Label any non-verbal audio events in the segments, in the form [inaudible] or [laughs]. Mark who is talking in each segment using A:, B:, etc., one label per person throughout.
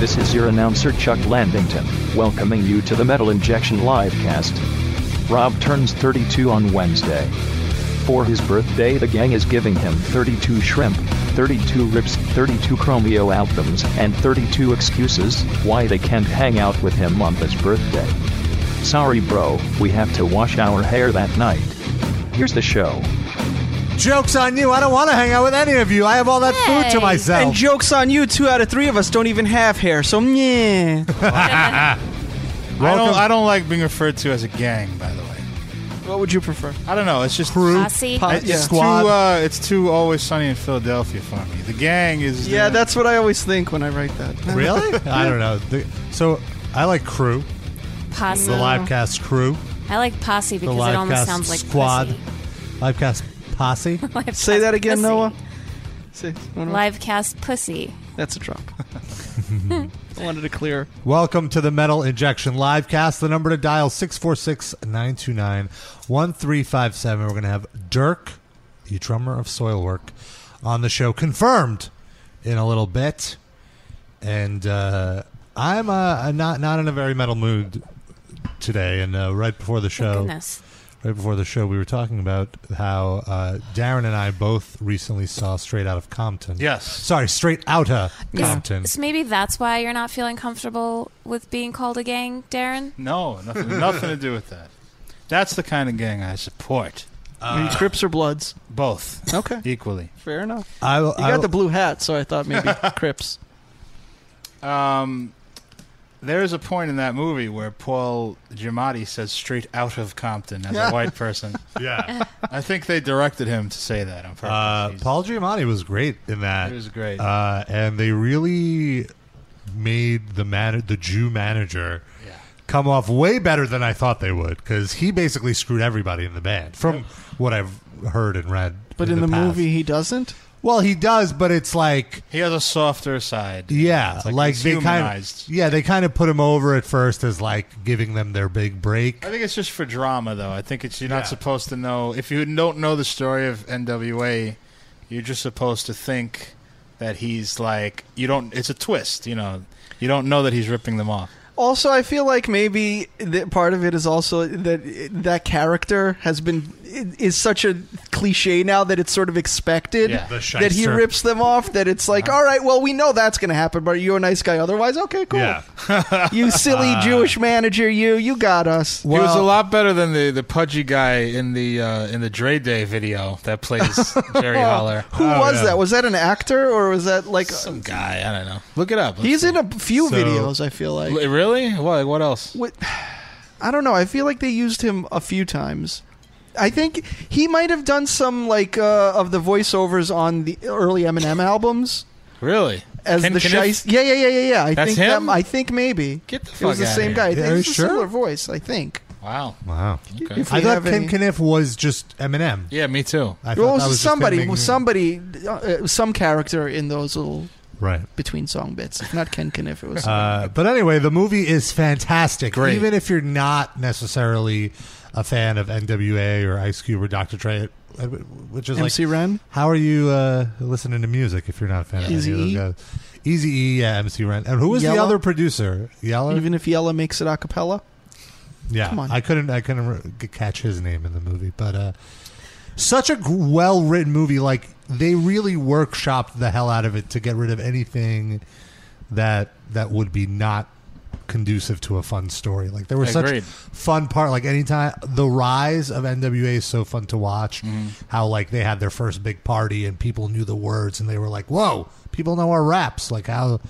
A: This is your announcer Chuck Landington, welcoming you to the Metal Injection Livecast. Rob turns 32 on Wednesday. For his birthday, the gang is giving him 32 shrimp, 32 rips, 32 Chromeo albums, and 32 excuses why they can't hang out with him on his birthday. Sorry, bro, we have to wash our hair that night. Here's the show.
B: Joke's on you. I don't want to hang out with any of you. I have all that food to
C: Hey.
B: myself.
D: And jokes on you, two out of three of us don't even have hair,
C: [laughs]
D: so yeah.
B: [laughs]
E: I
B: Welcome.
E: don't, I don't like being referred to as a gang, by the way.
D: what would you prefer?
E: I don't know. It's just
C: Posse.
D: Pot-
E: It's
D: yeah.
E: too.
B: Squad.
E: Uh, it's too always sunny in Philadelphia for me. The gang is.
D: yeah,
E: uh,
D: that's what I always think when I write that.
E: [laughs]
B: really? [laughs] I don't know. The- so I like crew,
C: Posse.
B: the livecast crew,
C: I like posse
B: the
C: because it almost
B: livecast
C: sounds like
B: squad,
C: pussy.
B: livecast posse.
C: Livecast
D: Say that again,
C: pussy.
D: Noah. Say, no, no,
C: Livecast pussy.
D: That's a drop. I wanted to clear.
B: Welcome to the Metal Injection Livecast. The number to dial 646-929-1357. We're going to have Dirk, the drummer of Soilwork, on the show confirmed in a little bit. And uh, I'm uh, not not in a very metal mood today and uh, right before the
C: Thank
B: show
C: Goodness.
B: right before the show, we were talking about how uh, Darren and I both recently saw Straight Out of Compton.
E: Yes.
B: Sorry, Straight Outta
C: Is-
B: Compton.
C: So maybe that's why you're not feeling comfortable with being called a gang, Darren.
E: No, nothing, nothing to do with that. That's the kind of gang I support.
B: Uh,
D: Any Crips or Bloods?
E: Both
D: Okay,
E: equally.
D: fair enough.
B: I, will-
D: You
B: I,
D: got the
B: will-
D: blue hat, so I thought
E: [laughs]
D: maybe Crips.
E: Um, there is a point in that movie where Paul Giamatti says "straight out of Compton" as a white person.
B: yeah.
E: I think they directed him to say that on purpose.
B: Uh,
E: He's-
B: Paul Giamatti was great in that.
E: He was great.
B: Uh, and they really made the man- the Jew manager
E: Yeah.
B: come off way better than I thought they would because he basically screwed everybody in the band from what I've heard and read.
D: [laughs] But in the,
B: past.
D: movie, he doesn't.
B: well, he does, but it's like
E: he has a softer side.
B: Yeah,
E: It's
B: like,
E: like he's
B: they kind
E: humanized.
B: of yeah they kind of put him over at first as like giving them their big break.
E: I think it's just for drama, though. I think it's you're
B: Yeah.
E: not supposed to know if you don't know the story of NWA, you're just supposed to think that he's like you don't. It's a twist, you know. You don't know that he's ripping them off.
D: Also, I feel like maybe that part of it is also that that character has been is such a cliche now that it's sort of expected
E: Yeah.
B: The
D: that he
B: shyster. Uh-huh.
D: rips them off. That it's like, all right, well, we know that's going to happen, but you're a nice guy otherwise. Okay, cool. [laughs] you silly
B: Uh-huh.
D: Jewish manager, you you got us.
B: Well,
E: he was a lot better than the, the pudgy guy in the uh, in the Dre Day video that plays [laughs] Jerry Holler.
D: Who
B: Oh,
D: was
B: yeah.
D: that? Was that an actor or was that like?
E: Some guy, I don't know. Look it up.
D: he's in a few
B: So-
D: videos. I feel like.
E: L- really? What? What else?
D: What, I don't know. I feel like they used him a few times. I think he might have done some like uh, of the voiceovers on the early
B: [laughs]
D: Eminem albums
E: Really?
D: as
E: Ken
D: the
E: Kniff?
D: shyst. Yeah, yeah, yeah, yeah, yeah. I
E: That's
D: think that-
E: him?
D: I think maybe
E: Get the
D: it was
E: fuck
D: the
E: outta
D: same
E: here.
D: guy. I
B: Yeah,
D: think
B: are
D: it's
B: you
D: a
B: sure?
D: similar voice. I think.
E: Wow.
B: Wow,
E: Okay.
D: If
B: I
D: we
B: thought
D: have
B: Ken
D: any-
B: Kniff was just Eminem.
E: Yeah, me too.
B: I thought
D: Well, it was
B: that was just him
D: somebody,
B: making-
D: somebody, uh, uh, some character in those little
B: right?
D: between song bits. If not Ken Kniff, it was.
B: Uh, but anyway, the movie is fantastic.
E: Great.
B: Even if you're not necessarily a fan of NWA or Ice Cube or Dr. Dre, uh, which is
D: MC
B: like
D: Ren?
B: How are you uh, listening to music if you're not a fan of any of
D: Eazy-E?
B: those guys? Easy E, yeah, MC Ren, and who was the
D: Yella?
B: other producer? Yeller.
D: even if Yella makes it a cappella.
B: Yeah,
D: Come on.
B: I couldn't I couldn't re- c- catch his name in the movie, but uh, such a well written movie. Like they really workshopped the hell out of it to get rid of anything that that would be not conducive to a fun story. Like there was such
E: Agreed.
B: fun part. Like anytime the rise of NWA is so fun to watch. How like they had their first big party and people knew the words and they were like, "Whoa, people know our raps!" Like how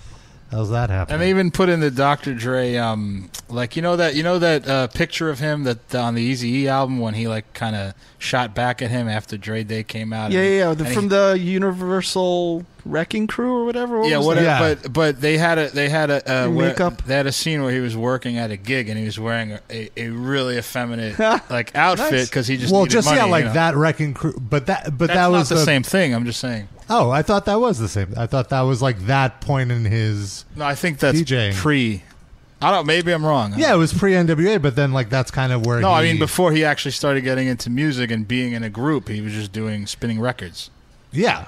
B: how's that happen?
E: And they even put in the Dr. Dre, um, like you know that you know that uh, picture of him that on the Easy E album when he like kind of shot back at him after Dre Day came out.
D: Yeah,
E: and-
D: yeah, yeah. The,
E: and he-
D: from the Universal Wrecking Crew or whatever. What
E: yeah,
D: was
E: whatever.
B: Yeah.
E: But but they had a they had a uh, where-
D: Makeup.
E: They had a scene where he was working at a gig and he was wearing a, a, a really effeminate like outfit
D: Nice.
E: because he just
B: well,
E: needed
B: just
E: money,
B: yeah,
E: you
B: like
E: know.
B: that wrecking crew, but that, but
E: That's
B: that
E: not
B: was
E: the, same thing. I'm just saying.
B: Oh, I thought that was the same. I thought that was like that point in his.
E: No, I think that's
B: DJing.
E: pre. I don't. Maybe I'm wrong.
B: Yeah, it was pre NWA, but then like that's kind of where.
E: No,
B: he,
E: I mean before he actually started getting into music and being in a group, he was just doing spinning records.
B: Yeah,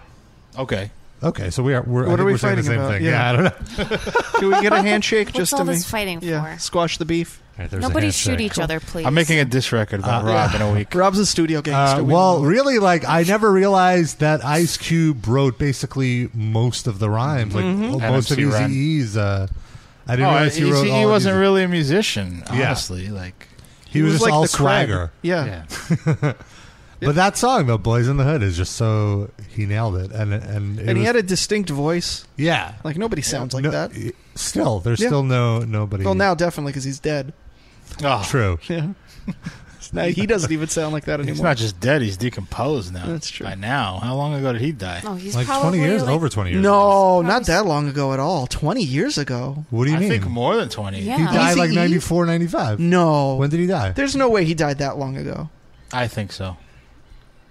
E: Okay.
B: Okay, so we are. We're, I
D: What
B: think
D: are we
B: we're saying the
D: fighting
B: same
D: about?
B: thing.
D: Yeah.
B: I don't know.
D: [laughs]
B: All
D: Do we
C: [laughs]
D: get a handshake
C: What's
D: just
C: all
D: to
C: this
D: make-
C: fighting
D: yeah,
C: for?
D: squash the beef?
B: right, there's a
C: Nobody
B: handshake.
C: shoot each other, please.
E: I'm making a diss record about
B: Uh,
E: Rob in a week.
D: Rob's a studio gangster.
B: Uh,
D: we
B: well,
D: know.
B: really, like I never realized that Ice Cube wrote basically most of the rhymes, like
D: Mm-hmm.
B: oh,
E: And
B: most of
E: MC Ren.
B: Eazy's. Uh, I
E: Oh,
B: didn't realize he
E: you
B: wrote.
E: see,
B: all
E: he
B: of
E: wasn't
B: these-
E: really a musician,
B: Yeah.
E: honestly. Like,
B: He was, just
D: like
B: all
D: the Craig.
B: swagger.
D: Yeah.
E: yeah.
B: But that song, though, "Boys in the Hood," is just so he nailed it, and and, it
D: and he
B: was-
D: had a distinct voice.
B: yeah,
D: Like nobody sounds like
B: No,
D: that.
B: it- Still, there's
D: Yeah.
B: still no nobody.
D: Well, now definitely because he's dead.
E: Oh,
B: true.
D: [laughs]
B: [laughs]
D: Yeah. Now, he doesn't even sound like that anymore.
E: He's not just dead; he's decomposed now.
D: That's true.
E: By now, how long ago did he die?
C: Oh, he's
B: Like
C: probably
B: twenty years,
C: like-
B: over twenty years. ago.
D: no,
C: Probably
D: not
C: so.
D: that long ago at all. 20 years ago.
B: What do you
E: I
B: mean?
E: think more than twenty.
C: Yeah.
B: he died
D: Eazy-E?
B: like 94, 95.
D: e No.
B: When did he die?
D: There's no way he died that long ago.
E: I think so.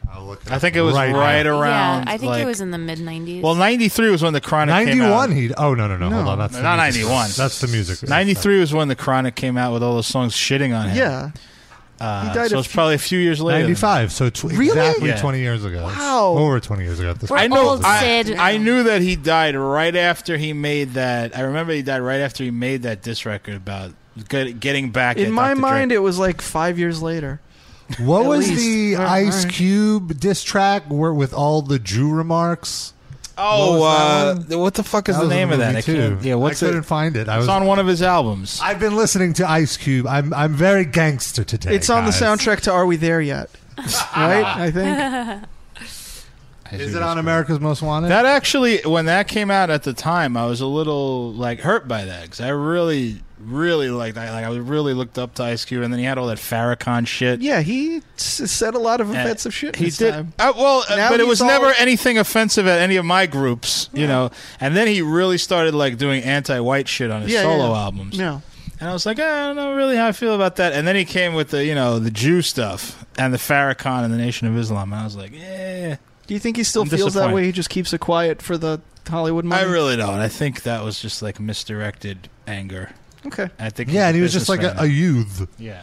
B: I'll look it
E: I
B: up
E: think it was right,
B: now.
E: around.
C: Yeah, I think
E: like,
C: it was in the mid 90s.
E: Well, ninety three was when the Chronic came out.
B: 91 he oh no no no,
D: No.
B: hold on that's the
E: Not
B: music.
E: 91.
B: that's the music
E: 93 was when the Chronic came out with all those songs shitting on him.
D: Yeah.
E: Uh,
D: He died
E: so
D: a
E: it's
D: few-
E: probably a few years later. than
B: 95 so tw-
D: Really?
B: exactly
E: Yeah.
B: 20 years ago
D: Wow.
B: over 20 years ago at this
C: We're
E: that. I
B: point.
E: know.
C: Old
E: I,
C: Sid.
E: I knew that he died right after he made that. I remember he died right after he made that diss record about get- getting back.
D: In
E: at
D: my
E: Dr.
D: mind,
E: Dre.
D: it was like five years later.
B: what
D: At
B: was
D: least.
B: the
D: All right, all
B: Ice
D: right.
B: Cube diss track where, with all the Jew remarks what
E: oh, uh,
B: was that
E: what the fuck is
B: That
E: the
B: was a
E: name of that?
B: movie,
E: I
B: too
E: can't- Yeah, what's
B: I
E: it?
B: couldn't find it I was
E: It's on one of his albums.
B: I've been listening to Ice Cube I'm I'm very gangster today
D: it's on
B: guys.
D: the soundtrack to Are We There Yet? right? I think.
B: [laughs] is it on America's Most Wanted
E: That actually, when that came out at the time, I was a little like hurt by that because I really, really liked. I like I really looked up to Ice Cube, and then he had all that Farrakhan shit.
D: Yeah, he s- said a lot of
E: And
D: offensive shit
E: He
D: this
E: did.
D: time.
E: Uh, well, uh,
D: Now
E: but it
D: he's
E: was
D: all-
E: never anything offensive at any of my groups, you know. And then he really started like doing anti-white shit on his
D: Yeah,
E: solo
D: yeah.
E: albums.
D: No.
E: And I was like, "Ah, I don't know really how I feel about that. And then he came with the you know the Jew stuff and the Farrakhan and the Nation of Islam, and I was like, yeah.
D: Do you think he still
E: Eh. I'm
D: feels that
E: disappointed.
D: way? He just keeps it quiet for the Hollywood money?
E: I really don't. I think that was just like misdirected anger.
D: Okay.
E: I think.
B: yeah
E: he's
B: and he
E: a
B: was just like a, a
E: businessman.
B: youth
E: yeah.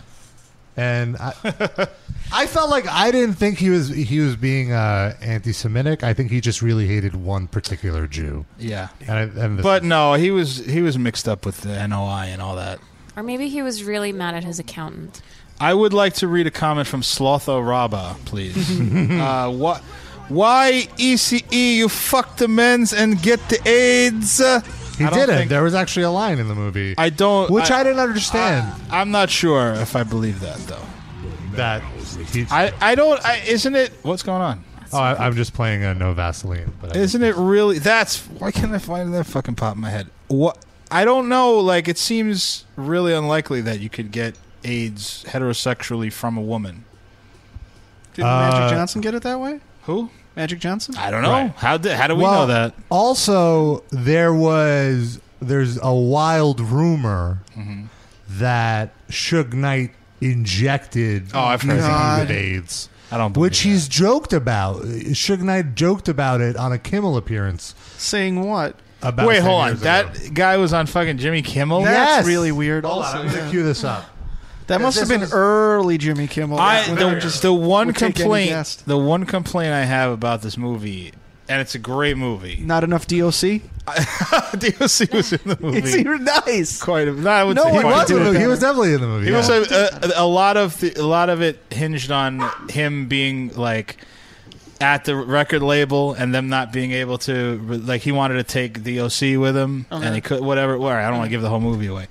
B: and
E: [laughs]
B: I, I felt like I didn't think he was he was being uh, anti-Semitic. I think he just really hated one particular Jew.
E: Yeah.
B: And, I, and this-
E: But no, he was he was mixed up with the NOI and all that.
C: [laughs] or maybe he was really mad at his accountant.
E: I would like to read a comment from Slotho Rabba, please.
D: [laughs]
E: uh, what? Why ECE? You fuck the men's and get the AIDS.
B: he
E: I don't
B: did it.
E: think-
B: There was actually a line in the movie,
E: I don't.
B: which I, didn't understand.
E: I, am not sure if I believe that though.
B: that he,
E: I I don't. I, isn't it? What's going on?
B: oh, I, I'm just playing a no Vaseline. But I-
E: Isn't it really? That's why can't I find that fucking pop in my head? What I don't know. Like it seems really unlikely that you could get AIDS heterosexually from a woman.
D: Did
B: Uh,
D: Magic Johnson get it that way?
E: Who?
D: Magic Johnson?
E: I don't know.
B: Right.
E: How did? How do we
B: Well,
E: know that?
B: Also, there was there's a wild rumor
E: Mm-hmm.
B: that Suge Knight injected
E: Oh, I've heard
B: Eazy-E
D: that.
B: with AIDS.
E: I don't.
B: which
E: believe
B: he's joked about. Suge Knight joked about it on a Kimmel appearance.
D: Saying what?
E: that.
B: About
E: Wait,
B: 10
E: hold on.
B: years
E: That
B: ago.
E: guy was on fucking Jimmy Kimmel.
D: That's
B: Yes.
D: really weird.
B: Hold on,
D: also,
B: I'm gonna
D: yeah.
B: cue this up.
D: That must have
B: this
D: been
B: was-
D: early Jimmy Kimmel.
E: I
D: When they
E: the,
D: were just
E: the one
D: would take any
E: complaint.
D: guest.
E: The one complaint I have about this movie, and it's a great movie.
D: not enough
E: [laughs]
D: DOC.
E: DOC was in the movie.
D: [laughs] It's even nice.
E: quite a. No, I would
D: No,
E: say
D: he
B: He
E: quite a
B: was, in the
E: bit.
B: movie. he
D: better.
B: was definitely in the movie.
E: It
B: yeah.
E: was uh, a, a, a lot of the, a lot of it hinged on him being like at the record label and them not being able to like he wanted to take the OC with him and he could whatever. Well, I don't want to give the whole movie away.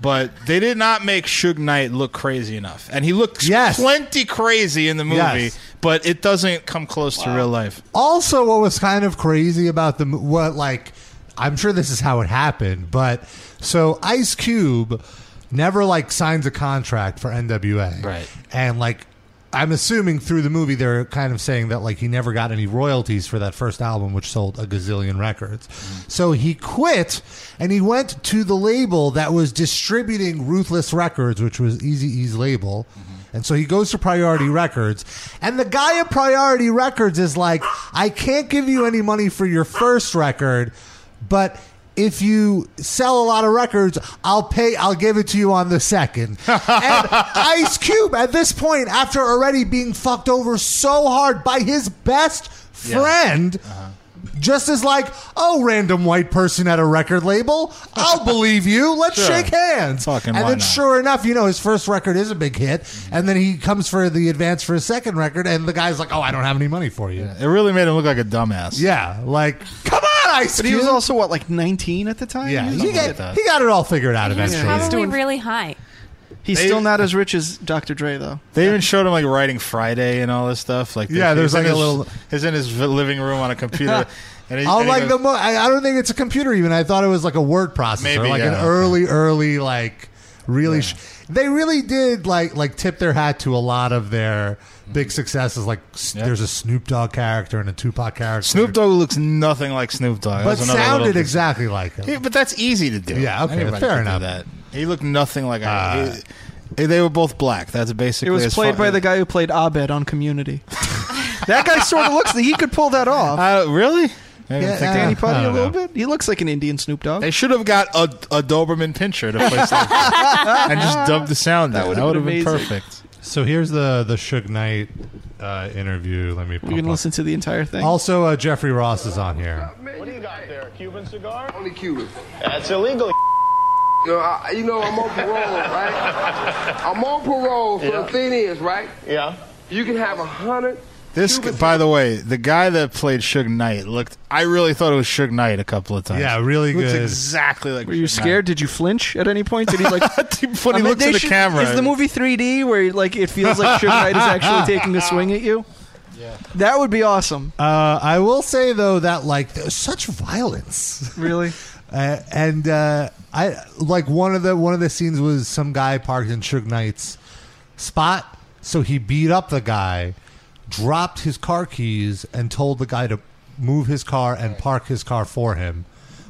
E: But they did not make Suge Knight look crazy enough, and he looked
B: Yes.
E: plenty crazy in the movie.
B: Yes.
E: But it doesn't come close to real life.
B: also, what was kind of crazy about the mo- what like I'm sure this is how it happened, but so Ice Cube never like signs a contract for NWA,
E: Right.
B: And like I'm assuming through the movie they're kind of saying that like he never got any royalties for that first album, which sold a gazillion records. So he quit and he went to the label that was distributing Ruthless Records, which was Easy E's label. And so he goes to Priority Records, and the guy at Priority Records is like, I can't give you any money for your first record, but if you sell a lot of records, I'll pay. I'll give it to you on the
E: [laughs]
B: second. and Ice Cube, at this point,
E: Uh-huh.
B: after already being fucked over so hard by his best friend, Just as like, oh, random white person at a record label, I'll believe you. Let's
E: Sure.
B: shake hands.
E: Fucking
B: and
E: why
B: then,
E: not?
B: sure enough, you know his first record is a big hit, and then he comes for the advance for his second record, and the guy's like, oh, I don't have any money for you. Yeah,
E: It really made him look like a dumbass.
B: like, come on, Ice
D: But he was
B: Cube.
D: also what, like 19 at the time?
B: yeah, he
E: something
B: got,
E: like that.
B: he got it all figured out
C: He was
B: eventually.
C: probably
D: doing-
C: really high.
D: He's
E: They-
D: still not as rich as Dr. Dre though.
E: They even showed him like writing Friday and all this stuff. Like,
B: Yeah,
E: he
B: there's
E: was in
B: like a
E: his-
B: little-
E: He's in his v- living room on a [laughs] computer. and he,
B: Oh,
E: and he
B: like
E: goes-
B: the mo- I, I don't think it's a computer even. I thought it was like a word processor,
E: Maybe,
B: like
E: yeah,
B: an
E: okay.
B: early, early like really. Sh- they really did like like tip their hat to a lot of their big successes. Like s-
E: Yeah.
B: there's a Snoop Dogg character and a Tupac character.
E: Snoop Dogg looks nothing like Snoop Dogg.
B: but
E: That's another little
B: sounded
E: thing.
B: exactly like him.
E: Yeah, but that's easy to do.
B: Yeah, okay,
E: Anybody
B: fair
E: can do
B: enough.
E: That he looked nothing like. I he- they were both black. Uh, That's basically.
D: It was
E: as
D: played
E: far-
D: by the guy who played Abed on Community. that guy sort of looks like he could pull that off.
E: Uh, really? I didn't
B: Yeah,
E: think
B: uh,
E: that-
D: Danny Putty
B: I
D: a
B: don't
D: little
B: know.
D: bit. He looks like an Indian Snoop
E: [laughs]
D: Dogg.
E: They should have got a, a Doberman pincher to play [laughs] some-
B: [laughs]
E: and just dubbed the sound
D: That
E: out.
D: would've
E: That would have
D: been
E: been,
D: amazing.
E: perfect.
B: So here's the the Suge Knight uh, interview. Let me.
D: You can listen to the entire thing.
B: Also, uh, Jeffrey Ross is on here.
F: What do you got there? A Cuban cigar?
G: Only Cuban.
F: That's illegal.
G: You know, I, you know, I'm
F: [laughs]
G: on parole, right? I'm on parole. So the thing is, right?
F: Yeah.
G: You can have a hundred.
E: This,
G: Cuban
E: by the way, the guy that played Suge Knight looked. I really thought it was Suge Knight a couple of times.
B: Yeah, really
E: Looks
B: good.
E: exactly like.
D: Were you
E: Suge Knight.
D: scared? Did you flinch at any point? Did he like?
E: when he looks
D: they
E: at the
D: should-
E: camera,
D: Is the movie 3D where like it feels like Suge Knight is actually taking a swing at you? Yeah. That would be awesome.
B: Uh, I will say though that like there's such violence. [laughs]
D: Really?
B: Uh, and uh, I like one of the one of the scenes was some guy parked in Suge Knight's spot, so he beat up the guy, dropped his car keys, and told the guy to move his car and park his car for him.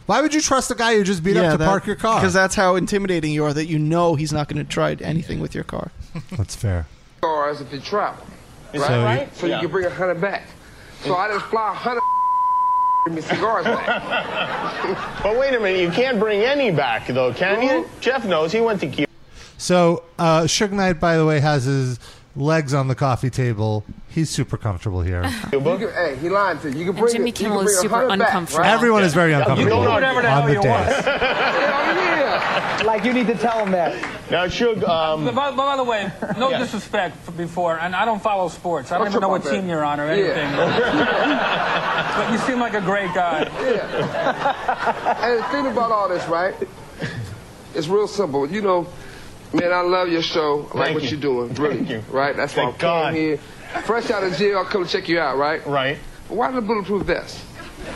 B: Why would you trust the guy you just beat up to park your car?
D: Because that's how intimidating you are that you know he's not going to try anything with your car.
B: That's fair.
G: cigars if you travel, right?
B: that
F: right?
G: So
F: Yeah.
G: you can bring a hundred back. So I just fly a hundred. [laughs] Give me cigars back.
F: [laughs] But wait a minute, you can't bring any back though, can you? Jeff knows he went to Cuba.
B: So uh, Suge Knight, by the way, has his legs on the coffee table. He's super comfortable here.
G: You can, hey, he lying to you. You can bring.
C: Jimmy
G: you can
C: Kimmel
G: bring
C: is
G: a
C: super
G: hundred back,
C: uncomfortable.
G: right?
B: Everyone is very uncomfortable
F: know whatever the hell
B: on the
F: you
G: [laughs]
B: days.
G: Hell yeah.
H: Like you need to tell him that.
F: Now, Suge, um,
I: By, by the way, no
F: Yeah.
I: disrespect f- before, and I don't follow sports. I don't
G: What's
I: even know
G: up,
I: what
G: my
I: team
G: bad?
I: you're on or
G: Yeah.
I: anything. but you seem like a great guy.
G: And the thing about all this, right? It's real simple. You know, man, I love your show. I like
F: Thank
G: what
F: you.
G: are doing, really.
F: Thank you.
G: Right? That's why
F: Thank
G: I'm
F: God.
G: here. Fresh out of jail, I'll come check you out, right?
F: right?
G: Why the bulletproof vest?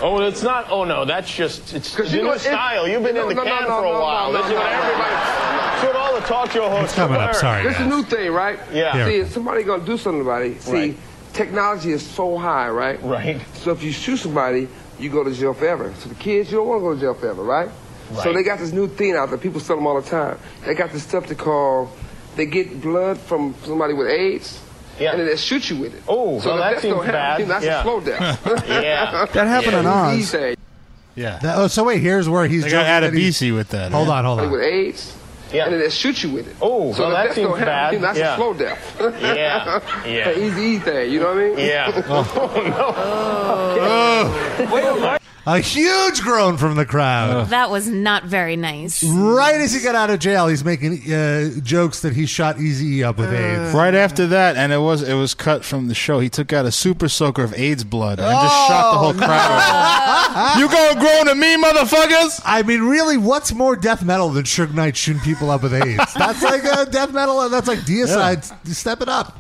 F: Oh, well, it's not. Oh no, that's just it's
G: Because
F: you
G: you know
F: know
G: it-
F: style. You've been
G: no,
F: in the
G: no, no,
F: can
G: no,
F: for a
G: no,
F: while.
G: no,
F: This is
G: no,
F: what
G: no.
F: everybody. That's what all the talk show hosts.
B: It's coming up.
F: wear.
B: Sorry.
G: This is a
B: guys.
G: new thing, right?
F: Yeah.
G: See, somebody gonna do something about it. See,
F: Right.
G: technology is so high, right?
F: Right.
G: So if you shoot somebody, you go to jail forever. So the kids, you don't want to go to jail forever, right? So
F: Right.
G: they got this new thing out there. People sell them all the time. They got this stuff to call. They get blood from somebody with AIDS.
F: Yeah.
G: And then they shoot you with it.
F: Oh,
G: so
F: well,
G: the
F: that
G: death
F: seems
G: don't happen.
F: bad.
G: See, That's
F: Yeah.
G: a slow death.
F: [laughs]
G: [laughs]
F: Yeah.
D: That happened on
G: Disease
D: Oz.
G: thing.
E: [laughs] yeah,
B: That- oh, so wait, here's where he's
E: they got
B: joking that he's-
E: Adebisi with that.
B: Hold on, hold
G: Somebody
B: on.
G: with AIDS.
F: Yeah.
G: And then they shoot you with it.
F: Oh,
G: so
F: well,
G: the
F: that
G: death
F: seems
G: don't happen.
F: bad.
G: See, That's
F: Yeah.
G: a slow death.
F: Yeah. Yeah.
G: It's [laughs] an easy E thing. You know what I mean?
F: Yeah.
G: [laughs] Oh.
B: A huge groan from the crowd.
C: That was not very nice.
B: Right as he got out of jail, he's making uh, jokes that he shot Easy up with AIDS.
E: Right after that, and it was it was cut from the show. He took out a super soaker of AIDS blood and just shot the
B: Oh,
E: whole crowd. you going grown to me, motherfuckers?
B: Ah. I mean, really, what's more death metal than Suge Knight shooting people up with AIDS? that's like uh, death metal. That's like deicide. Step it up.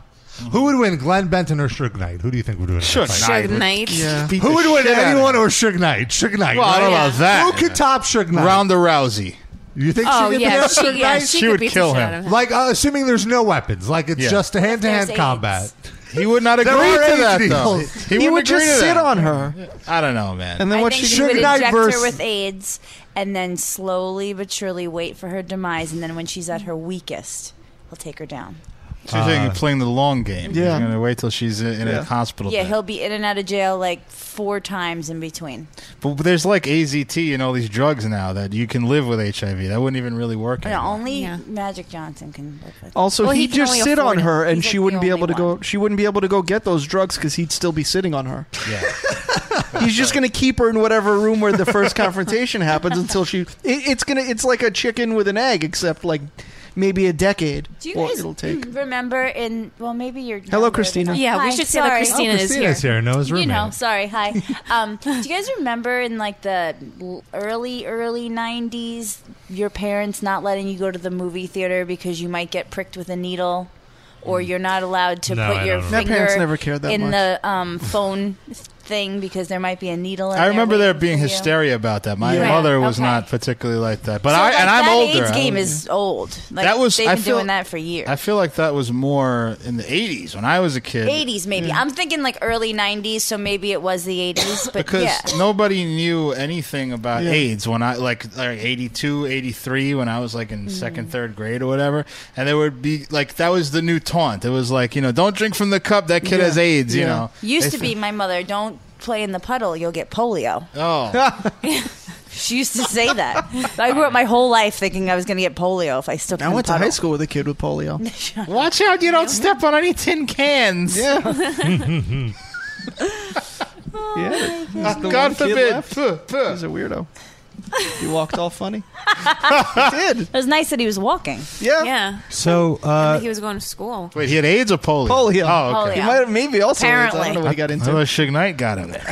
B: Who would win, Glenn Benton or Suge Knight? Who do you think would win? in that
E: Suge
B: fight?
E: Knight.
C: Suge Knight.
D: Yeah.
E: Beat
B: Who
E: the
B: would win,
E: shit out of
B: anyone
E: him.
B: or Suge Knight? Suge Knight.
E: Well, I don't know
C: Yeah.
E: about that.
B: Who could top Suge Knight?
E: Ronda Rousey?
B: you think
C: Oh
B: she could beat
C: yeah,
B: up
C: she,
B: Suge
C: yeah,
B: Knight?
C: she,
E: She
C: could
E: would
C: beat
E: kill
C: the shit
E: him.
C: out of him.
B: Like, uh, assuming there's no weapons, like it's
E: Yeah.
B: just a hand-to-hand
C: There's
B: combat.
C: AIDS.
E: He would not
B: [laughs]
E: agree
B: There are
E: to that
B: AIDS
E: though.
B: deals.
D: He
E: wouldn't
D: would
E: agree to
D: just sit
E: that.
D: on her.
E: I don't know, man.
D: And then
J: I
D: what
J: think
D: she
J: he would
B: Suge Knight
J: inject
B: versus-
J: her with AIDS and then slowly but surely wait for her demise. And then when she's at her weakest, he'll take her down.
E: She's
B: Uh,
E: like playing the long game.
D: Yeah.
E: He's gonna wait till she's in a
D: Yeah.
E: hospital.
J: Yeah,
E: bed.
J: he'll be in and out of jail like four times in between.
E: But there's like AZT and all these drugs now that you can live with HIV. That wouldn't even really work.
J: No,
E: anymore.
J: only
C: Yeah.
J: Magic Johnson can live with.
D: Also,
C: Well, he
D: he'd
C: can
D: just
C: only
D: sit
C: afford
D: on
C: it.
D: her, and
J: He's,
D: she
J: like,
D: wouldn't
J: the
D: be able
J: only
D: to go.
J: one.
D: She wouldn't be able to go get those drugs because he'd still be sitting on her.
E: Yeah.
D: [laughs] He's just going to keep her in whatever room where the first confrontation happens until she. It, it's gonna. It's like a chicken with an egg, except like maybe a decade.
J: Do you
D: Well,
J: guys mm.
D: it'll take.
J: remember in well maybe you're
D: Hello, Christina.
J: Yeah, we Hi, should say that sorry. Christina
B: Oh,
J: is
B: Christina's here. Noah's
J: you
B: roommate.
J: know sorry [laughs] hi um, do you guys remember in like the l- early early 90s your parents not letting you go to the movie theater because you might get pricked with a needle or you're not allowed to
D: Mm. No,
J: put
D: I
J: your
D: don't
J: finger
D: remember. My parents never cared that
J: in
E: much.
J: the um, phone thing because there might be a needle in
E: I remember
J: there
E: there
J: waiting
E: being
J: for you.
E: hysteria about that. My
J: Yeah.
E: mother was
J: Okay.
E: not particularly like that. But
J: So,
E: I
J: like,
E: and I'm
J: that
E: older.
J: AIDS
E: I
J: game
E: don't-
J: is old like
E: That was-
J: they've
E: I
J: been
E: feel-
J: doing that for years
E: I feel like that was more in the 80s when I was a kid.
J: 80s maybe i'm thinking like early 90s so maybe it was the 80s but
E: because
J: yeah
E: nobody knew anything about
J: Yeah.
E: AIDS when I like like 82, 83 when I was like
J: Mm-hmm.
E: in second, third grade or whatever. And there would be like that was the new taunt. It was like, you know, don't drink from the cup, that kid
J: Yeah.
E: has AIDS, you
J: Yeah.
E: know.
J: Used
E: They
J: to be
E: th-
J: my mother. Don't play in the puddle. You'll get polio.
E: Oh.
J: She used to say
E: [laughs]
J: that. I grew up my whole life thinking I was going to get polio if I still.
D: I went to high school with a kid with
J: [laughs]
D: polio.
E: Watch out you don't step on any tin cans.
J: [laughs]
E: [laughs]
D: Yeah.
J: Oh
D: yeah.
E: God forbid.
D: He's a weirdo. He walked all funny. did. It
J: was nice that he was walking.
D: Yeah.
C: Yeah.
B: So
C: I
B: uh,
C: think he was going to school.
E: Wait, he had AIDS or polio?
D: Polio.
E: Oh, okay.
D: He might have maybe also. AIDS. I don't know what he got
E: I
D: into.
E: thought Suge Knight
D: [laughs]
E: got him there.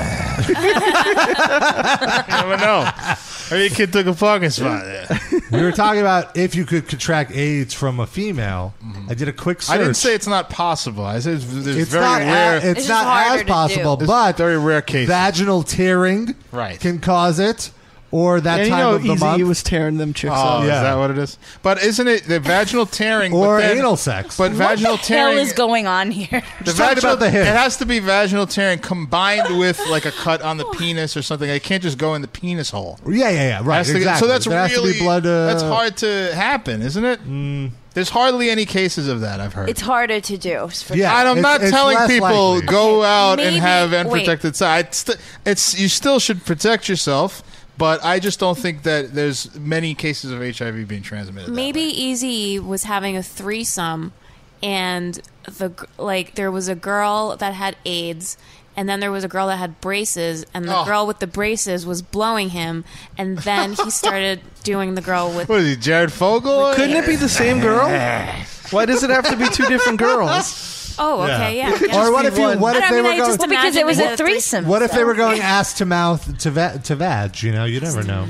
E: I never know. Maybe a kid took a parking spot there.
B: [laughs] we were talking about if you could contract AIDS from a female. I did a quick search.
E: Mm-hmm. I didn't say it's not possible. I said it's, there's
B: It's
E: very
B: not a-
E: rare.
B: it's It's just not harder as to do. possible,
E: There's
B: but
E: very rare cases.
B: vaginal tearing
E: Right.
B: can cause it, or that
E: And you
B: time
E: know
B: of the
E: Eazy-E
B: month.
D: E was tearing them
E: Oh,
D: chicks
E: is that what it is? But isn't it the vaginal tearing
B: Or
E: but then-
B: anal sex.
E: But vaginal
J: what the
E: tearing
J: hell is going on here?
E: [laughs] the vaginal, It has to be vaginal tearing combined with like a cut on the penis or something. It can't just go in the penis hole.
B: Yeah, yeah, yeah. Right.
E: Has to-
B: exactly.
E: So that's
B: There has to be
E: really
B: blood, uh,
E: that's hard to happen, isn't it?
D: Mm.
E: There's hardly any cases of that I've heard.
J: It's harder to do. For
E: and I'm not telling people go out
J: Maybe-
E: and have
J: wait.
E: unprotected sex. It's, it's you still should protect yourself, but I just don't think that there's many cases of HIV being transmitted.
C: Maybe Easy was having a threesome, and the g- like there was a girl that had AIDS, and then there was a girl that had braces, and the
E: Oh.
C: girl with the braces was blowing him, and then
E: [laughs]
C: he started doing the girl with.
E: What is he, Jared Fogle?
D: Couldn't it be the
E: [laughs]
D: same girl? Why does it have to be two
J: [laughs]
D: different girls?
C: Oh, okay, yeah.
D: It could
B: Or
D: just
B: what
D: be
B: if you?
D: one.
B: What
C: I
B: if
C: don't
B: they
C: mean,
B: were
C: I
B: going?
C: just Well, because it was a
J: imagine they had a threesome.
B: What if they were
J: threesome.
B: going ass to mouth to va- to vag? You know, you
C: [laughs]
B: never know.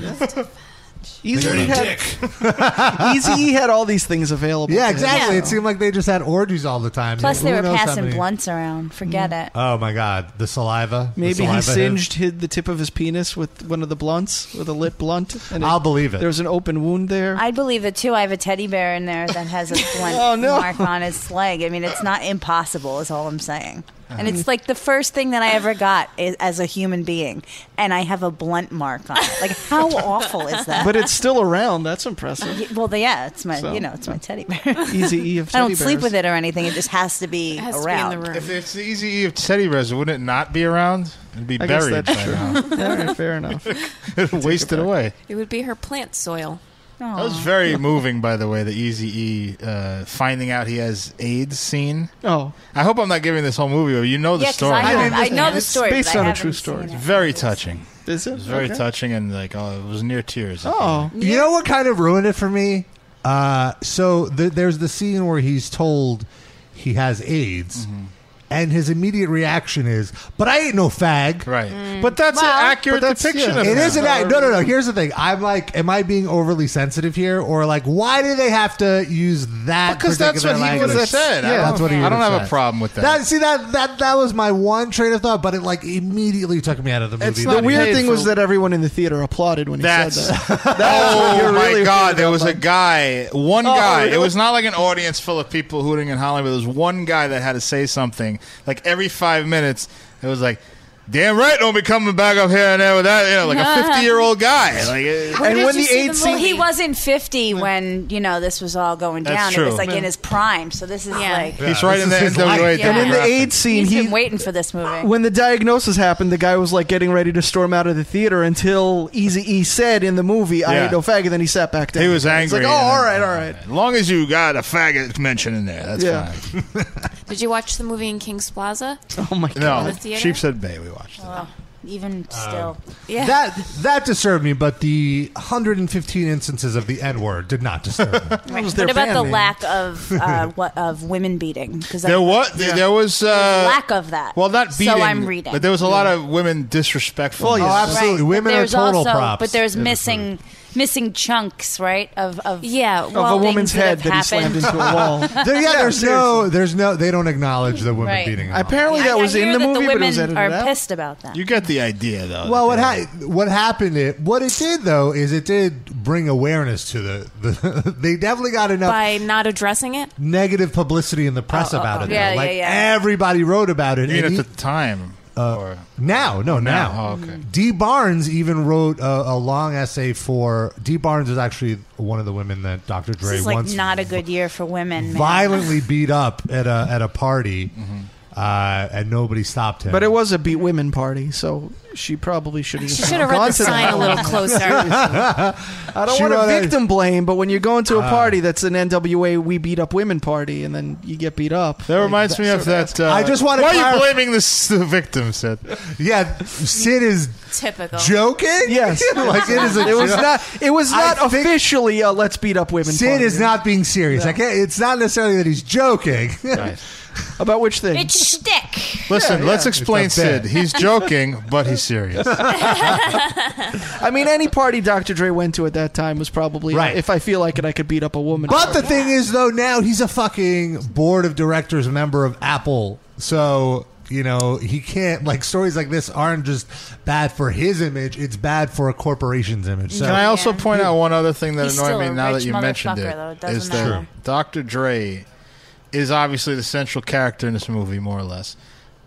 K: [laughs]
D: Easy
B: Big
D: had, [laughs]
C: E
D: Easy had all these things available.
B: Yeah,
D: to him,
B: exactly.
D: so.
B: It seemed like they just had orgies all the time.
J: Plus,
B: Who
J: they were
B: knows how
J: passing
B: many-
J: blunts around. Forget it.
B: Oh my god, the saliva. the
D: Maybe he
B: saliva
D: singed hid the tip of his penis with one of the blunts, with a lit blunt. And
B: I'll believe it.
D: There was an open wound there.
J: I believe it too. I have a teddy bear in there that has a
D: [laughs]
J: blunt
D: Oh, no.
J: mark on its leg. I mean, it's not impossible, is all I'm saying. And it's like the first thing that I ever got i as a human being, and I have a blunt mark on it. Like, how awful is that?
D: But it's still around. That's impressive.
J: Y- [laughs] well, the- yeah, it's my
D: So,
J: you know, it's my teddy bear.
D: Easy E
J: I
D: of
J: don't
D: teddy
J: sleep
D: bears.
J: with it or anything. It just has to be
C: It has to be in
J: around.
C: the room.
E: If it's the easy of teddy bears, wouldn't it not be around? It'd be
D: I guess
E: buried
D: that's
E: by
D: true. [laughs] All right, fair enough.
E: now. [laughs] It'd wasted away.
C: It would be her plant soil.
E: That was very moving, by the way, the Easy E uh, finding out he has AIDS scene.
D: Oh,
E: I hope I'm not giving this whole movie. away. You know the
J: Yeah, 'cause
E: story.
J: I know- I I know the it's story, based but I on a
E: true story. Very touching.
D: Is it?
E: It's very
D: Okay.
E: touching and like oh, it was near tears.
D: Oh,
B: You know what kind of ruined it for me? Uh, so th- there's the scene where he's told he has AIDS,
E: Mm-hmm.
B: and his immediate reaction is, "But I ain't no fag."
E: Right. But that's
B: Mm. Well,
E: an accurate
B: but that's-
E: depiction
B: yeah.
E: of
B: It
E: that.
B: is an ac- no, no, no. Here's the thing. I'm like, am I being overly sensitive here, or like, why do they have to use that?
E: Because that's what
B: particular
E: he would
B: language?
E: have said. I
B: Yeah,
E: don't-
B: that's what he.
E: I
B: would've
E: don't have a
B: said.
E: problem with that.
B: See that that that was my one train of thought, but it like immediately took me out of the movie.
D: the weird thing was that everyone
B: [laughs]
D: in the theater applaududed when he
E: That's
D: said that.
E: oh my god! There was a guy, one
D: Oh,
E: guy.
D: really?
E: It was not like an audience full of people hooting and hollering, but there was one guy that had to say something. Like every five minutes, it was like, "Damn right, don't be coming back up here and there with that." You know,
J: [laughs]
E: like a fifty-year-old guy. Like, it-
J: Where did you see the movie? he wasn't fifty when you know this was all going
E: That's
J: down. It
E: true.
J: was like
E: Yeah.
J: in his prime, so this is like
E: [laughs] He's right in the
D: his life.
E: NWA.
D: And in the
E: demographic.
D: AIDS scene,
J: he's
D: he
J: been waiting for this movie.
D: when the diagnosis happened, the guy was like getting ready to storm out of the theater until Easy E said in the movie, "I
E: Yeah.
D: ain't no fag," and then he sat back down.
E: He was
D: It's
E: angry.
D: like, oh, all right, all right.
E: As long as you got a faggot mention in there, that's
D: Yeah.
E: fine.
C: Did you watch the movie in King's Plaza?
D: Oh my
C: The
E: No,
C: theater?
E: Sheepshead Bay. We watched.
C: Oh.
J: even still. yeah.
B: Um, That that disturbed me, but the 115 instances of the N word did not
E: [laughs]
B: disturb me.
J: Right. What about the lack of uh, what of women beating? Because
E: There was there was uh,
J: lack of that.
E: Well, not beating.
J: So I'm reading.
E: but there was a lot of women disrespectful.
B: Well, Oh, yeah. absolutely. Women
J: But there's also, But there's missing missing chunks, right? Of of
C: yeah,
E: well, a woman's head that he slammed into
J: [laughs]
E: a wall.
B: There- [laughs] yeah, there's no, there's no. They don't acknowledge the women
J: Right.
B: beating.
E: Apparently,
J: I-
E: that
J: I
E: was in
J: hear
E: the
J: that
E: movie,
J: The
E: but it was
J: women
E: edited
J: are
E: out.
J: pissed about that.
E: You get the idea, though.
B: Well, what ha- what happened? It what it did though is it did bring awareness to the. the [laughs] they definitely got enough
C: by not addressing it.
B: negative publicity in the press
J: Uh,
C: Oh, oh,
B: about
C: oh.
B: it.
C: Yeah,
B: though. like
C: yeah, yeah.
B: everybody wrote about it.
E: Even
B: and
E: at the time.
B: uh, now, no, now.
E: Now, oh, okay.
B: D. Barnes even wrote a, a long essay for. D. Barnes is actually one of the women that Dr. Dre
J: This is like
B: once
J: not a good year for women. man. [laughs]
B: violently beat up at a at a party,
E: Mm-hmm.
B: uh, and nobody stopped him.
D: But it was a beat women party, so she probably should have.
C: She should have read the sign a little closer.
D: [laughs] I don't
B: She
D: want
B: wrote
D: to
B: a-
D: victim blame, but when you're going to a
B: Ah.
D: party that's an NWA "We Beat Up Women" party, and then you get beat up,
E: that reminds me of that. Uh,
B: I just wanna
E: Why are
B: clarif-
E: you
B: [laughs]
E: blaming this, the victim, Sid?
B: yeah, Sid is
C: typical.
B: joking.
D: [laughs] Yes,
B: [laughs] like it is. A
D: It was
B: joke.
D: not. It was
B: I
D: not
B: think
D: officially a "Let's Beat Up Women."
B: Sid
D: party.
B: is not being serious. I can't, it's not necessarily that he's joking. [laughs]
D: About which thing?
J: It's shtick.
E: Listen,
D: Yeah,
E: let's
D: yeah.
E: explain
B: It's a bit.
E: Sid.
B: [laughs]
E: He's joking, but he's serious.
D: [laughs] I mean, any party Dr. Dre went to at that time was probably
B: Right.
D: If I feel like it, I could beat up a woman.
B: But the thing is, though, now he's a fucking board of directors member of Apple. So, you know, he can't, like, stories like this aren't just bad for his image, it's bad for a corporation's image. So,
E: Can I also point out one other thing that
J: He's
E: annoyed
J: still
E: me
J: a
E: now that
J: rich
E: you mentioned
J: motherfucker,
E: it?
J: though. It doesn't
E: Is
J: matter.
E: that Dr. Dre is obviously the central character in this movie, more or less.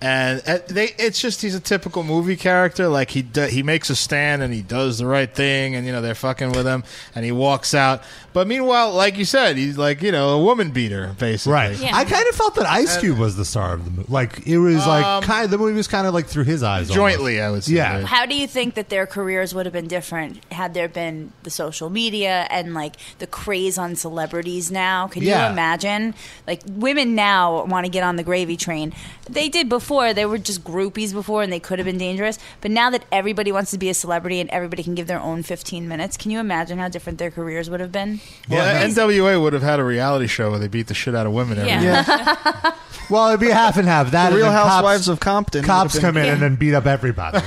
E: And uh, they, it's just he's a typical movie character. Like he do, he makes a stand and he does the right thing, and you know they're fucking with him, and he walks out. But meanwhile, like you said, he's like you know a woman beater, basically.
B: Right. I kind of felt that Ice Cube was the star of the movie. Like, it was
J: Um,
B: like, kind the movie was kind of like through his eyes. almost.
E: Jointly, I would say,
B: Yeah.
E: right?
J: How do you think that their careers would have been different had there been the social media and like the craze on celebrities now? Can
B: Yeah.
J: you imagine? Like women now want to get on the gravy train. They did before. They were just groupies before and they could have been dangerous. But now that everybody wants to be a celebrity and everybody can give their own 15 minutes, can you imagine how different their careers would have been?
E: Well, NWA would have had a reality show where they beat the shit out of women. Every week.
J: [laughs]
B: [laughs] Well, it'd be half and half. That
D: The
B: and
D: Real
B: then cops-
D: Housewives of Compton
B: Cops
D: would have
B: come
D: been-
B: in and then beat up everybody.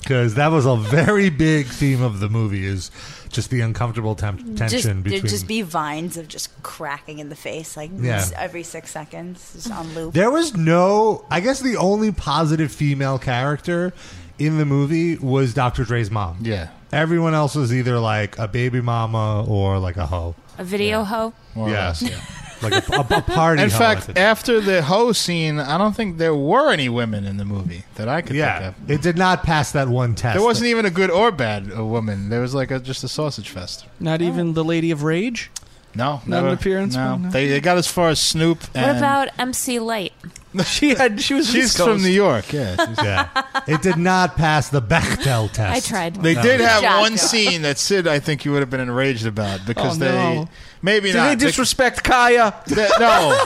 B: Because that was a very big theme of the movie is just the uncomfortable temp- tension
J: Just,
B: between.
J: there'd just be vines of just cracking in the face, like
B: Yeah.
J: s- every six seconds, just on loop.
B: There was no. I guess the only positive female character in the movie was Dr. Dre's mom.
E: Yeah.
B: Everyone else was either like a baby mama or like a hoe.
C: A video hoe.
B: Yes.
D: [laughs]
B: like a, a, a party.
E: In
B: hoe,
E: fact,
B: I think.
E: after the hoe scene, I don't think there were any women in the movie that I could
B: yeah,
E: think
B: it did not pass that one test.
E: of. There wasn't even a good or bad uh woman. There was like a, just a sausage fest.
D: Not even the Lady of Rage.
E: No,
D: Not an
E: never-
D: appearance
E: No,
D: one, no?
E: They, they got as far as Snoop. And
C: what about MC Light?
D: [laughs] she had. She was.
E: She's
D: East
E: from
D: Coast.
E: New York. Yeah,
C: [laughs]
B: yeah. It did not pass the
J: [laughs]
D: [laughs]
B: Bechdel test.
C: I tried.
E: They
B: No.
E: did have
J: Good job,
E: one
J: Joe.
E: scene that Sid, I think you would have been enraged about because
D: Oh,
E: they
D: no.
E: maybe
D: Did
E: not.
D: they disrespect Kaya?
E: They- they-
B: [laughs]
E: no,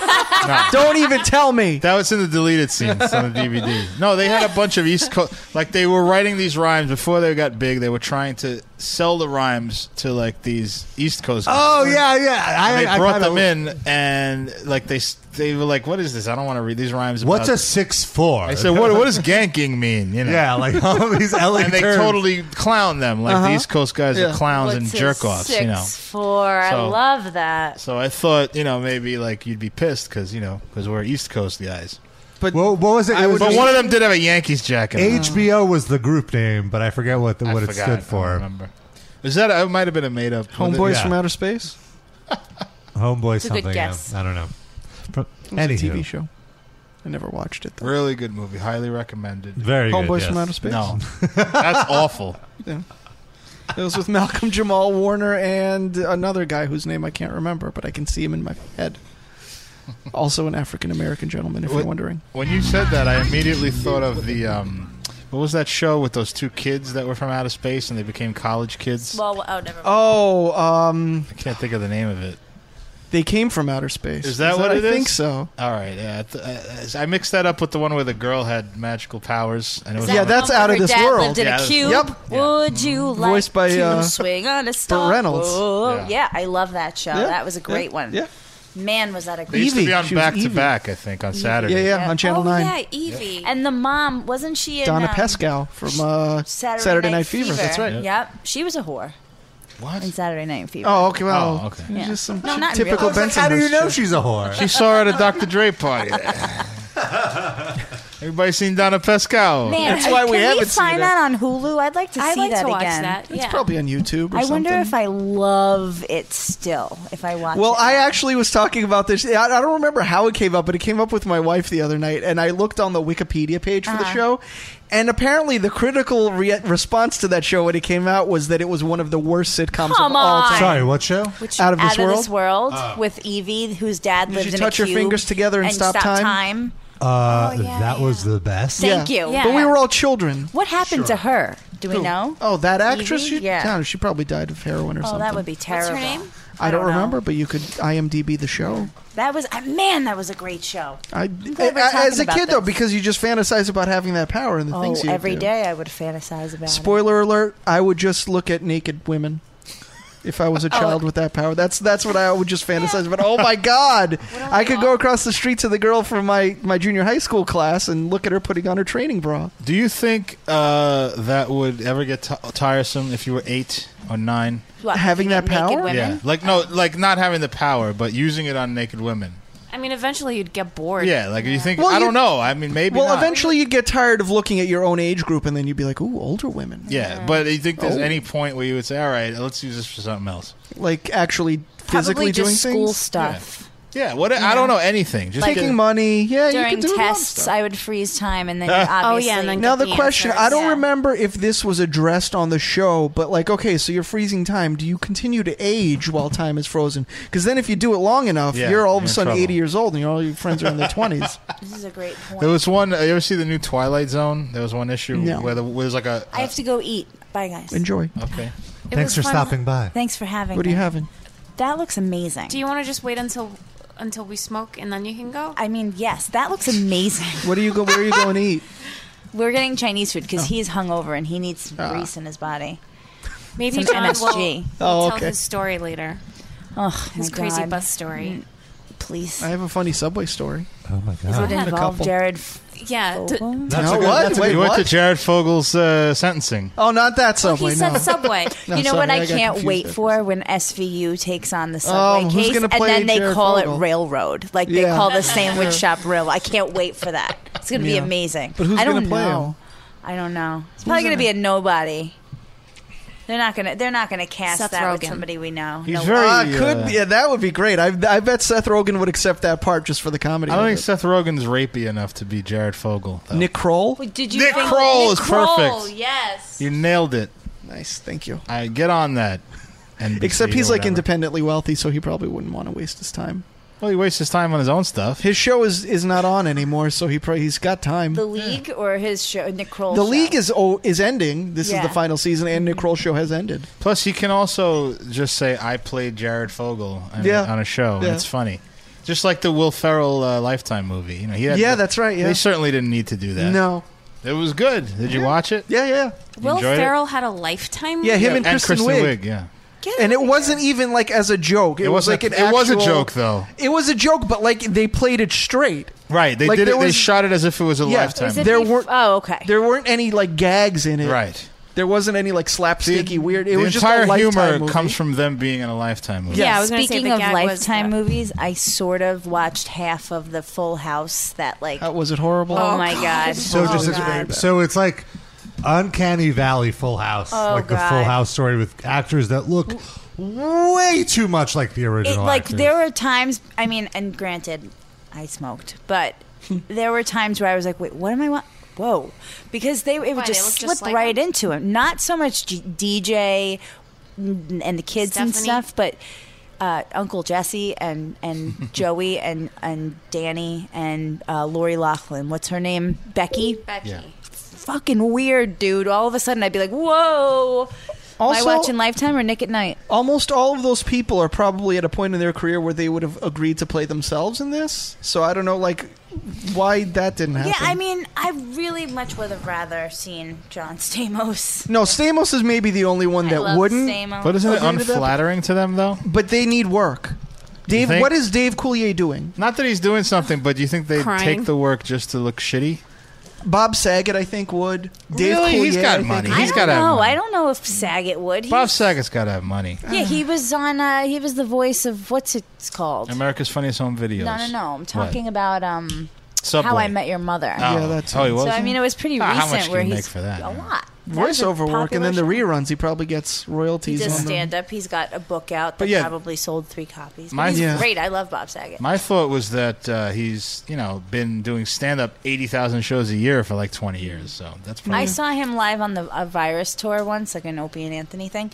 D: Don't even tell me.
E: That was in the deleted scenes on the DVD. No, they had a bunch of East Coast. Like they were writing these rhymes before they got big. They were trying to sell the rhymes to like these East Coast. guys.
B: Oh yeah, yeah. I,
E: And they
B: I
E: brought
B: kinda-
E: them in, and like they s- they were like, "What is this? I don't want to read these rhymes." About
B: What's a six four?
E: I said, "What what does ganking mean?" You know.
B: Yeah, like all these LA
E: [laughs] And they
B: terms.
E: totally clown them. Like the
D: Uh-huh.
E: East Coast guys
D: Yeah.
E: are clowns
J: What's a
E: and jerk offs.
J: Six
E: You know.
J: four. I
E: So-
J: love that.
E: So I thought, you know, maybe like you'd be pissed because you know because we're East Coast guys.
B: Well, what was it?
D: I
B: It was
D: would
E: But
D: just-
E: one of them did have a Yankees jacket. on.
B: HBO was the group name, but I forget what the,
E: I
B: what it
E: forgot.
B: stood
E: I
B: for.
E: don't remember. Is that it might have been a made up
D: Homeboys
B: Yeah.
D: from Outer Space.
B: Homeboy
J: a good
B: something. yeah.
J: guess.
B: I don't know. From,
D: It was a
B: anywho,
D: TV show. I never watched it though.
E: Really good movie. Highly recommended.
B: very good.
D: Homeboys
B: yes.
D: from Outer Space. [laughs]
E: No, that's awful.
D: It was with Malcolm Jamal Warner and another guy whose name I can't remember, but I can see him in my head. Also, an African American gentleman, if
E: What-
D: you're wondering.
E: When you said that, I immediately thought of the um, what was that show with those two kids that were from outer space and they became college kids?
J: Well, oh, never mind.
D: Oh, um,
E: I can't think of the name of it.
D: They came from outer space.
E: Is that what
D: I
E: it is?
D: think so.
E: All right. Yeah. I th- I, I mixed that up with the one where the girl had magical powers. And it was
D: that Yeah, the that's one out of where this her dad world. lived in a
E: Yeah, that's-
J: Cube.
D: Yep.
J: Would you like
D: Voiced by,
J: to
D: uh,
J: swing on a star?
D: Reynolds.
J: Whoa.
E: Yeah.
J: Yeah. I love that show.
E: Yeah,
J: That was a great
E: yeah,
J: one.
E: yeah.
J: Man, was that a
E: They
J: great
E: used to be on
D: She was
E: back to
D: Evie.
E: back, I think, on Saturday.
D: Yeah, yeah, on Channel
J: oh,
D: Nine.
J: Yeah, Evie. And the mom, wasn't she in
D: Donna
J: um,
D: Pascal from uh,
J: Saturday,
D: Saturday,
J: Night, Fever.
D: That's right.
J: Yep. She was was a whore.
E: What?
J: In Saturday Night Fever.
D: Oh, okay. Well,
E: Oh, okay.
D: it's just some
J: No, not in real
D: typical
J: life.
D: Benson.
J: How do you know
B: she's a whore?
E: She saw her at a Dr.
J: [laughs]
E: Dre party. Everybody seen Donna
D: Oh.
E: Pascal?
J: Man, can find that on Hulu? I'd like to
C: I'd
J: see
C: like
J: that
C: to watch
J: again.
C: that,
D: It's probably on YouTube. Or
J: I wonder
D: something.
J: if I love it still. If I watch
D: Well,
J: it.
D: I actually was talking about this. I, I don't remember how it came up, but it came up with my wife the other night, and I looked on the Wikipedia page for the
J: Uh-huh.
D: show, and apparently the critical re- response to that show when it came out was that it was one of the worst sitcoms
J: Come
D: of all
J: on.
D: time.
J: Sorry,
B: what show?
J: Which-
D: Out of this
J: Out
D: world.
J: of this world
D: Oh.
J: with Evie, whose dad
D: Did
J: lived
D: you
J: in a
D: touch your
J: cube
D: fingers together and stop time?
B: Uh, that was the best.
J: Oh, Thank you.
D: But we were all children.
J: What happened to her? Do we
D: Who?
J: know?
D: Oh, that actress?
J: Evie?
D: She,
J: Yeah.
D: yeah. she probably died of heroin or
J: oh,
D: something.
J: that would be terrible.
D: I don't
J: know.
D: remember, but you could IMDb the show.
J: That was uh, man. That was a great show.
D: I,
J: glad we're talking
D: as a
J: about
D: kid, though,
J: this.
D: because you just fantasize about having that power and the
J: Oh,
D: things you
J: every
D: do.
J: day I would fantasize about.
D: Spoiler alert: I would just look at naked women if I was a
J: [laughs] Oh.
D: child with that power. That's that's what I would just fantasize about. Oh
J: [laughs]
D: my god, I could go across the street to the girl from my my junior high school class and look at her putting on her training bra.
E: Do you think uh, that would ever get t- tiresome if you were eight or nine?
J: What,
D: having that
C: naked
D: power?
C: women?
E: Yeah, like no, like not having the power, but using it on naked women.
C: I mean, eventually you'd get bored.
E: Yeah, like you think
D: Well,
E: I
D: you-
E: don't know. I mean, maybe.
D: well,
E: not.
D: eventually you'd get tired of looking at your own age group, and then you'd be like, "Ooh, older women."
E: Yeah, but do you think there's
D: Oh.
E: any point where you would say, "All right, let's use this for something else"?
D: Like actually physically doing things.
E: Yeah, what? I don't know anything. Just
D: Taking money. Yeah, you
J: During
D: could do a lot of
J: tests, I would freeze time
D: [laughs]
E: [laughs]
J: and then
E: Oh,
J: obviously.
C: yeah, and then
D: Now the question, I don't remember if this was addressed on the show, but like, okay, so you're freezing time. Do you continue to age while time is frozen? Because then if you do it long enough,
E: Yeah,
D: you're all of
E: you're in
D: a sudden
E: trouble.
D: 80 years old, and your- all your friends are in
E: [laughs]
D: their 20s.
J: This is a great point.
E: There was one. uh, You ever see the new Twilight Zone? There was one issue
D: No.
E: where there was like a.
J: I have to go eat. Bye, guys.
D: Enjoy.
E: Okay.
C: It Thanks was for fun. stopping
B: by.
J: Thanks for having.
D: What are you
J: me.
D: having?
J: That looks amazing.
C: Do you want to just wait until until we smoke and then you can go?
J: I mean, yes, that looks amazing.
D: What are you go? Where are you going to eat?
J: [laughs]
D: Oh.
J: We're getting Chinese food because he's hungover and he needs
C: Ah.
J: grease in his body.
C: Maybe
J: Some
C: John will,
J: MSG.
C: will
D: Oh,
C: tell his story later.
J: Ugh,
C: his
J: my
C: crazy
J: God.
C: bus
D: Mm.
C: story.
J: Please.
D: I have a funny subway story.
B: Oh my
J: Does it involve Jared?
C: Yeah. d-
D: No,
E: a good,
D: what?
E: That's a
D: Wait,
E: good, you went to
D: what?
E: Jared Fogel's uh, sentencing.
D: Oh, not that subway.
J: He
D: no.
J: said Subway.
D: [laughs] No,
J: you know
D: sorry,
J: what
D: I
J: I,
D: got
J: can't
D: confused
J: wait
D: there. Oh,
J: for when SVU takes on the Subway
D: who's
J: case,
D: gonna
J: and
D: play
J: then they
D: Jared
J: call
D: Fogle?
J: it Railroad. Like they
D: Yeah.
J: call [laughs] the sandwich
D: Sure.
J: shop Railroad. I can't wait for that. It's going to
D: Yeah.
J: be amazing.
D: But who's
J: I don't
D: gonna play
J: know. I don't know. It's probably
D: Who's
J: going
D: in
J: to be
D: it?
J: a nobody. They're not gonna. They're not gonna cast
C: Seth
J: that
C: Rogen.
J: with somebody we know.
E: He's
J: No
E: very,
J: way.
D: Uh,
E: uh,
D: could yeah, that would be great. I, I bet Seth Rogen would accept that part just for the comedy.
E: I don't
D: of
E: think
D: it.
E: Seth Rogen's rapey enough to be Jared Fogel. though.
D: Nick Kroll.
J: Wait, Did you
E: Nick
J: think
E: Kroll is
J: Nick Kroll,
E: perfect.
J: Yes.
E: You nailed it.
D: Nice, thank you.
E: I get on that. NBC
D: Except he's
E: or
D: like
E: whatever.
D: independently wealthy, so he probably wouldn't want to waste his time.
E: Well, he wastes his time on his own stuff.
D: His show is, is not on anymore, so he probably he's got time.
J: The league or his show? Nick Kroll.
D: The
J: show?
D: league is oh, is ending. This is
J: Yeah.
D: the final season, and Nick Kroll show has ended.
E: Plus, he can also just say, "I played Jared Fogle on,
D: Yeah.
E: on a show." and
D: Yeah.
E: It's funny, just like the Will Ferrell uh, Lifetime movie. You know, he had
D: Yeah, that's right, yeah.
E: they certainly didn't need to do that.
D: No,
E: it was good. Did you watch it?
D: Yeah, yeah.
E: You
C: Will
E: enjoyed it?
C: Ferrell had a lifetime.
D: Yeah, him and Kristen, Wiig.
E: yeah.
D: And it wasn't even like as a joke. It,
E: It
D: was
E: wasn't
D: like
E: a-
D: an.
E: it was a
D: actual-
E: joke, though.
D: It was a joke, but like they played it straight.
E: Right. They
D: Like,
E: did it.
D: there
E: they
D: was-
E: shot it as if it was a
D: Yeah,
E: lifetime. movie.
D: there weren't.
J: Oh, okay.
D: There weren't any like gags in it.
E: Right.
D: There wasn't any like slapsticky weird. It
E: the
D: was just
E: entire
D: a Lifetime
E: humor
D: movie.
E: comes from them being in a lifetime movie.
J: Yeah,
C: I was gonna say
J: speaking
C: the
J: of
C: gag was
J: Lifetime movies, I sort of watched half of the Full House. That like,
D: That was it horrible?
J: Oh, my god!
B: So
J: oh,
B: just
J: god.
B: so it's like Uncanny Valley Full House,
J: Oh,
B: like the
J: God.
B: Full House story with actors that look way too much like the
J: it,
B: original.
J: like
B: actors.
J: there were times. I mean, and granted, I smoked, but there were times where I was like, wait, what am I? Wa- Whoa, because they it would
C: Why, they
J: just
C: look just
J: slip
C: like
J: right into him. Not so much G- DJ n- and the kids and
C: Stephanie?
J: stuff, but. Uh, Uncle Jesse and, and Joey and, and Danny and uh, Lori Laughlin. What's her name? Becky.
C: Becky.
J: fucking weird, dude. All of a sudden, I'd be like, "Whoa!" Am I watching Lifetime or Nick at Night?
D: Almost all of those people are probably at a point in their career where they would have agreed to play themselves in this. So I don't know, like, why that didn't happen.
J: Yeah, I mean, I really much would have rather seen John Stamos.
D: No, Stamos is maybe the only one
J: I
D: that
J: love
D: wouldn't.
J: Stamos.
E: But isn't it
D: agree to that.
E: unflattering to them though?
D: But they need work. Dave,
E: think?
D: what is Dave Coulier doing?
E: Not that he's doing something, but do you think they
D: Crying.
E: take the work just to look shitty?
D: Bob Saget, I think, would. Dave
E: Really?
D: Coulier,
E: He's got
D: I think-
E: money.
J: I
E: He's
J: don't
E: gotta have
J: know.
E: money.
J: I don't know if Saget would. He,
E: Bob Saget's got to have money.
J: yeah, he was on. Uh, he was the voice of what's it's called.
E: America's Funniest Home Videos.
J: No, no, no. I'm talking about um,
E: Subway.
J: how I met your mother.
E: Oh. Yeah, that's- Oh, he was?
J: So I mean, it was pretty
E: Ah, how
J: recent.
E: much can
J: where
E: you
J: he's
E: make for that,
J: A
E: man?
J: lot.
D: Voiceover work, and then the
J: popular
D: reruns. He probably gets
J: He
D: royalties.
J: does
D: on them.
J: stand up. He's got a book out
E: But
J: that
E: yeah.
J: probably sold three copies. But
E: My-
J: he's
E: Yeah.
J: great. I love Bob Saget.
E: My thought was that uh, he's, you know, been doing stand up 80,000 shows a year for like 20 years. So that's probably.
J: I saw him live on the a virus tour once, like an Opie and Anthony thing.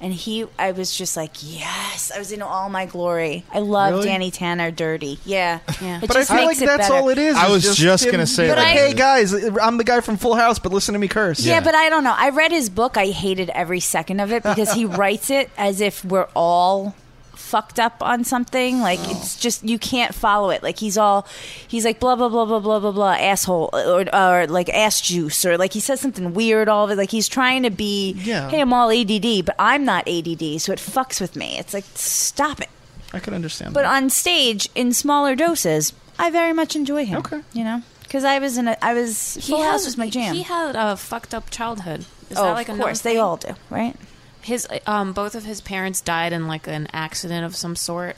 J: And he, I was just like, yes, I was in all my glory. I love
E: Really?
J: Danny Tanner dirty. Yeah. yeah.
D: But I feel like that's all it is.
E: I
D: is
E: was just
D: him
E: gonna say
D: being
E: that.
D: like,
E: But I-
D: hey guys, I'm the guy from Full House, but listen to me curse.
J: Yeah. but I don't know. I read his book. I hated every second of it because
D: [laughs]
J: he writes it as if we're all fucked up on something. Like
D: Oh.
J: it's just you can't follow it. Like he's all he's like blah blah blah blah blah blah blah asshole or, or like ass juice or like he says something weird. All of it. Like he's trying to be
D: Yeah.
J: hey I'm all ADD, but I'm not ADD, so it fucks with me. It's like stop it.
D: I can understand
J: But
D: that.
J: on stage in smaller doses, I very much enjoy him. Okay, you know. Because I was in a, I was Full
C: had-
J: House was my jam.
C: He had a fucked up childhood. Is
J: Oh,
C: that like
J: of
C: another
J: course, they
C: thing?
J: all do, right?
C: His um, both of his parents died in like an accident of some sort,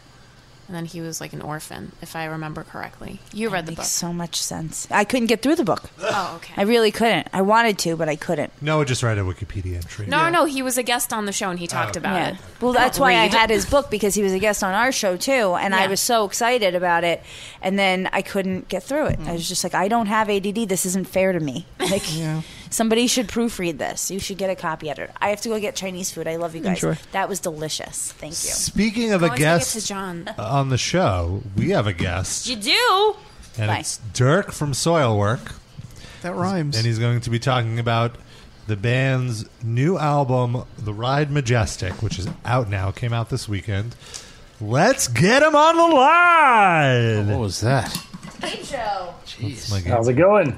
C: and then he was like an orphan, if I remember correctly. You read the book.
J: makes so much sense. I couldn't get through the book.
C: Oh, okay.
J: I really couldn't. I wanted to, but I couldn't.
B: Noah just read a Wikipedia entry.
C: No, no, he was a guest on the show and he talked about
J: Yeah.
C: it.
J: Well,
C: I don't
J: that's why
C: read.
J: I had his book because he was a guest on our show too, and I
C: Yeah.
J: was so excited about it. And then I couldn't get through
C: Mm.
J: it. I was just like, I don't have ADD. This isn't fair
C: [laughs]
J: to me. Like, somebody should proofread this. You should get a copy editor. I have to go get Chinese food. I love you guys.
B: Enjoy.
J: That was delicious. Thank you.
B: Speaking of
J: Go
B: a
J: and take it
B: guest uh,
J: to John.
B: on the show, we have a guest,
J: You do.
B: and
J: Bye.
B: it's Dirk from Soilwork,
D: that rhymes.
B: and he's going to be talking about the band's new album, The Ride Majestic, which is out now, came out this weekend. Let's get him on the line. what
E: was that?
B: How's
L: it going?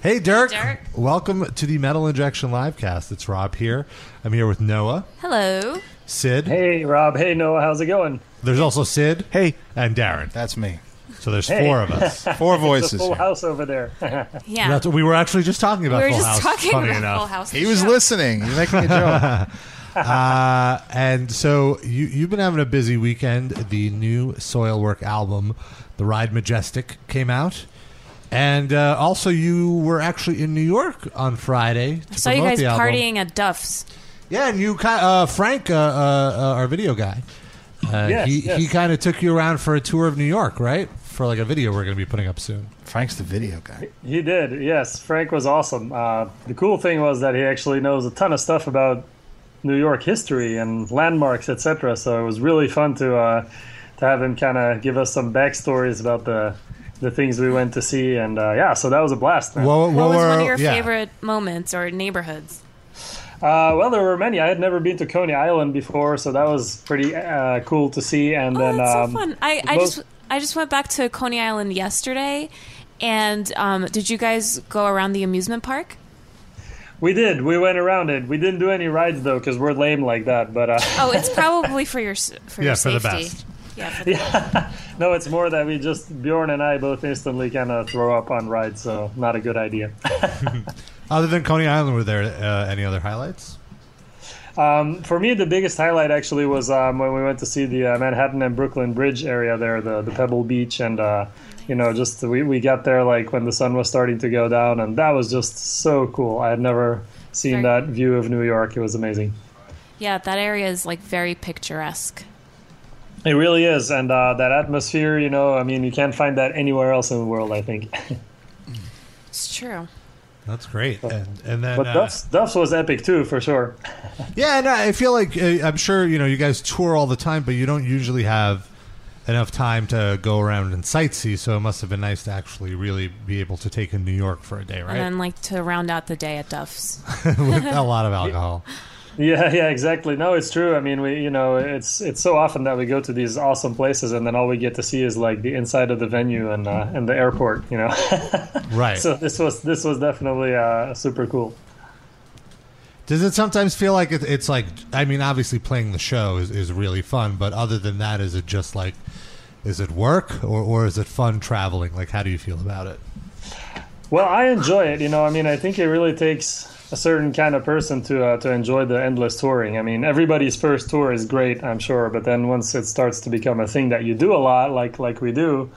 B: Hey, Dirk.
C: Dirk.
B: Welcome to the Metal Injection Livecast. It's Rob here. I'm here with Noah,
C: Hello.
B: Sid.
L: Hey, Rob. Hey, Noah. How's it going?
B: There's also Sid.
D: Hey.
B: And Darren.
E: That's me.
B: So there's
L: Hey.
B: four
L: [laughs]
B: of us.
L: It's a full house over there.
C: [laughs] Yeah.
B: That's what we were actually just talking about
C: We were
B: Full
C: just
B: House.
C: talking
B: funny
C: about
B: enough.
C: Full House,
E: He was listening. He's making a joke.
B: [laughs] uh, and so you you've been having a busy weekend. The new Soilwork album, The Ride Majestic, came out, and uh, also you were actually in New York on Friday. To
C: I saw you
B: promote
C: guys
B: the album.
C: partying at Duff's.
B: Yeah, and you, ki- uh, Frank, uh, uh, uh, our video guy, uh,
C: Yes,
B: he
C: yes.
B: he kind of took you around for a tour of New York, right? For like a video we're going to be putting up soon.
E: Frank's the video guy.
L: He did. Yes, Frank was awesome. Uh, the cool thing was that he actually knows a ton of stuff about New York history and landmarks, etc. So it was really fun to uh, to have him kind of give us some backstories about the the things we went to see, and uh, yeah, so that was a blast. man.
B: What,
C: What was one of your favorite moments or neighborhoods?
L: Uh, well, there were many. I had never been to Coney Island before, so that was pretty uh, cool to see. And then
C: Oh, That's so
L: um,
C: fun. I,
L: the
C: I
L: most-
C: just I just went back to Coney Island yesterday, and um, did you guys go around the amusement park?
L: we did. We went around it. We didn't do any rides though, because we're lame like that. But uh, [laughs]
C: Oh, it's probably for your s- for
L: Yeah,
C: your
L: for the
C: safety.
L: best.
C: Yeah, for the best.
L: Yeah. no, it's more that we just Bjorn and I both instantly kind of throw up on rides, so not a good idea.
B: Other than Coney Island, were there uh, any other highlights?
L: Um, for me, the biggest highlight actually was um, when we went to see the uh, Manhattan and Brooklyn Bridge area there, the, the Pebble Beach, and uh, you know, just we, we got there like when the sun was starting to go down, and that was just so cool. I had never seen that view of New York. It was amazing.
C: yeah, that area is like very picturesque.
L: It really is, and uh, that atmosphere, you know, I mean, you can't find that anywhere else in the world. I think. [laughs]
C: It's true.
B: That's great. And and then
L: but
B: uh,
L: Duff's, Duff's was epic too, for sure. [laughs]
B: yeah, and I feel like uh, I'm sure you know you guys tour all the time, but you don't usually have enough time to go around and sightsee. So it must have been nice to actually really be able to take [laughs] in New York for a day,
C: And
B: right?
L: [laughs]
C: then like to round out the day at Duff's. [laughs]
B: With a lot of alcohol.
L: Yeah, yeah, exactly. No, it's true. I mean, we, you know, it's it's so often that we go to these awesome places, and then all we get to see is like the inside of the venue and uh, and the airport. You know, [laughs]
B: Right.
L: so this was this was definitely uh, super cool.
B: Does it sometimes feel like it, it's like? I mean, obviously playing the show is, is really fun, but other than that, is it just like, is it work or or is it fun traveling? Like, how do you feel about it?
L: Well, I enjoy it. You know, I mean, I think it really takes a certain kind of person to uh, to enjoy the endless touring. I mean, everybody's first tour is great, I'm sure, but then once it starts to become a thing that you do a lot, like like we do,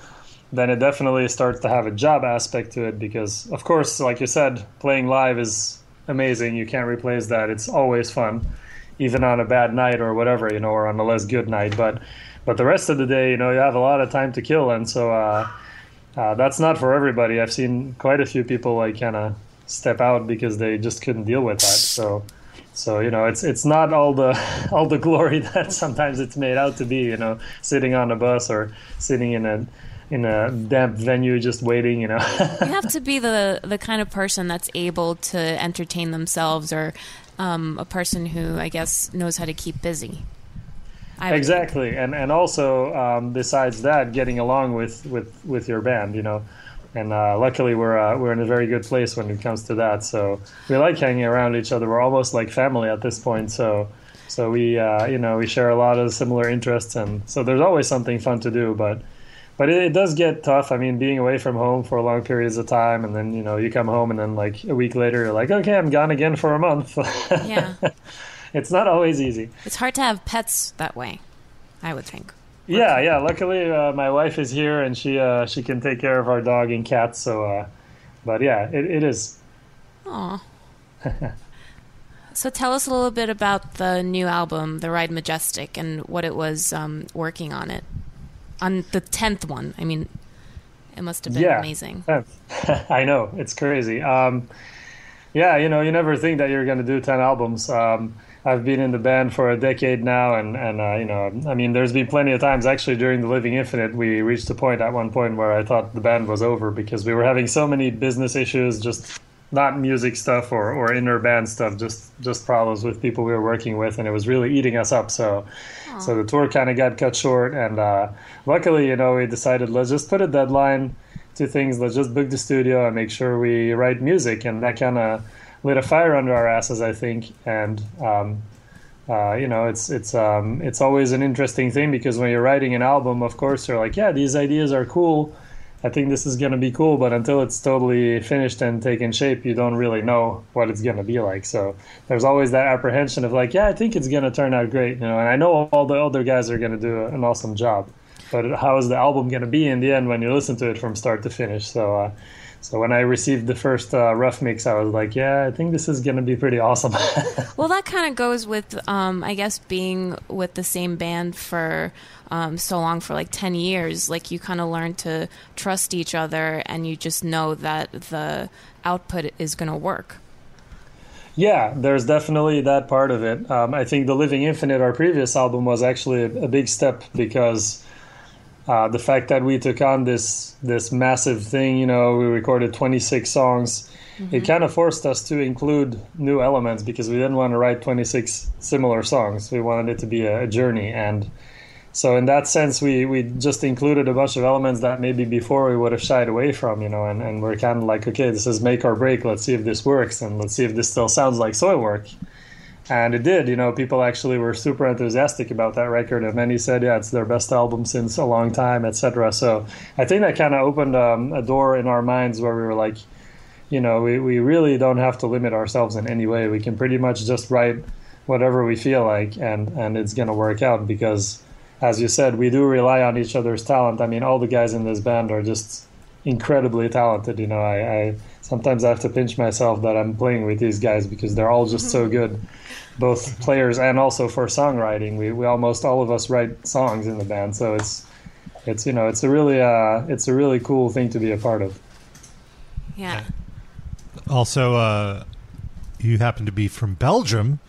L: then it definitely starts to have a job aspect to it because, of course, like you said, playing live is amazing. You can't replace that. It's always fun, even on a bad night or whatever, you know, or on a less good night. But but the rest of the day, you know, you have a lot of time to kill, and so. Uh, uh, that's not for everybody. I've seen quite a few people like kind of step out because they just couldn't deal with that. So, so you know, it's it's not all the [laughs] all the glory that sometimes it's made out to be. You know, sitting on a bus or sitting in a in a damp venue just waiting. You know. [laughs]
C: you have to be the the kind of person that's able to entertain themselves, or um, a person who I guess knows how to keep busy. I would
L: exactly, and and also um, besides that, getting along with with with your band, you know. And uh, luckily, we're uh, we're in a very good place when it comes to that. So we like hanging around each other. We're almost like family at this point. So so we uh, you know we share a lot of similar interests, and so there's always something fun to do. But but it, it does get tough. I mean, being away from home for long periods of time, and then you know you come home, and then like a week later, you're like, okay, I'm gone again for a month.
C: Yeah.
L: [laughs] it's not always easy.
C: It's hard to have pets that way. I would think.
L: Yeah, yeah. Luckily, uh, my wife is here, and she uh, she can take care of our dog and cat. So, uh, but yeah, it, it is.
C: Aw. [laughs] so tell us a little bit about the new album, The Ride Majestic, and what it was um, working on it. On the tenth one, I mean, it must have been
L: yeah. [laughs]
C: amazing.
L: Yeah. I know it's crazy. Um, yeah, you know, you never think that you're going to do ten albums. Um, I've been in the band for a decade now, and and uh, you know, I mean, there's been plenty of times actually during the Living Infinite, we reached a point at one point where I thought the band was over because we were having so many business issues, just not music stuff or, or inner band stuff, just just problems with people we were working with, and it was really eating us up. So, so the tour kind of got cut short, and uh, luckily, you know, we decided let's just put a deadline to things. Let's just book the studio and make sure we write music, and that kind of lit a fire under our asses, I think. And um, uh, you know, it's it's um, it's always an interesting thing because when you're writing an album, of course, you're like, yeah, these ideas are cool. I think this is gonna be cool, but until it's totally finished and taken shape, you don't really know what it's gonna be like. So there's always that apprehension of like, yeah, I think it's gonna turn out great, you know, and I know all the other guys are gonna do an awesome job, but how is the album gonna be in the end when you listen to it from start to finish? So. Uh, so when I received the first uh, rough mix, I was like, "Yeah, I think this is gonna be pretty awesome." [laughs]
C: Well, that kind of goes with, um, I guess, being with the same band for um, so long, for like 10 years. Like, you kind of learn to trust each other and you just know that the output is going to work.
L: Yeah, there's definitely that part of it. Um, I think The Living Infinite, our previous album, was actually a, a big step because uh, the fact that we took on this this massive thing, you know, we recorded 26 songs. It kind of forced us to include new elements because we didn't want to write 26 similar songs. We wanted it to be a, a journey, and so in that sense, we we just included a bunch of elements that maybe before we would have shied away from, you know, and, and we're kind of like, okay, this is make or break. Let's see if this works, and let's see if this still sounds like soil work. And it did, you know, people actually were super enthusiastic about that record, and many said, yeah, it's their best album since a long time, etc. So I think that kind of opened um, a door in our minds where we were like, you know, we, we really don't have to limit ourselves in any way. We can pretty much just write whatever we feel like, and, and it's going to work out because, as you said, we do rely on each other's talent. I mean, all the guys in this band are just incredibly talented. You know, I, I sometimes I have to pinch myself that I'm playing with these guys because they're all just so good, both players and also for songwriting. We, we almost all of us write songs in the band, so it's it's you know it's a really uh, it's a really cool thing to be a part of.
C: Yeah.
B: Also, uh, you happen to be from Belgium,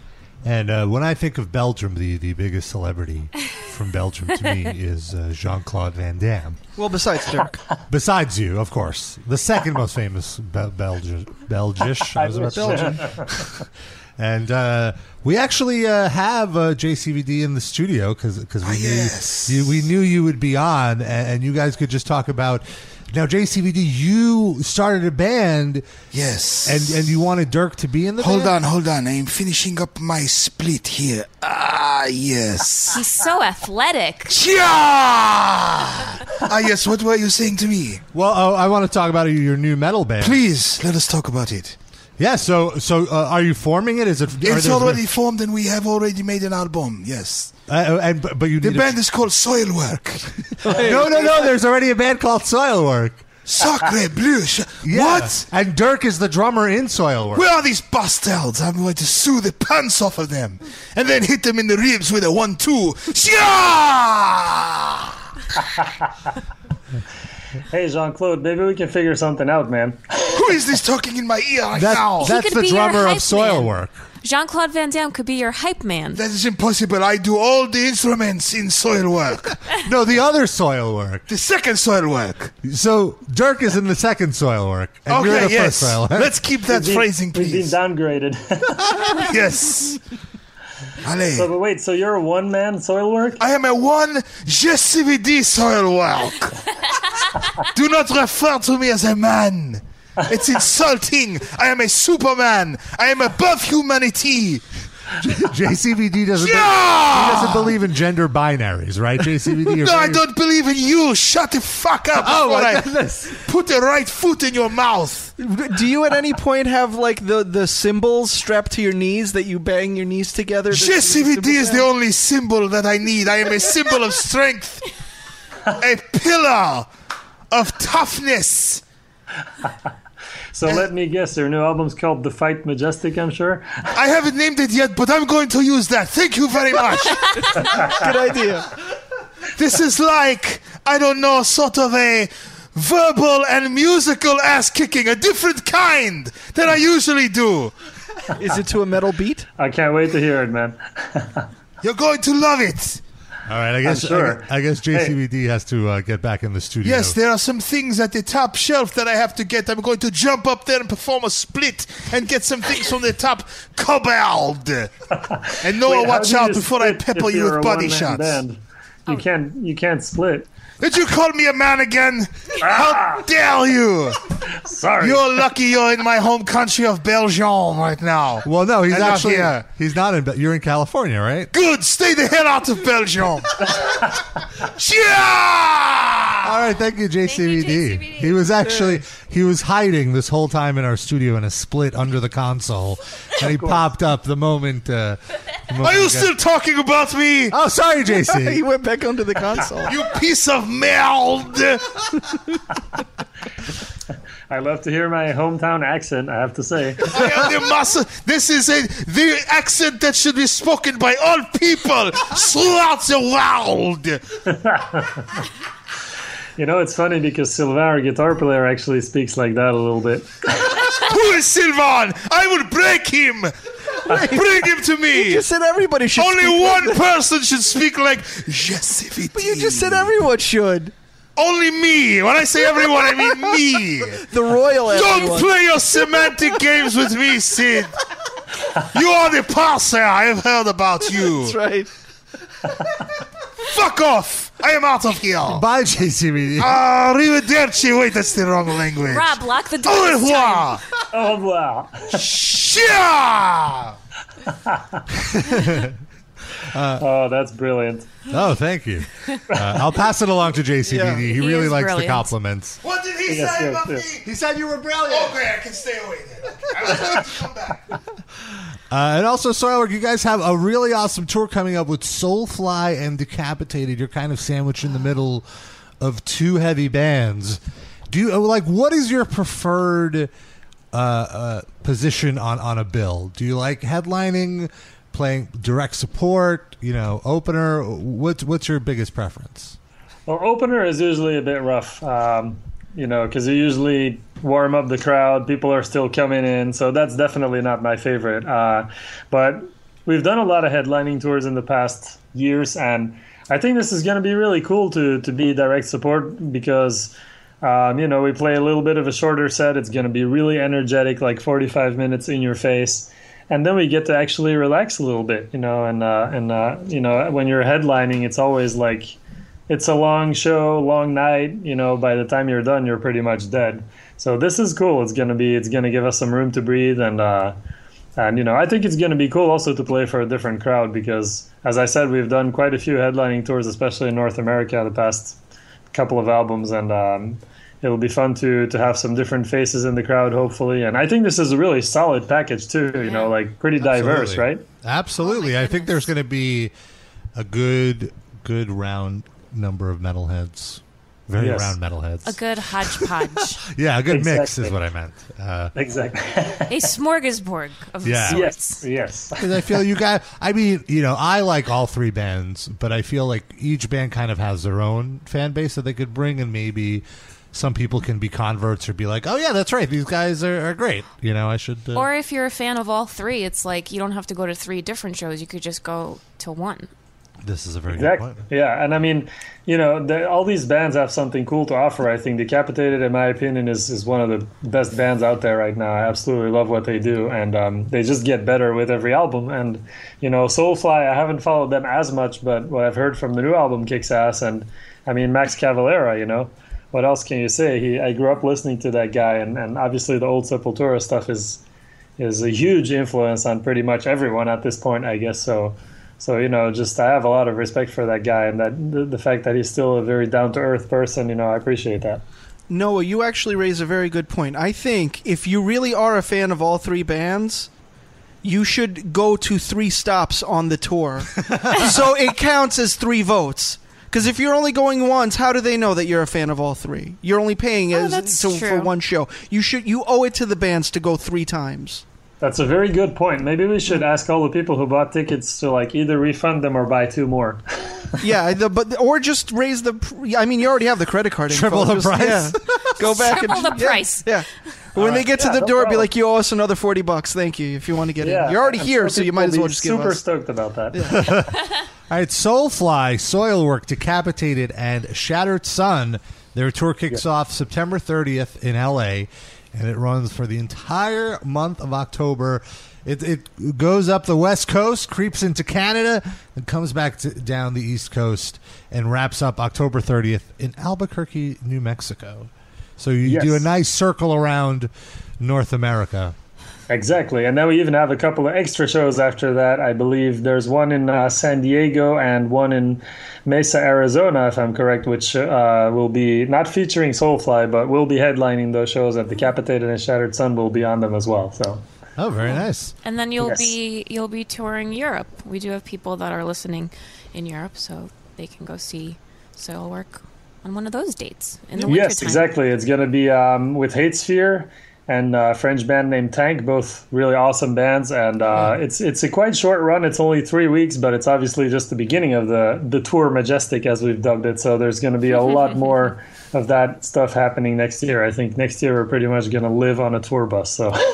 B: and uh, when I think of Belgium, the the biggest celebrity from Belgium to me is uh, Jean Claude Van Damme.
D: Well, besides Dirk.
B: Besides you, of course, the second most famous Be- Belgian, Belgish. I was about to say. And uh, we actually uh, have uh, JCVD in the studio because we knew you, we knew you would be on, and, and you guys could just talk about. Now, JCVD, you started a band,
M: Yes.
B: and and you wanted Dirk to be in the
M: Hold
B: band?
M: on, hold on. I'm finishing up my split here. Ah, yes.
C: He's so athletic.
M: ah, yes. What were you saying to me?
B: Well, oh, I want to talk about your new metal band.
M: Please let us talk about it.
B: Yeah. So, so uh, are you forming it? Is it? are
M: It's
B: there-
M: already formed, and we have already made an album. Yes.
B: Uh, and but but you
M: The
B: need a-
M: band is called Soilwork.
B: [laughs] no, no, no. There's already a band called Soilwork.
M: Sacre bleu! sh-
B: Yeah.
M: What?
B: And Dirk is the drummer in
E: Oh,
B: Soilwork.
M: Where are these bastards? I'm going to sue the pants off of them, and then hit them in the ribs with a one-two. Shia!
L: Hey, Jean Claude, maybe we can figure something out, man.
M: Who is this talking in my ear right now?
C: He that's could the be your drummer of hype Soilwork.
B: Work.
C: Jean Claude Van Damme could be your hype man.
M: That is impossible. I do all the instruments in soil work.
B: [laughs] no, the other soil work.
M: The second soil work.
B: So Dirk is in the second soil work. And you're in the first soil work.
L: We've been- We've been downgraded.
M: [laughs] yes.
L: So, but wait, so you're a one man soil work?
M: I am a one JCVD soil
B: [laughs]
M: work. do not refer to me as a man. It's insulting. I am a superman. I am above
B: [laughs]
M: humanity.
B: JCVD doesn't.
M: Yeah!
B: He doesn't believe in gender binaries, right? JCVD.
M: [laughs] No, I don't believe in you. Shut the fuck up.
D: Oh,
M: before
D: my
M: I
D: goodness.
M: Put the right foot in your mouth.
D: Do you at any point have like the the cymbals strapped to your knees that you bang your knees together? to-
M: JCVD is the only symbol that I need. I am
D: [laughs]
M: a symbol of strength, a pillar of toughness.
L: [laughs] So let me guess, your new album's called The Fight Majestic, I'm sure.
M: I haven't named it yet, but I'm going to use that. Thank
L: [laughs]
M: you very much.
L: Good idea.
M: This is like, I don't know, sort of a verbal and musical ass kicking, a different kind than I usually do.
D: Is it to a metal beat?
L: I can't wait to hear it, man. [laughs]
M: You're going to love it.
B: All right. I guess.
L: I'm sure.
B: I, I guess JCVD has to uh, get back in the studio.
M: Yes, there are some things at the top shelf that I have to get. I'm going to jump up there and perform a split and get some things from the top
L: [laughs]
M: cobbled. And Noah,
L: Wait, how
M: watch
L: do you
M: out before I
L: split
M: pepper
L: if
M: you
L: you're a
M: with body
L: one-man
M: shots.
L: band? You can't. You can't split.
M: Did you call me a man again? How dare you?
L: Sorry.
M: You're lucky you're in my home country of Belgium right now.
B: Well, no, he's
M: And not
B: actually.
M: here.
B: He's not in. You're in California, right?
M: Good, stay the hell out of Belgium. yeah!
B: All right, thank you, JCVD. He was actually he was hiding this whole time in our studio in a split under the [laughs] console, and he popped up the moment. Uh, the moment
M: Are you
B: we got-
M: still talking about me?
B: Oh, sorry,
M: [laughs]
B: JC.
D: he went back onto the console.
M: You piece of meld.
L: I love to hear my hometown accent. I have to say.
M: I am the master. This is a, the accent that should be spoken by all people throughout the world.
L: you know, it's funny because Sylvain, our guitar player, actually speaks like that a little bit.
M: [laughs] Who is Sylvan? I will break him. Bring him to me.
D: You just said everybody should.
M: Only
D: speak like
M: one
D: that.
M: person should speak like Jesse. But
D: you just said everyone should.
M: Only me. When I say everyone, I mean me.
D: [laughs] The royal.
M: Don't
D: everyone.
M: play your semantic games with me, Sid. You are the passer. I have
D: [laughs]
M: heard about you. That's
D: right.
M: Fuck off. I am out of here.
B: Bye, JCVD.
M: Arrivederci. Wait, that's the wrong language.
C: Rob, lock the door.
M: Au
C: this time.
M: revoir.
L: Au revoir.
M: Shia! Uh,
L: oh, that's brilliant.
B: Oh, thank you. Uh, I'll pass it along to JCVD.
L: Yeah.
B: He,
L: He
B: really
L: is
B: likes the
L: brilliant.
B: compliments.
M: What did he
L: Yes,
M: say
L: yes,
M: about
L: yes.
M: me?
B: He said you were brilliant.
M: Okay, I can stay away then. I was going to come back.
B: Uh, and also, Soilwork, you guys have a really awesome tour coming up with Soulfly and Decapitated. You're kind of sandwiched in the middle of two heavy bands. Do you uh, like what is your preferred uh, uh, position on on a bill? Do you like headlining, playing direct support, you know, opener? What's what's your biggest preference?
L: Well, opener is usually a bit rough, um, you know, because you usually warm up the crowd. People are still coming in, so that's definitely not my favorite. Uh, but we've done a lot of headlining tours in the past years, and I think this is going to be really cool to to be direct support because. Um, you know, we play a little bit of a shorter set. It's going to be really energetic, like 45 minutes in your face, and then we get to actually relax a little bit. You know, and uh, and uh, you know, when you're headlining, it's always like it's a long show, long night. You know, by the time you're done, you're pretty much dead. So this is cool. It's gonna be it's gonna give us some room to breathe and uh, and you know I think it's gonna be cool also to play for a different crowd because as I said we've done quite a few headlining tours, especially in North America, the past couple of albums, and um, it'll be fun to to have some different faces in the crowd hopefully. And I think this is a really solid package too. You know, like pretty diverse,
B: Absolutely.
L: right?
B: Absolutely. I think there's going to be a good, good round number of metalheads. Very
L: Yes.
B: round metalheads.
C: A good hodgepodge,
B: Yeah, a good mix
L: Exactly.
B: is what I meant. Uh,
L: exactly. [laughs]
C: a smorgasbord of
B: Yeah.
C: sorts.
L: Yes,
B: Because I
L: [laughs]
B: feel you got. I mean, you know, I like all three bands, but I feel like each band kind of has their own fan base that they could bring, and maybe some people can be converts or be like, "Oh yeah, that's right. These guys are, are great." You know, I should. Uh,
C: Or if you're a fan of all three, it's like you don't have to go to three different shows. You could just go to one.
B: this is a very
L: Exactly. Yeah, and I mean, you know, the, all these bands have something cool to offer. I think Decapitated, in my opinion, is, is one of the best bands out there right now. I absolutely love what they do, and um, they just get better with every album. And you know, Soulfly, I haven't followed them as much, but what I've heard from the new album kicks ass. And I mean, Max Cavalera, you know, what else can you say? He, I grew up listening to that guy, and, and obviously the old Sepultura stuff is is a huge influence on pretty much everyone at this point, I guess. So, so you know, just I have a lot of respect for that guy, and that the, the fact that he's still a very down to earth person, you know, I appreciate that.
D: Noah, you actually raise a very good point. I think if you really are a fan of all three bands, you should go to three stops on the
C: [laughs]
D: tour. so it counts as three votes. Because if you're only going once, how do they know that you're a fan of all three? You're only paying
C: Oh,
D: as
C: that's
D: to, for
C: true.
D: one show. You should you owe it to the bands to go three times.
L: That's a very good point. Maybe we should ask all the people who bought tickets to like either refund them or buy two more.
D: yeah, the, but or just raise the. pr- I mean, you already have the credit card. info.
L: Triple the
D: Just-
L: price.
D: yeah. Go back
C: Triple
D: and
C: the
D: yeah,
C: price.
D: Yeah. When they get to
L: Yeah,
D: the
L: no
D: door, be
L: problem.
D: like, "You owe us another forty bucks. Thank you. If you want to get in, you're already
L: I'm
D: here,
L: sure
D: so you
L: people
D: might as
L: will
D: well
L: be
D: just give
L: super
D: us."
L: stoked about that.
B: All right, Soulfly, Soilwork, Decapitated, and Shattered Sun. Their tour kicks off September 30th in LA, and it runs for the entire month of October. It, it goes up the West Coast, creeps into Canada, and comes back to, down the East Coast, and wraps up October 30th in Albuquerque, New Mexico. So you
L: Yes.
B: do a nice circle around North America.
L: Exactly. And then we even have a couple of extra shows after that. I believe there's one in uh, San Diego and one in Mesa, Arizona, if I'm correct, which uh, will be not featuring Soulfly, but will be headlining those shows. And Decapitated and Shattered Sun will be on them as well. So
B: Oh, very nice.
C: And then you'll
L: Yes.
C: be you'll be touring Europe. We do have people that are listening in Europe, so they can go see soil work on one of those dates in the
L: yes,
C: wintertime.
L: exactly. It's going to be um, with Hate Sphere and a French band named Tank, both really awesome bands. And uh, it's it's a quite short run. It's only three weeks, but it's obviously just the beginning of the the tour majestic as we've dubbed it. So there's going to
C: [laughs]
L: be a lot more of that stuff happening next year. I think next year we're pretty much going to live on a tour bus. So. [laughs]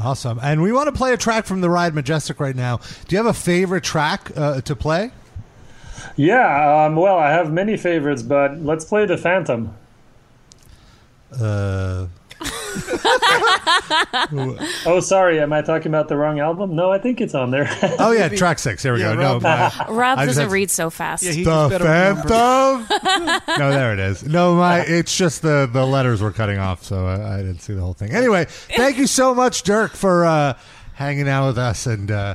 B: Awesome. And we want to play a track from the ride Majestic right now. Do you have a favorite track uh, to play?
L: Yeah, um, well, I have many favorites, but let's play the Phantom.
B: Uh, [laughs]
L: oh, sorry, am I talking about the wrong album? No, I think it's on there. [laughs]
B: oh yeah, track six. Here we go. No, my,
C: Rob
B: I just
C: doesn't
B: had-
C: read so fast.
B: the phantom. no, there it is. No, my it's just the the letters were cutting off, so I, I didn't see the whole thing. Anyway, thank you so much, Dirk, for uh, hanging out with us and. Uh,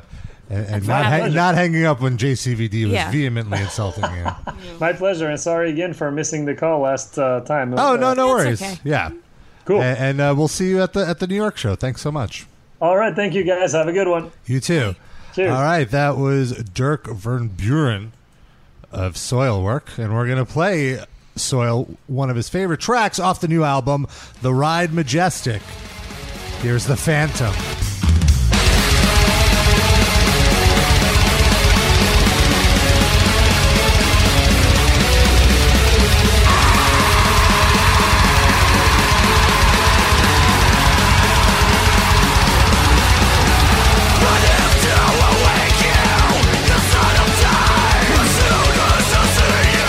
B: and, and
L: my
B: not hang
L: pleasure.
B: not hanging up when JCVD was
L: Yeah.
B: vehemently insulting you.
L: My pleasure, and sorry again for missing the call last uh, time.
B: oh
L: Uh,
B: no, no worries. Yeah,
L: cool.
B: And, uh, we'll see you at the at the New York show. Thanks so much.
L: All right, thank you guys. Have a good one.
B: You too.
L: Cheers.
B: All right, that was Dirk Van Buren of Soil Work, and we're gonna play Soil, one of his favorite tracks off the new album, The Ride Majestic. Here's the Phantom.
N: But if to awake you, the sun of time will soon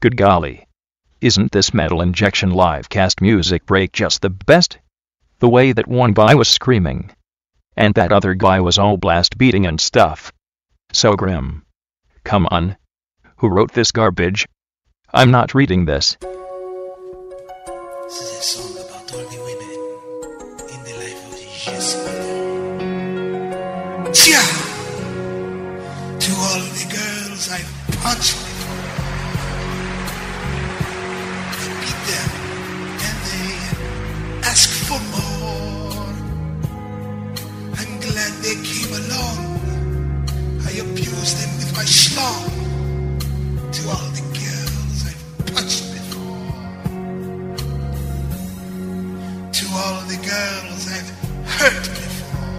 A: Good golly. Isn't this metal injection live cast music break just the best? The way that one guy was screaming. And that other guy was all blast beating and stuff. So grim. Come on. Who wrote this garbage? I'm not reading this.
M: This is a song about all the women in the life of Jessica. Tia! To all the girls I've punched before. I beat them and they ask for more. I'm glad they came along. I abused them with my schlong. To all the girls I've punched before. To all the girls I've hurt before.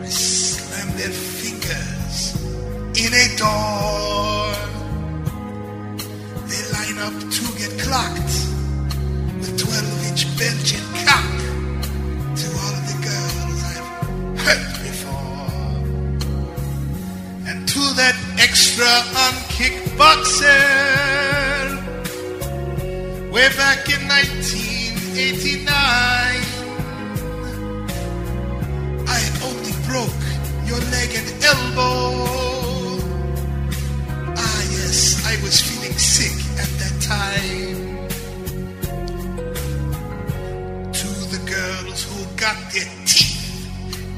M: I slam their fingers in a door. They line up to get clocked with 12 inch Belgian cock. To all the girls I've hurt before. And to that extra on kickboxer, way back in 1989. I only broke your leg and elbow. Ah, yes, I was feeling sick at that time. To the girls who got their teeth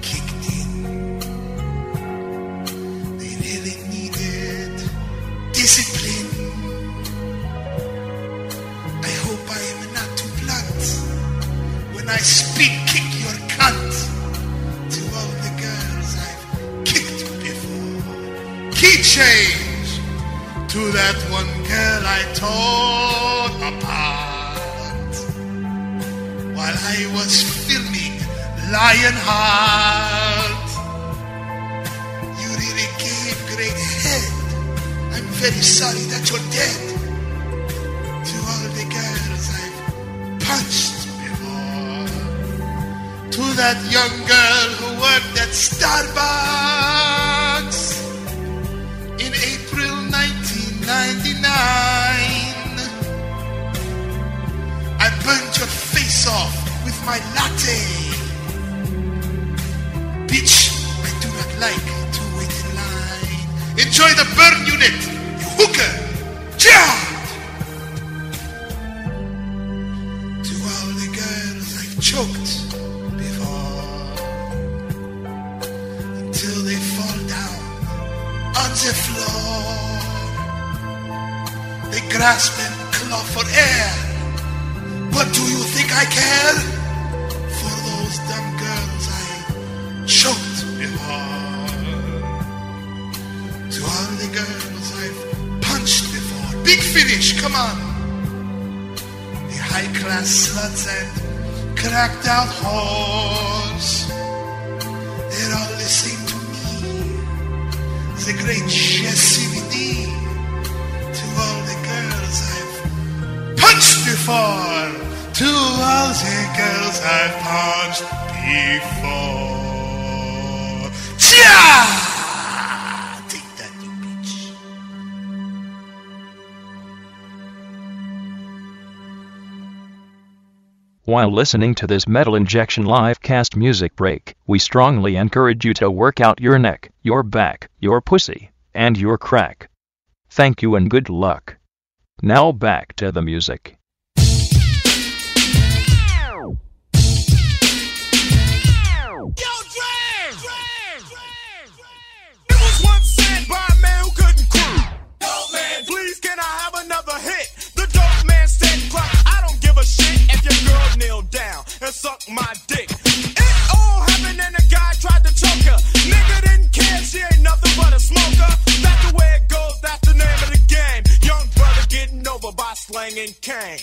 M: kicked in, they really needed discipline. I hope I am not too blunt when I speak, kick your cunt to all the girls I've kicked before. Key change to that one girl I tore apart while I was filming Lionheart. You really gave great head. I'm very sorry that you're dead. To all the girls I've punched before to that young girl who worked at Starbucks in April 1999. I burned your face off with my latte. Bitch, I do not like to wait in line. Enjoy the burn unit, you hooker! Yeah! To all the girls I've choked before until they fall down on the floor. They grasp and claw for air. But do you think I care for those dumb girls I choked before? To all the girls I've punched before. Big finish, come on. The high class sluts and cracked out whores. They're all listening to me, the great CVD, to all the girls I've punched before, to all the girls I've punched before. Tja! Take that, you bitch.
A: While listening to this metal injection live cast music break, we strongly encourage you to work out your neck, your back, your pussy, and your crack. Thank you and good luck. Now back to the music.
M: Yo, Dre! It was once said by a man who couldn't crew. Dope man, please can I have another hit? The dope man said, "Clock, I don't give a shit if your girl kneel down and suck my dick." It all happened and the guy tried to choke her. Nigga didn't care, she ain't nothing but a smoker. That's the way it goes. That's the name of the game. Young brother getting over by slanging cane.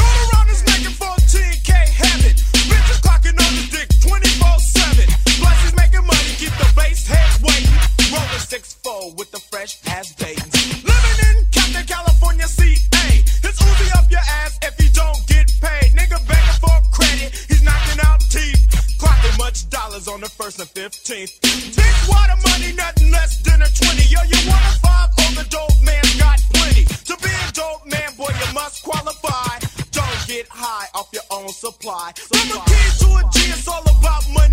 M: Going around this neck and 14k habit. Bitches clocking on the dick 24/7. Plus he's making money, keep the base heads waiting. Rolling six four with the fresh ass Dayton. Living in Captain California, CA. His Uzi up your ass if you don't get paid. Nigga begging for credit, he's knocking out teeth. Clocking much dollars on the first and fifteenth. Big water money, nothing less than a twenty. Yo, you want a five on the Oh, dope man? Got plenty.
N: supply. From a kid to a G, it's all about money. 10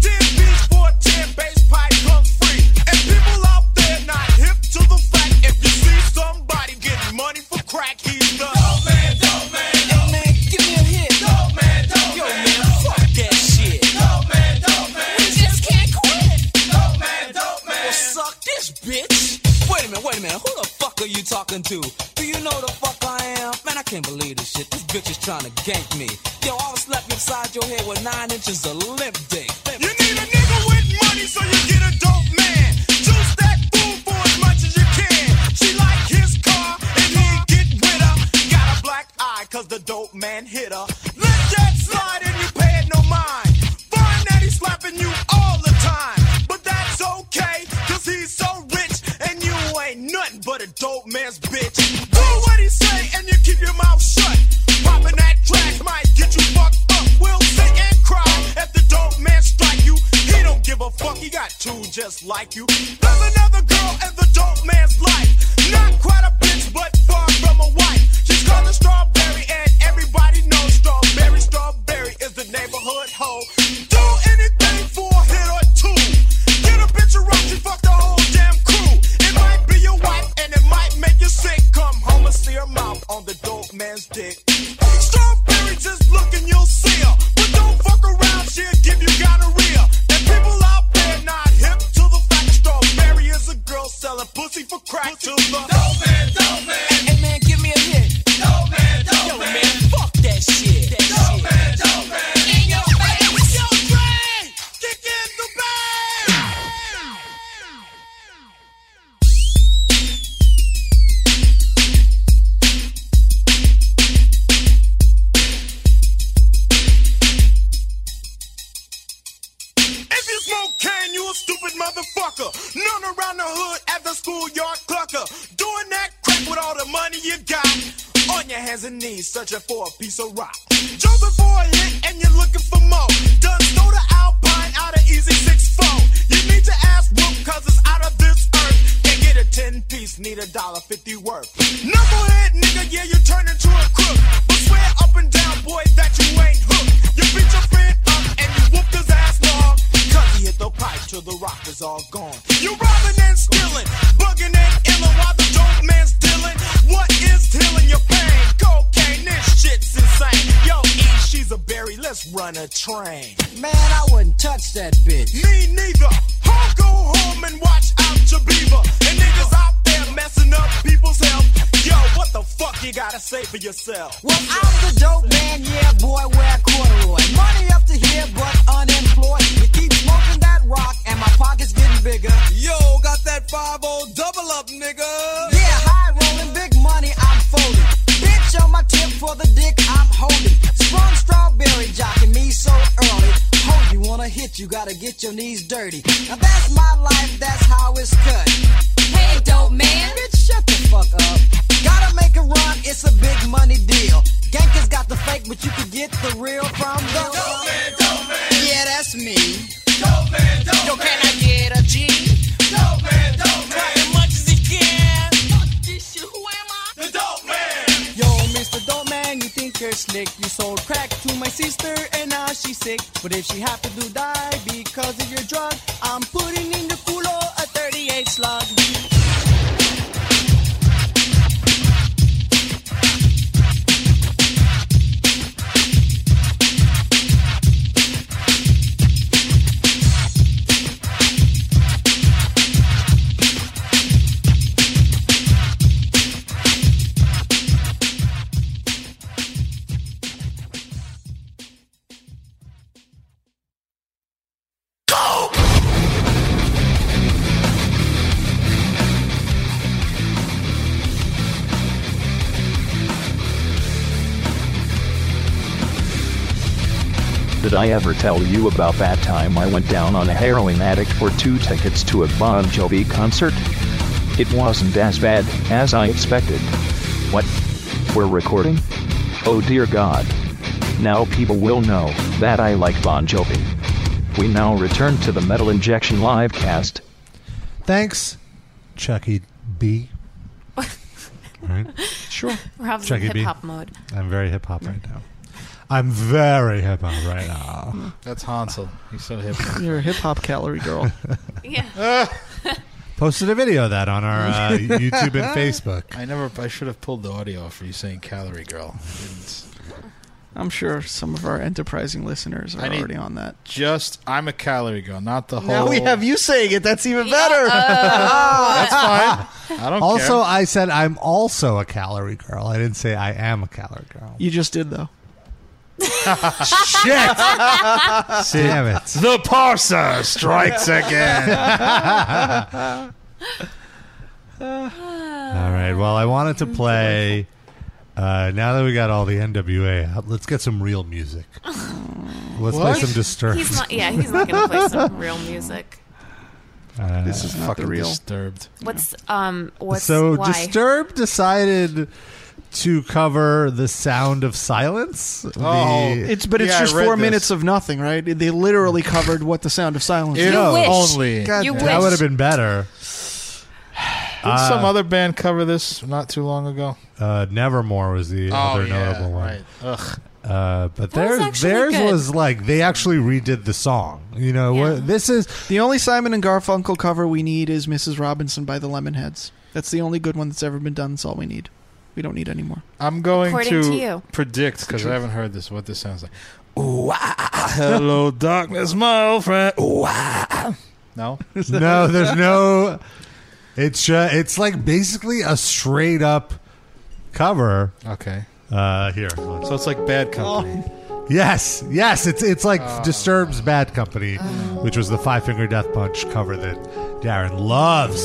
N: beats for a 10 bass pipe comes free. And people out there not hip to the fact if you see somebody getting money for crack, he's the dope man, dope man. Hey, man, give me a hit. Dope man, dope Yo, man. fuck that shit. Dope man, dope man. We just can't quit. Dope man, dope man. Well, suck this bitch. Wait a minute, wait a minute. Who the fuck are you talking to? Do you know the fuck I am? Man, I can't believe this shit. This bitch is trying to gank me. Yo, I was slapping inside your head with nine inches of limp dick. You need a nigga with money so you get a dope man. Juice that fool for as much as you can. She like his car and he get with her. Got a black eye cause the dope man hit her. Let that slide and you pay it no mind. Find that he's slapping you all the time. But that's okay, cause he's so rich, and you ain't nothing but a dope man's bitch. Do what he say, and you keep your mouth shut. Popping that trash might get you fucked up. We'll sit and cry if the dope man strike you. He don't give a fuck, he got two just like you. There's another girl in the dope man's life. Not quite a bitch, but far from a wife. She's called a strawberry, and everybody knows strawberry. Strawberry is the neighborhood hoe. Do anything for a hit or two. Get a bitch around, you fuck the whole damn crew. It might be your wife, and it might make you sick. Come home and see her mouth on the dope man's dick. Strawberry, just look and you'll see her. But don't fuck around, she'll give you gonorrhea. And people out there not hip to the fact that strawberry is a girl selling pussy for crack to the dope man, dope man. Hey man, give me a hit. Dope man, dope Yo, man. fuck that shit. That dope shit. man, dope man. In your face, yo, Dre, kick in the bag. If you smoke cane, you a stupid motherfucker. None around the hood at the schoolyard clucker. Doing that crap with all the money you got. On your hands and knees, searching for a piece of rock. Jumping for a hit and you're looking for more. Done stole the Alpine out of Easy 6 4. You need your ass whooped cause it's out of this earth. Can't get a 10 piece, need a dollar 50 worth. Knucklehead nigga, yeah, you turn into a crook. But swear up and down, boy, that you ain't hooked. You beat your friend up and you whooped his ass long. Cause he hit the pipe till the rock is all gone. You robbing and stealing, bugging and illin' while the dope man's dealing. What is healing your pain? Cocaine, this shit's insane. Yo, E, she's a berry, let's run a train. Man, I wouldn't touch that bitch. Me neither. I'll go home and watch out your beaver. And niggas out there messing up people's health. Yo, what the fuck you gotta say for yourself?
K: Well, I'm the dope man, yeah, boy, wear corduroy. Money up to here, but unemployed. You keep smoking that rock, and my pocket's getting bigger.
N: Yo, got that 5 double up, nigga.
K: Yeah, high rolling, big money, I'm folding. Bitch on my tip for the dick I'm holding. Sprung strawberry jocking me so early. Hold you wanna hit, you gotta get your knees dirty. Now that's my life, that's how it's cut. Hey, dope man. Bitch, shut the fuck up. Gotta make a run, it's a big money deal. Gankers got the fake, but you can get the real from the dope man, dope man. Yeah, that's me. Dope man, dope Yo, can I get a G? Dope man, dope man. as much as he can.
N: The dope man.
K: Yo, Mr. Dope Man, you think you're slick. You sold crack to my sister and now she's sick. But if she happened to die because of your drug, I'm putting in the culo a 38 slug.
A: Did I ever tell you about that time I went down on a heroin addict for two tickets to a Bon Jovi concert? It wasn't as bad as I expected. What? We're recording? Oh dear God. Now people will know that I like Bon Jovi. We now return to the Metal Injection livecast.
B: Thanks, Chucky B. All right.
C: Sure. Rob's in
B: Chucky B.
C: hip hop mode.
B: I'm very hip hop right now. I'm very hip hop right now.
E: That's Hansel. He's so hip.
D: You're a hip hop calorie girl.
C: [laughs] yeah.
B: [laughs] Posted a video of that on our uh,
C: [laughs]
B: YouTube and Facebook.
E: Ah, I never. I should have pulled the audio off for you saying "calorie girl." I didn't.
D: I'm sure some of our enterprising listeners are
E: I need-
D: already on that.
E: Just I'm a calorie girl, not the whole.
D: Now we have you saying it. That's even better.
E: [laughs]
D: Uh,
E: That's
B: [laughs]
E: fine. I don't
B: also,
E: care.
B: I said I'm also a calorie girl. I didn't say I am a calorie girl.
D: You just did though.
E: Shit!
B: [laughs] Damn it!
E: [laughs] The parser strikes again.
B: [laughs] All right. Well, I wanted to play. Uh, now that we got all the NWA out, let's get some real music. Let's play some Disturbed.
C: He's not, yeah, he's not going to play some real music.
B: [laughs] Uh,
E: this is fucking disturbed.
C: What's um? What's
B: so
C: why?
B: Disturbed decided to cover the sound of silence.
E: Oh.
B: the,
D: Oh, it's but it's just four minutes of nothing, right? They literally covered what the sound of silence.
B: You
D: is.
B: know, wish. only.
D: God
B: You
D: damn.
B: That would have been
E: [sighs]
B: better.
E: Did some
B: Uh,
E: other band cover this not too long ago?
B: Uh, Nevermore was the
E: Oh,
B: other
E: yeah,
B: notable one.
E: right. Ugh.
B: Uh, but
E: That was
B: theirs,
E: actually
B: theirs
E: good.
B: was like they actually redid the song. You know, what this is
D: the only Simon and Garfunkel cover we need is Mrs. Robinson by the Lemonheads. That's the only good one that's ever been done. That's all we need. We don't need any more.
E: I'm going
D: According
E: to,
D: to you.
E: predict because I haven't heard this. What this sounds like? Ooh, ah, ah, ah, hello, darkness, my old friend. Ooh, ah, ah. no,
B: [laughs] no, there's
E: [laughs]
B: no. It's uh, it's like basically a straight up cover.
E: Okay.
B: Uh, here.
E: So it's like Bad Company.
D: Oh.
B: Yes, yes. It's it's like
E: Oh.
B: Disturbs Bad Company, which was the Five Finger Death Punch cover that Darren loves.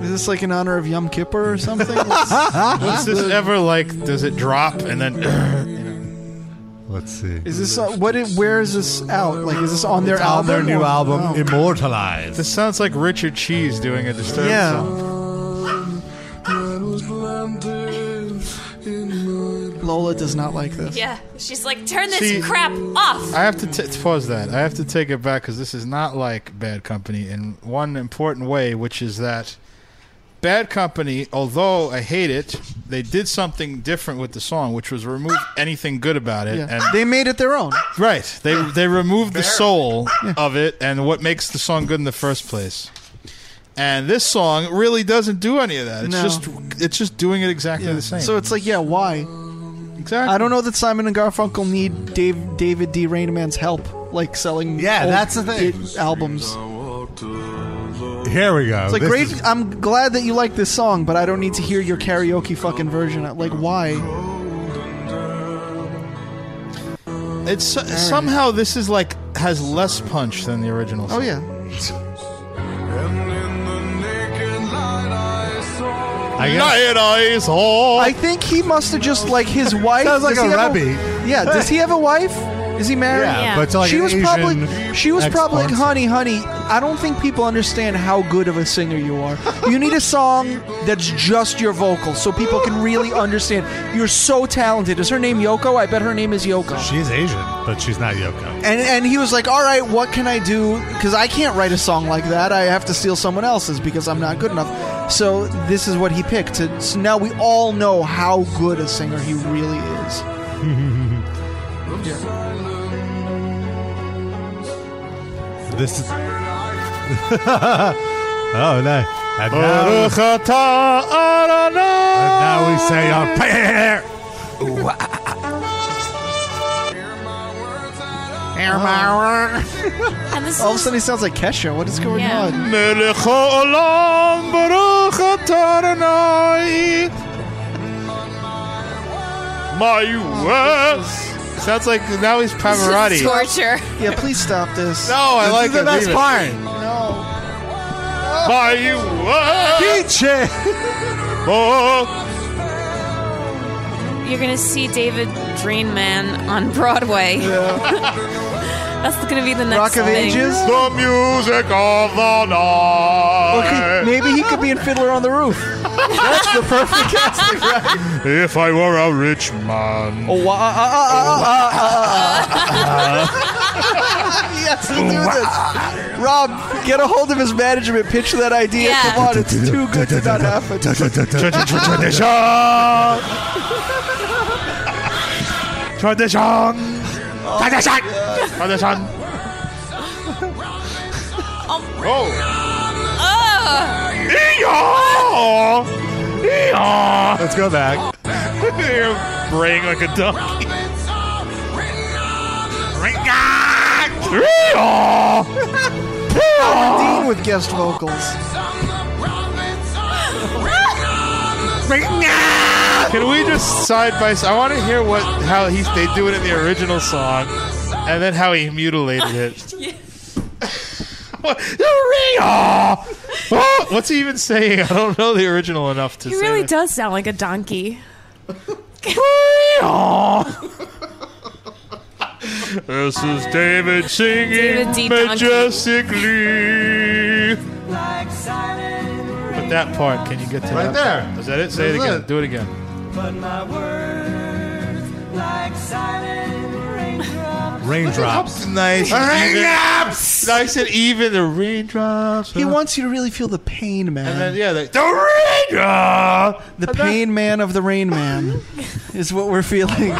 D: Is this like in honor of Yom Kippur or
E: [laughs]
D: something?
B: Ah.
E: What's this ever like? Does it drop and then? [clears throat] you know?
B: Let's see.
D: Is this uh, what? It, where is this out? Like, is this on their
E: It's
D: album?
E: on their new
D: or-
E: album,
D: Oh.
B: Immortalized.
E: This sounds like Richard Cheese doing a disturbed
D: Yeah.
E: song.
D: Lola does not like this.
C: Yeah, she's like, turn this
E: See-
C: crap off.
E: I have to t- pause that. I have to take it back because this is not like Bad Company in one important way, which is that Bad Company, although I hate it, they did something different with the song, which was remove anything good about it.
D: Yeah.
E: And
D: they made it their own.
E: right, they they removed the soul of it and what makes the song good in the first place. And this song really doesn't do any of that. It's
D: No.
E: just it's just doing it exactly the same.
D: So it's like, yeah, why?
E: Exactly.
D: I don't know that Simon and Garfunkel need Dave, David D. Rainman's help, like selling.
B: Yeah,
D: old
B: that's the thing.
D: hit albums.
B: Here we go.
D: It's like
B: Oh, This
D: great.
B: is-
D: I'm glad that you like this song, but I don't need to hear your karaoke fucking version. Like, why?
E: It's somehow this is like has less punch than the original.
D: Oh
E: song.
D: yeah.
E: I guess- Night I
D: I think he must have just like
B: [laughs]
D: his wife.
B: Sounds like
D: does he
B: a
D: have
B: rebbe.
D: yeah. Does he have a wife? Is he married?
B: Yeah, Yeah. but to, like,
D: she
B: an
D: was
B: Asian
D: probably. She was probably like,
B: ex-porn
D: honey, honey. I don't think people understand how good of a singer you are. You need a song that's just your vocals, so people can really understand. You're so talented. Is her name Yoko? I bet her name is Yoko.
B: She's Asian, but she's not Yoko.
D: And and he was like, "All right, what can I do? Because I can't write a song like that. I have to steal someone else's because I'm not good enough." So this is what he picked. To, so now we all know how good a singer he really
E: [laughs]
D: is.
B: This is. [laughs]
K: [laughs]
B: oh no! And now,
E: Baruch atah uh, Adonai.
B: and now we say our prayer.
E: Oh.
C: And this
D: All of a sudden, he sounds like Kesha. What is going
C: Yeah.
D: on?
E: Melech haolam, Baruch atah
D: [laughs]
E: Adonai. My words. Sounds like now he's Pavarotti.
C: torture.
D: Yeah, please stop this.
E: No, I
D: This
E: like
D: is the
E: it.
D: best
E: Leave it.
D: part.
E: My words. Oh,
C: You're gonna see David Dreamman on Broadway. [laughs] That's gonna be the next
D: Rock of
C: thing.
D: Ages.
E: the music of the night.
D: Okay, maybe he could be in Fiddler on the Roof. That's the
K: [laughs]
D: perfect casting. Right?
E: If I were a rich man.
D: Oh, wa- ah, ah, ah, ah, ah, ah, ah, ah.
E: Uh,
D: yeah, wants to do this. Rob, get a hold of his management. Pitch that idea.
K: Yeah.
D: Come on, it's too good to not
E: [laughs]
D: happen.
K: Tradition.
D: Uh,
E: Tradition.
K: Oh,
E: Tradition.
K: God.
E: Tradition.
K: Oh.
E: Ah.
B: Let's go back.
K: You're braying like a donkey.
D: Dean with guest vocals.
E: Can we just side by side? I want to hear what how he they do it in the original song, and then how he mutilated it. What- Oh, What's he even saying? I don't know the original enough to
C: He
E: say.
C: really
E: it.
C: does sound like a
B: [laughs]
C: donkey.
E: This is David singing
K: David D. Donkey.
E: majestically. But that part, can you get to
K: Right
E: that?
K: there.
E: Is that it? Say it
K: That's
E: again.
K: it.
E: Do it again.
K: But my words, like silent raindrops.
E: Raindrops. Nice.
K: Raindrops!
E: Even- Nice and even. The raindrops.
D: He wants you to really feel the pain, man.
E: And then, yeah, the, the raindrop.
D: The pain man of the rain man is what we're feeling.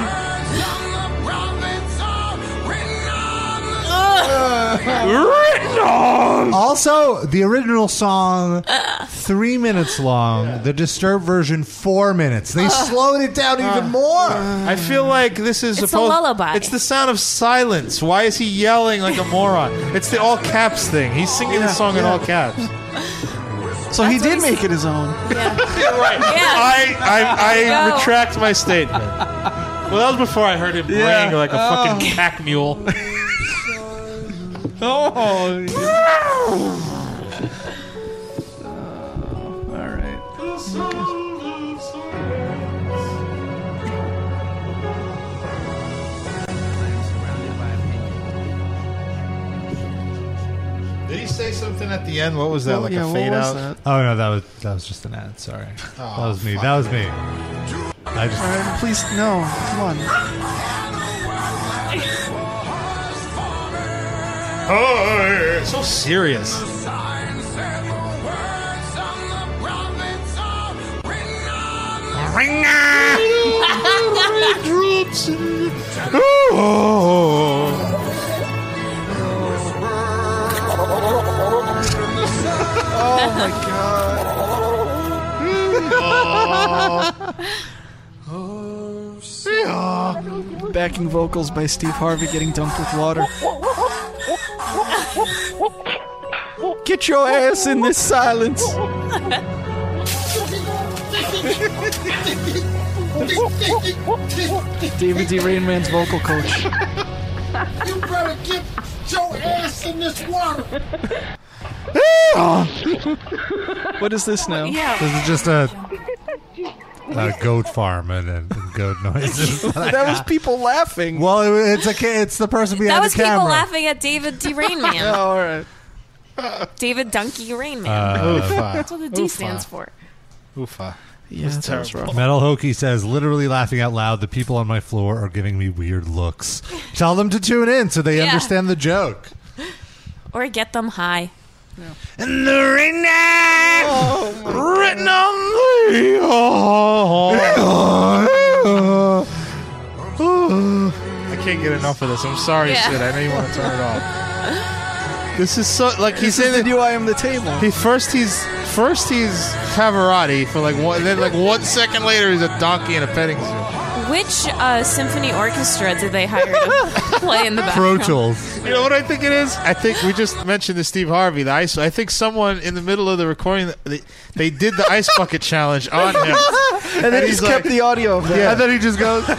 B: Also, the original song, three minutes long. The Disturbed version, four minutes.
E: Uh,
B: They slowed it down
E: Ah.
B: even more.
E: I feel like this is
B: It's a
E: supposed-
B: lullaby.
E: It's the sound of silence. Why is he yelling like a moron? It's the all caps thing. He's singing the song in
D: yeah.
E: all caps.
D: So he did make it his own.
B: [laughs]
E: right. I, I, I retract my statement. Well, that was before I heard him braying
K: Yeah.
E: like a fucking
K: Oh.
E: pack mule.
K: Oh.
D: [laughs] All right.
E: Did he say something at the end? What was that?
D: Well,
E: like
D: yeah,
E: a
D: what
E: fade
D: was
E: out?
D: that?
B: Oh no, that was that was just an ad. Sorry, that was me. That was me. I
D: All
B: just
D: right, please, no. Come on.
E: [laughs] Oh, so serious.
K: Oh Oh my
D: [laughs]
K: god.
D: Backing vocals by Steve Harvey getting dunked with water. Get your ass in this silence. David D. Rainman's vocal coach.
K: You better get your ass in this water.
D: [laughs] What is this now?
B: this is just a, a uh, goat farm and, and goat [laughs] noises.
D: that was
B: [laughs]
D: people laughing.
B: Well, it, it's a ca- it's the person behind
C: that was
B: the camera.
C: people laughing at David D.
B: [laughs]
C: Rainman.
D: oh, all right.
C: David Donkey Rainman.
B: Uh, Oofa.
C: That's what the D
B: Oofa.
C: stands for.
E: Oofa.
D: Yeah,
E: That's
D: that was
E: ah. terrible.
B: Metal Hokey says, literally laughing out loud, the people on my floor are giving me weird looks. Tell them to tune in so they
C: Yeah.
B: understand the joke.
C: Or get them high.
K: And the rain
C: Oh.
K: written on the
E: I can't get enough of this. I'm sorry,
K: Yeah.
E: Sid. I know you want to turn it off.
D: [laughs]
E: This is so like he's saying that
D: you I am the table.
E: He first he's first he's Pavarotti for like one, then like one second later he's a donkey in a petting zoo.
C: Which uh, symphony orchestra did they hire to play in the background?
E: You know what I think it is? I think we just mentioned the Steve Harvey, the ice. I think someone in the middle of the recording, they, they did the ice bucket challenge on him,
D: [laughs] And then he's kept the audio of that.
E: Yeah, and then he just goes. [laughs]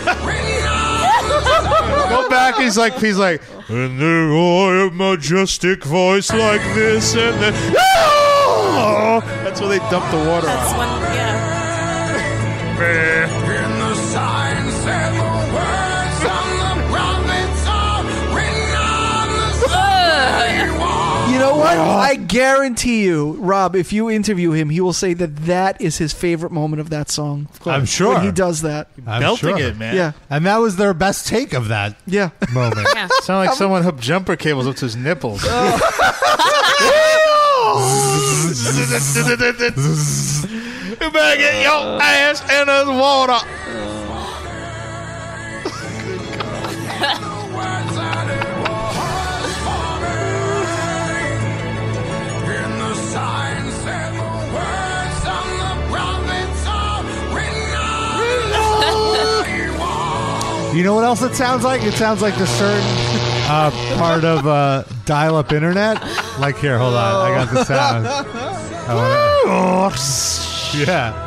E: Go back. He's like, he's like, and there are a majestic voice like this, and then. "Ah!" That's where they dump the water. That's
C: when, yeah.
K: In the signs and the words on the prophets are written on the
D: You know know what? I guarantee you, Rob, if you interview him, he will say that that is his favorite moment of that song.
B: course. I'm sure.
D: When he does that.
B: I'm sure.
D: Yeah.
B: And that was their best take of that
D: yeah.
C: [laughs]
B: moment.
D: Yeah.
E: Sound like someone hooked jumper cables up to
B: [laughs]
E: his nipples. Oh.
N: You better get your ass in this water.
B: You know what else it sounds like? It sounds like the certain uh, part of uh, dial-up internet. Like here, hold on, I got the sound. I wanna- yeah.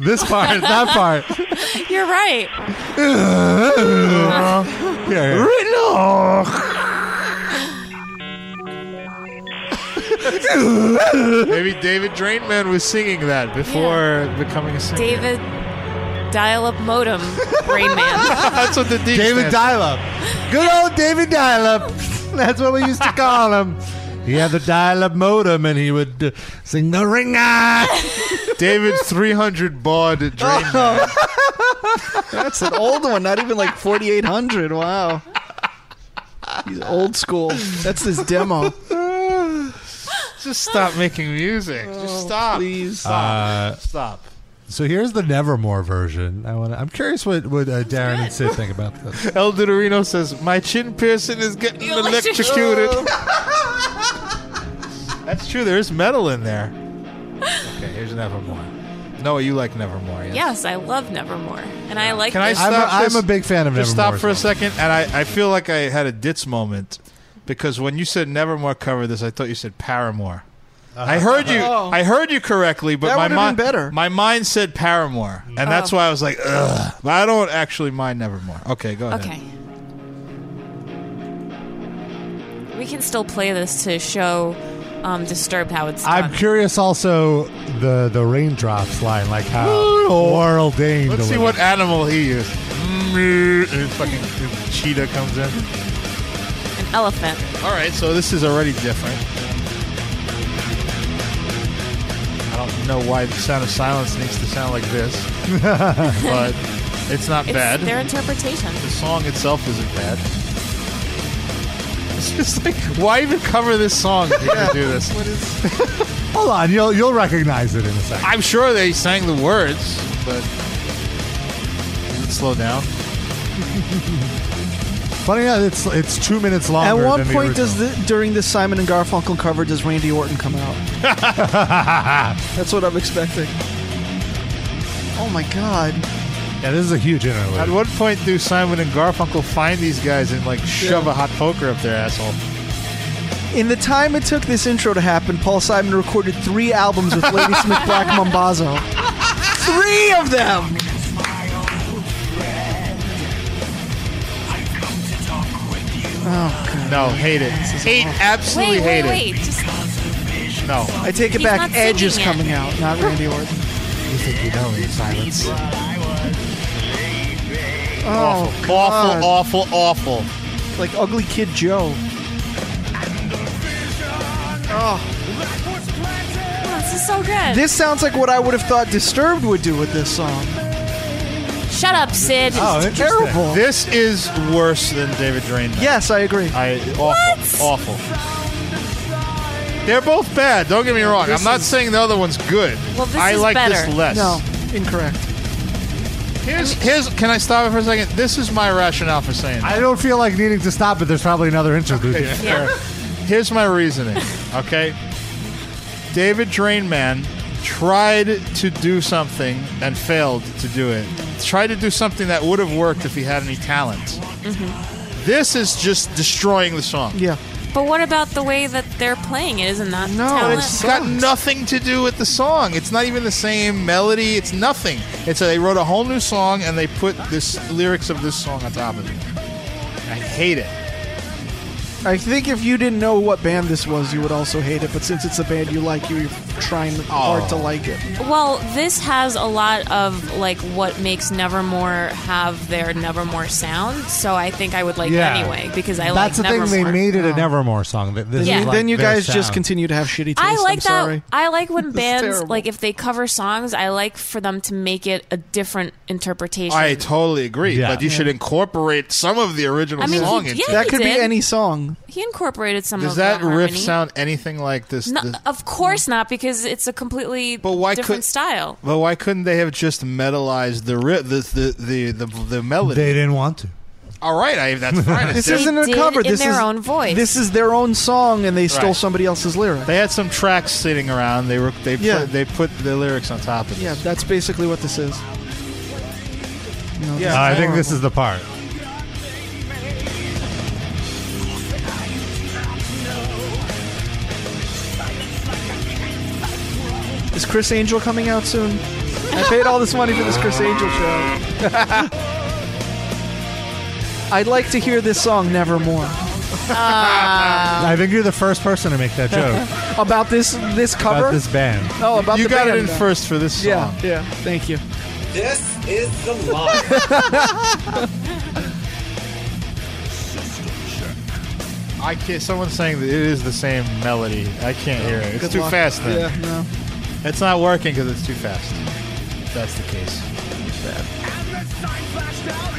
B: This part, that part.
C: [laughs] You're right.
B: Here, here.
E: Maybe David Drainman was singing that before becoming a singer.
C: David Dial Up Modem Rain Man.
E: [laughs] That's what the D
B: David
E: stands for.
B: Dial-Up. Good old David Dial-Up. [laughs] That's what we used to call him. He had the dial-up modem, and he would uh, sing the ringer.
E: [laughs] David 300 baud Drainman.
D: [laughs] That's an old one, not even like 4,800. Wow. He's old school. That's his demo.
E: Just stop making music. Just stop. Please
B: Uh,
E: stop. stop.
B: [laughs] So here's the Nevermore version. I want. I'm curious what what uh, Darren and Sid think about this.
E: El Dorino says, My chin piercing is getting electrocuted. That's true. There is metal in there. Okay, here's Nevermore. Noah, you like Nevermore, yes?
C: yes, I love Nevermore, and I like.
E: Can I
C: this.
E: stop?
B: I'm
E: this-
B: a big fan of
E: Just
B: Nevermore
E: stop for a second, and I, I feel like I had a ditz moment because when you said Nevermore cover this, I thought you said Paramore. I heard you.
D: Oh.
E: I heard you correctly, but
D: That
E: my
D: would've
E: mind
D: been better.
E: My mind said Paramore, and that's
D: Oh.
E: why I was like, ugh. But I don't actually mind Nevermore. Okay, go ahead.
C: Okay. We can still play this to show um, Disturbed how it's done.
B: I'm curious also the the raindrops line, like how Oral Dane.
E: Let's see
B: delivers.
E: what animal he is. Mm, And fucking cheetah comes in.
C: An elephant.
E: All right, so this is already different. I don't know why the sound of silence needs to sound like this, but it's not
C: It's
E: bad.
C: their interpretation.
E: The song itself isn't bad. It's just like, [laughs] why even cover this song if you're gonna do
D: [laughs]
E: this?
B: [laughs] Hold on, you'll you'll recognize it in a second.
E: I'm sure they sang the words, but Does it slow down.
B: Funny how it's it's two minutes
D: At
B: longer.
D: one
B: than the
D: point, does
B: original.
D: the, during this Simon and Garfunkel cover, does Randy Orton come
B: [laughs]
D: out? That's what I'm expecting. Oh my god!
B: Yeah, this is a huge interlude.
E: At what point do Simon and Garfunkel find these guys and like shove a hot poker up their asshole?
D: In the time it took this intro to happen, Paul Simon recorded three albums with
B: [laughs]
D: Ladysmith Black Mambazo. Three of them. Oh,
E: No, hate it. Hate, absolutely
C: wait,
E: hate
C: wait, wait.
E: it.
C: Just,
E: No.
D: I take it
C: He's
D: back.
C: not
D: Edge is
C: singing it.
D: coming out, not Randy Orton.
E: You think you know me, silence.
D: [laughs] Oh,
E: awful, awful, awful, awful.
D: Like Ugly Kid Joe.
C: oh, this is so good.
D: This
E: um,
D: sounds like what I would have thought Disturbed would do with this song.
C: Shut up, Sid.
D: terrible.
E: Oh, This is worse than David Drain.
D: Yes, I agree.
E: I awful, awful. They're both bad. Don't get me wrong.
D: This
E: I'm not
D: is-
E: saying the other one's good.
D: Well, this
E: I
D: is
E: like
D: better.
E: this less.
D: No, incorrect.
E: Here's, here's. Can I stop it for a second? This is my rationale for saying.
B: I don't feel like needing to stop, but there's probably another interlude.
E: Okay,
B: here.
E: fair. [laughs] Here's my reasoning. Okay, David Drainman tried to do something and failed to do it. Tried to do something that would have worked if he had any talent.
C: Mm-hmm.
E: This is just destroying the song.
D: Yeah.
C: But what about the way that they're playing it? Isn't that
E: No,
C: talent?
E: it's got nothing to do with the song. It's not even the same melody. It's nothing. It's a, they wrote a whole new song and they put this lyrics of this song on top of it. I hate it.
D: I think if you didn't know what band this was, you would also hate it. But since it's a band you like, you're trying
E: Oh.
D: hard to like it.
C: Well, this has a lot of like what makes Nevermore have their Nevermore sound, so I think I would [laughs] like
B: Yeah.
C: it anyway because I
B: That's
C: like
B: the
C: Nevermore.
B: thing. They needed a Nevermore song. That this
C: Yeah.
B: is like
D: Oh. then you
B: their
D: guys just
B: sound.
D: continue to have shitty taste.
C: I like
D: am
C: that.
D: Sorry.
C: I like when
D: This is
C: bands
D: terrible.
C: like if they cover songs, I like for them to make it a different interpretation.
E: I totally agree,
M: Yeah.
E: but you should incorporate some of the original
C: I mean, he-
E: song
C: yeah,
E: into it.
C: he That could be did. any
D: song.
C: he incorporated some
E: Does
C: of
E: that
C: the
E: riff
C: harmony.
E: sound anything like this?
C: No, uh,
E: the-
C: of course not, because it's a completely different
E: could-
C: style.
E: but why couldn't they have just metalized the ri- the, the the the the melody?
B: They didn't want to.
E: All right, I, [laughs] that's fine.
D: this isn't a cover. this is This is their own song, and they stole
E: Right.
D: somebody else's lyric.
E: They had some tracks sitting around. They were they
D: Yeah.
E: put, they put the lyrics on top of it.
D: Yeah, that's basically what this is. No, this is
B: Uh, I think
D: horrible.
B: this is the part.
D: Is Chris Angel coming out soon? I paid all this money for this Chris Angel show. [laughs] I'd
B: [laughs]
D: like to hear this song Nevermore.
B: I think you're the first person to make
D: [laughs]
B: that joke
D: about this this cover.
B: about this band.
D: Oh, about
B: You
D: the
B: got it
D: band.
B: in first for this
D: Yeah,
B: song.
D: yeah. Thank you.
N: This is the
E: I can't. Someone's saying that it is the same melody. I can't hear it. It's
N: Good
E: too
N: luck.
E: fast. Then.
N: Yeah,
D: no.
E: It's not working because it's too fast. If that's the case.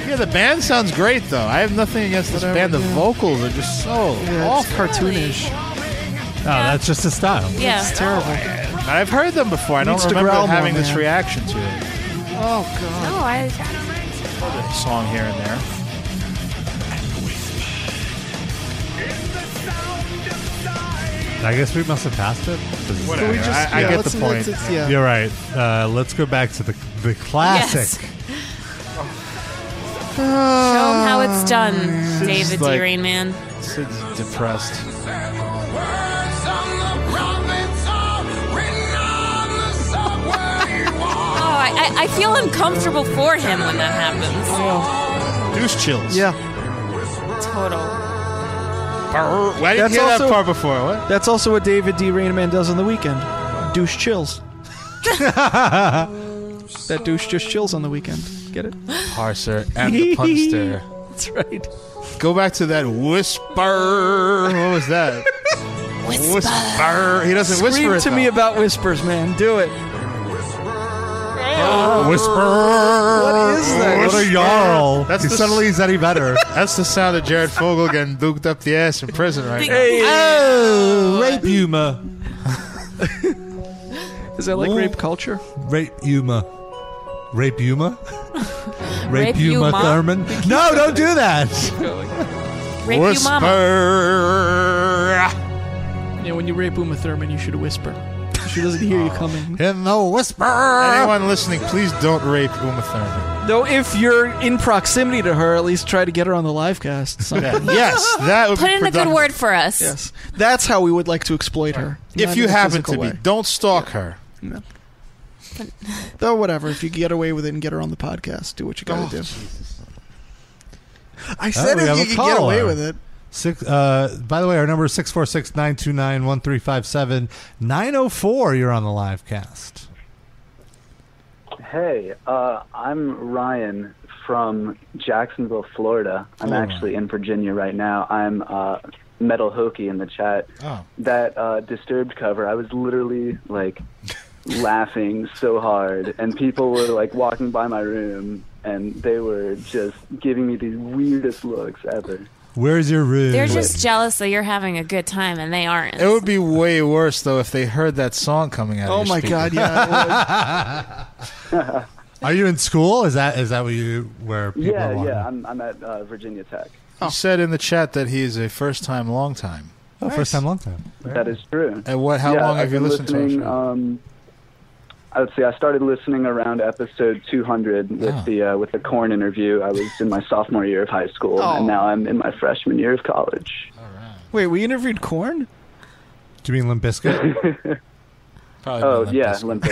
E: Yeah, the band sounds great though. I have nothing against this band. The vocals are just so awful.
D: cartoonish.
B: Oh, that's just a style.
C: Yeah.
D: It's terrible.
E: I've heard them before. I don't
D: Needs to
E: remember
D: growl more,
E: having this
D: man.
E: reaction to it.
D: Oh god.
C: No, I.
E: A song here and there.
B: I guess we must have passed it. This is-
E: Whatever. Can we just- I- I yeah, get the let's- let's- point. it's- yeah.
B: You're right. Uh, let's go back to the the classic.
C: Show them how it's done, David
E: like-
C: Rain Man.
E: Sid's depressed.
C: Oh, I, I, I feel uncomfortable for him when that happens.
E: Oh. Goose chills.
D: Yeah.
C: Total.
E: I didn't hear that part before. What?
D: That's also what David D. Rainman does on the weekend. Douche
B: [laughs]
D: chills. that douche just chills on the weekend. Get [laughs] it?
E: Parser and the punster.
D: [laughs] That's right.
E: Go back to that whisper. What was that? whisper. He doesn't
D: Scream
E: whisper it,
D: to me
E: though.
D: about whispers, man. Do it.
E: Oh,
B: Whisper.
D: What is that?
B: What a yarl.
E: That's
B: He
E: the
B: suddenly is any better.
E: That's the sound of Jared Fogle getting duked up the ass in prison right now.
B: Oh, rape humor.
D: Is that like
B: Ooh.
D: rape culture?
B: Rape humor.
D: [laughs]
B: Rape humor. Rape
D: Rape
B: humor,
D: Yuma.
B: Thurman. No, don't do
D: [laughs]
B: that.
D: Rape you, mama.
E: Whisper.
D: Yeah, when you rape Uma Thurman, you should whisper. She doesn't hear
E: [laughs] Oh.
D: you coming.
B: In the whisper.
E: Anyone listening, please don't rape Uma Thurman.
D: Though, if you're in proximity to her, at least try to get her on the live cast. somehow.
E: [laughs] Yeah, yes, that would
C: Put
E: be
C: in a good
E: productive.
C: word for us.
D: Yes. That's how we would like to exploit her.
E: If
D: Not
E: you
D: in a
E: happen
D: physical
E: to
D: way.
E: be, don't stalk her.
D: No. Though, whatever. If you get away with it and get her on the podcast, do what you gotta
E: Oh,
D: do. I said
B: Oh, we
D: if
B: have
D: you
B: a
D: could get away
B: caller.
D: with it.
B: Six. Uh, by the way, our number is 646-929-1357-904. You're on the live cast.
O: Hey, uh, I'm Ryan from Jacksonville, Florida. I'm
B: Oh.
O: actually in Virginia right now. I'm uh, Metal Hokey in the chat.
E: Oh.
O: That uh, Disturbed cover, I was literally
D: [laughs]
O: like laughing so hard, and people were like walking by my room, and they were just giving me the weirdest looks ever.
B: Where's your room?
C: They're just jealous that you're having a good time and they aren't.
E: It would be way worse though if they heard that song coming out. of
D: Oh
E: your
D: my
E: speaker.
D: god,
E: [laughs]
D: yeah.
B: Are you in school? Is that is that what you where people are
O: yeah,
B: walking?
O: yeah, I'm, I'm at uh, Virginia Tech.
E: He said in the chat that he is a first time, long time.
B: Oh, first time, long time.
O: That is true.
E: And what? How
O: Yeah,
E: long
O: I've
E: have you
O: been
E: listened to our
O: listening,
E: show?
O: Um, let's see. I started listening around episode 200 with
E: Ah.
O: the uh, with the corn interview. I was in my sophomore year of high school,
D: Oh.
O: and now I'm in my freshman year of college.
D: Wait, we interviewed Corn?
B: Do you mean Limp Bizkit?
O: oh yeah, Limp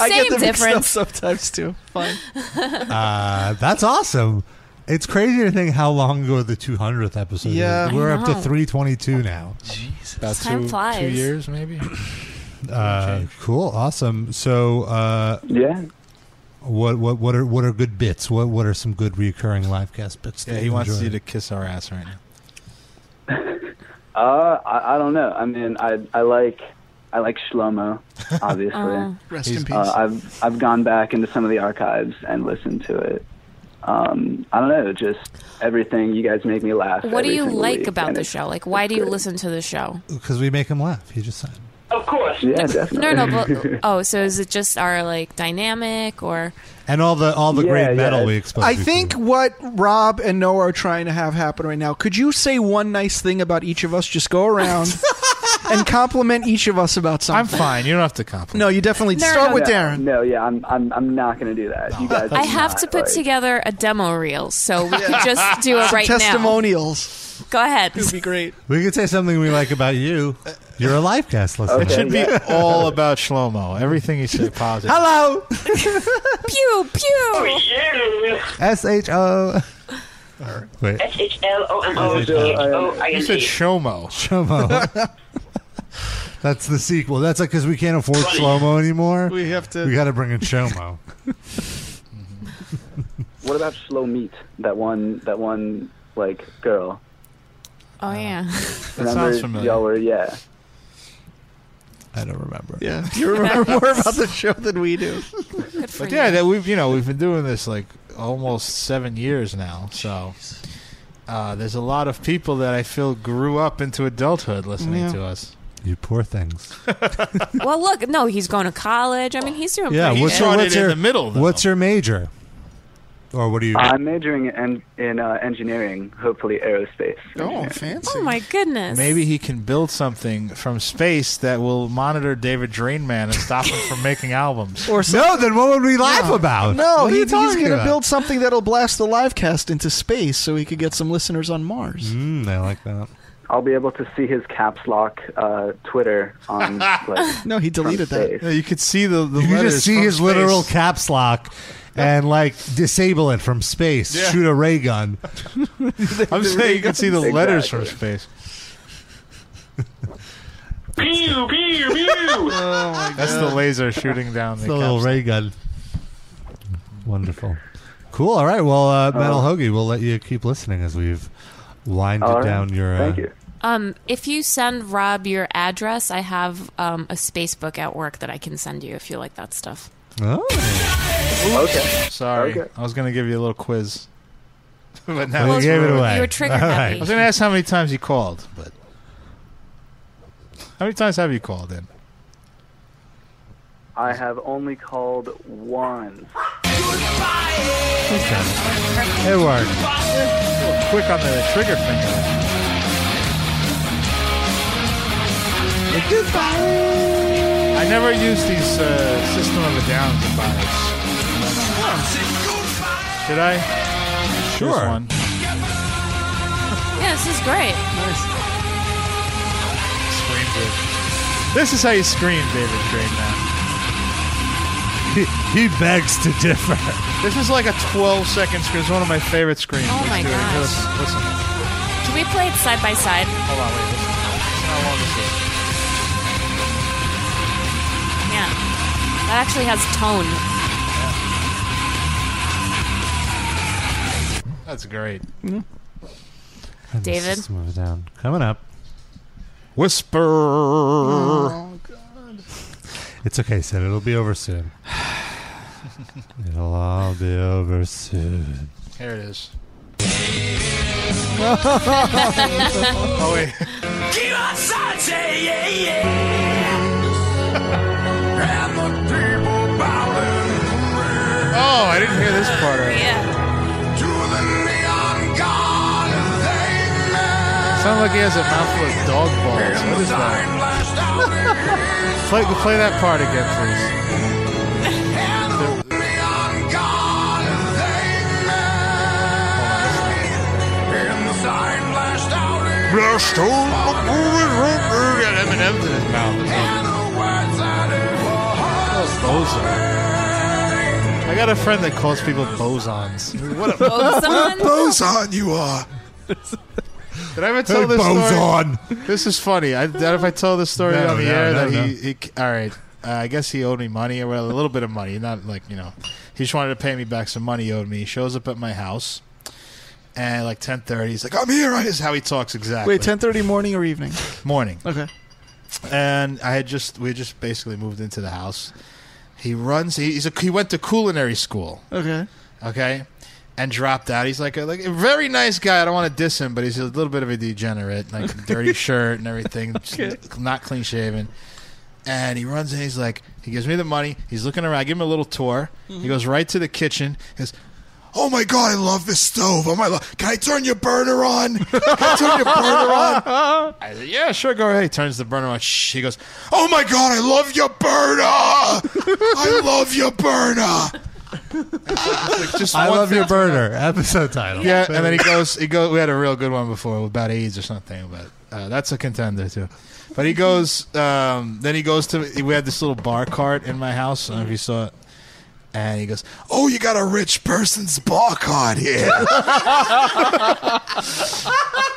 D: I
O: Same
D: get them mixed up
O: difference.
D: sometimes too. Fine.
B: uh, that's awesome. It's crazy to think how long ago the 200th episode. is.
E: Yeah. I
B: we're up to
E: know.
B: 322 now.
E: About
C: Time
E: two,
C: flies.
E: two years,
B: [clears throat]
E: maybe.
B: Uh, cool, awesome. So, uh,
O: yeah.
B: What what what are what are good bits? What what are some good reoccurring live cast bits? that
E: Yeah, he
B: you
E: wants
B: enjoy?
E: you to kiss our ass right now.
O: Uh, I, I don't know. I mean, I I like I like
N: [laughs]
O: Shlomo, obviously.
N: Oh. Rest in He's- peace.
O: Uh, I've I've gone back into some of the archives and listened to it. Um, I don't know, just everything. You guys make me laugh.
C: What do
O: every
C: you
O: single
C: like
O: week,
C: about
O: and
C: the
O: it's-
C: show? Like, why do you listen to the show?
B: Because we make him laugh. He just said.
O: Of course. Yeah, definitely.
C: No, no. But, oh, so is it just our like dynamic or?
B: [laughs] And all the all the
O: Yeah,
B: great
O: yeah,
B: metal we
O: it's-
B: expose.
D: I
B: you to.
D: think what Rob and Noah are trying to have happen right now. Could you say one nice thing about each of us? Just go
E: [laughs]
D: around and compliment each of us about something. I'm
E: fine. You don't have to compliment.
D: No, you definitely start with
O: no, [laughs]
D: Darren.
O: No, yeah, I'm I'm I'm not gonna do that. You guys,
C: I
O: do
C: have
O: not,
C: to put
O: like-
C: together a demo reel, so we could just do it
D: Some
C: right
D: testimonials.
C: now. Go ahead. It would
D: be great.
B: we could say something we like about you. You're a live cast listener.
E: it should be [laughs] all about Shlomo. Everything he said positive.
D: Hello.
C: [laughs] pew pew.
B: S H O. Wait.
N: S H L O M O H O I
E: You
N: N
E: said
N: T.
E: Shomo.
B: Shlomo. [laughs] That's the sequel. That's like because we can't afford Shlomo anymore.
D: We have to-
B: We got to bring in Shlomo.
O: What about Shlomit? That one. That one. Like girl.
C: Oh yeah.
O: Remember Y'all were yeah.
B: I don't remember. [laughs]
D: Yeah, you remember more about the show than we do.
E: But yeah, that we've you know we've been doing this like almost seven years now. So uh, there's a lot of people that I feel grew up into adulthood listening
C: Yeah.
E: to us.
B: You poor things.
C: well, look. No, he's going to college. I mean, he's doing.
B: Yeah.
C: Pretty
B: What's
C: good.
B: your what's your What's your major? Or what do you?
O: I'm majoring in in uh, engineering, hopefully aerospace.
D: Oh, fancy.
C: Oh my goodness.
E: Maybe he can build something from space that will monitor David Drainman and stop him from making albums.
D: Or
B: no, then what would we laugh about?
D: No,
E: What are
D: he-
E: you
D: he's
E: talking
D: going to
E: about?
D: build something that'll blast the live cast into space so he could get some listeners on Mars.
B: Mm, I like
D: [laughs]
B: that.
O: I'll be able to see his caps lock uh, Twitter
D: [laughs]
O: on. like,
D: no, he deleted that.
E: you could see the, the
B: you can
E: letters
B: just see
E: from
B: his
E: space.
B: literal caps lock and like disable it from space.
E: Yeah.
B: Shoot a ray
E: [laughs]
B: gun.
E: I'm saying you can see the letters from space.
N: Pew pew pew. oh my
E: That's the laser shooting down
B: It's
E: the
B: a little
E: caps.
B: ray gun. Wonderful. Cool. All right. Well, uh, Metal
E: Uh,
B: Hoagie, we'll let you keep listening as we've winded
O: Uh-huh. All right.
B: down your. Uh,
O: Thank you.
C: Um, if you send Rob your address, I have um, a space book at work that I can send you if you like that stuff.
B: Oh.
E: Okay. Sorry,
C: Okay.
E: I was going to give you a little quiz, [laughs] but
B: Well,
E: now
B: you
E: it's
B: gave it
E: ruined.
B: away. You were
C: triggered All happy. right.
E: I was going to ask how many times you called, but how many times have you called in?
O: I have only called once.
B: It worked.
E: Quick on the trigger finger. I never used these uh, System of a Down goodbyes. Should I?
B: Sure.
E: This one.
C: Yeah, this is great.
E: Scream, David. This is how you scream, David Drain Man.
B: [laughs] He, he begs to differ.
E: This is like a 12 second scream. It's one of my favorite screams.
C: Oh
E: Let's
C: my
E: do it.
C: gosh.
E: Listen, listen.
C: Can we play it side by side?
E: Hold on, wait. Listen. Listen how long this is.
C: Yeah, that actually has tone.
E: That's great.
B: And the
C: David?
B: System of a Down. Coming up.
E: Whisper.
B: Oh, It's okay, Sid. It'll be over soon. It'll all be over soon.
E: Here
C: [laughs]
E: it is.
N: oh
E: wait. Oh, I didn't hear this part. Already. Sounds like he has a mouthful of dog balls. What is
C: [laughs]
E: that? Play, play that part again, please. Blast over got M&M's
N: [laughs]
E: in his mouth. Those are. I got a friend that calls people bosons. What a
M: What a boson you are.
E: Did I ever tell
M: Hey,
E: this
M: boson.
E: story? This is funny. I doubt
M: [laughs]
E: if I told this story
M: No,
E: on the
M: no,
E: air
M: no,
E: that
M: no.
E: he, he. All right, uh, I guess he owed me money, or well, a little bit of money. Not like you know, he just wanted to pay me back some money he owed me. He shows up at my house, and like ten thirty, he's like, "I'm here." This is how he talks exactly.
D: Wait, ten thirty morning or evening?
E: morning.
D: Okay.
E: And I had just we had just basically moved into the house. He runs. He, he's a, he went to culinary school.
D: Okay.
E: Okay. And dropped out. He's like a, like a very nice guy. I don't want to diss him, but he's a little bit of a degenerate, like dirty shirt and everything, just
M: Okay.
E: not clean shaven. And he runs in. He's like, he gives me the money. He's looking around. I give him a little tour. He goes right to the kitchen. He goes,
M: Oh my god, I love this stove. Oh my lo- Can I turn your burner on? Can I turn your burner on?
E: I said, yeah, sure, go ahead. He turns the burner on. Shh. He goes,
M: Oh my god, I love your burner. I love your burner.
E: just
B: I
E: one
B: love your
E: thing.
B: burner. Episode title.
E: Yeah, and then he goes. He goes. We had a real good one before about AIDS or something, but uh, that's a contender too. But he goes. Um, then he goes to. We had this little bar cart in my house. I don't know if you saw it. And he goes,
M: Oh, you got a rich person's bar
N: [laughs]
B: [laughs]
M: card here.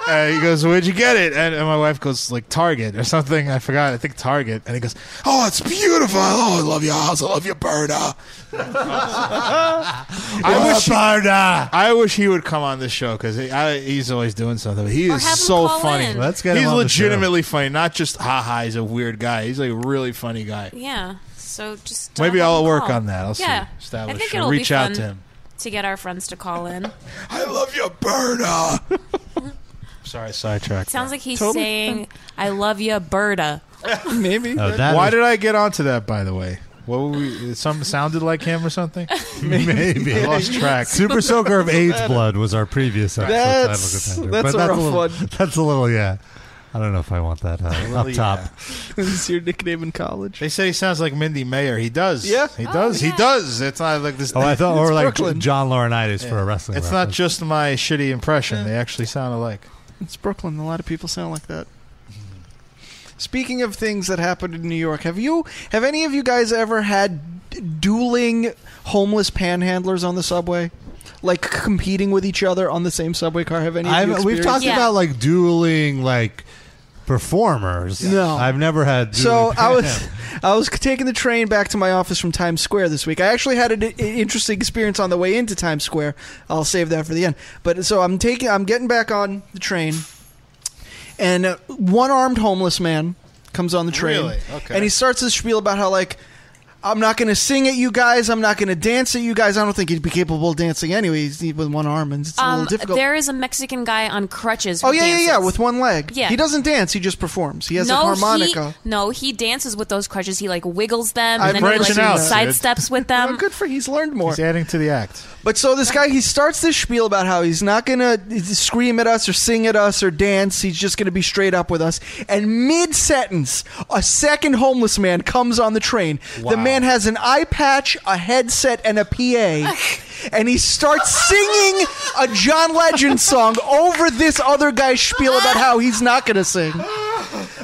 E: and he goes, "Where'd you get it?" And, and my wife goes, "Like Target or something." I forgot. I think Target. And he goes,
M: Oh, it's beautiful. Oh, I love your house. I love your burner.
E: "I wish, he, I wish he would come on this show because he, I- he's always doing something. He
M: Or
E: is
M: have him
E: so
M: call
E: funny.
M: in. Let's get
E: he's
M: him on the show.
E: legitimately funny, not just ha ha. He's a weird guy. He's like a really funny guy.
C: Yeah. So just
E: Maybe
C: have
E: I'll
C: them
E: work
C: call.
E: on that. I'll see.
C: yeah.
E: Establish
C: I think
E: or
C: it'll
E: reach
C: be
E: out
C: fun
E: to him.
C: to get our friends to call in.
M: I love your burner.
E: Sorry, I sidetracked.
C: Sounds like he's
E: Totally.
C: saying, "I love you, Berta."
D: [laughs] Maybe.
E: Oh, that Why did I get onto that? By the way, what were we? Some sounded like him or
M: [laughs]
E: something.
B: Maybe.
E: I [laughs] lost
B: [laughs]
E: track.
B: Super Soaker of AIDS Blood was our previous episode
E: That's-
B: title contender. but
E: that's a
B: that's
E: rough
B: a little,
E: one.
B: That's a little, yeah. I don't know if I want that uh, up top.
E: This is your nickname in college. They say he sounds like Mindy Mayer. He does. Yeah, he
M: Oh,
E: does. He does. It's not like this.
B: Oh,
E: [laughs]
B: I thought, or
E: It's
B: like
E: Brooklyn.
B: John Laurinaitis for a wrestling.
E: It's
B: reference.
E: not just my shitty impression. They actually sound alike.
D: It's Brooklyn. A lot of people sound like that. Speaking of things that happened in New York, have you have any of you guys ever had d- dueling homeless panhandlers on the subway? Like competing with each other on the same subway car? Have any of you
B: I've, we've
D: experienced-
B: talked about like dueling like performers. No, I've never had.
D: So
B: dueling-
D: I was [laughs] I was taking the train back to my office from Times Square this week. I actually had an, an interesting experience on the way into Times Square. I'll save that for the end. But so I'm taking I'm getting back on the train, and uh, one armed homeless man comes on the train,
E: Really? Okay.
D: and he starts this spiel about how like. I'm not going to sing at you guys. I'm not going to dance at you guys. I don't think he'd be capable of dancing anyway. He's with one arm, and it's a
C: Um,
D: little difficult.
C: there is a Mexican guy on crutches. Who
D: oh yeah,
C: dances.
D: yeah, yeah, with one leg.
C: Yeah.
D: he doesn't dance. He just performs. He has
C: no,
D: a harmonica.
C: He, no, he dances with those crutches. He like wiggles them and
D: I've
C: then he like
D: branching out,
C: sidesteps with them.
D: good for he's learned more.
E: He's adding to the act.
D: But so this guy, he starts this spiel about how he's not gonna scream at us or sing at us or dance. He's just gonna be straight up with us. And mid sentence, a second homeless man comes on the train. The man has an eye patch, a headset, and a PA. And he starts singing a John Legend song over this other guy's spiel about how he's not going to sing.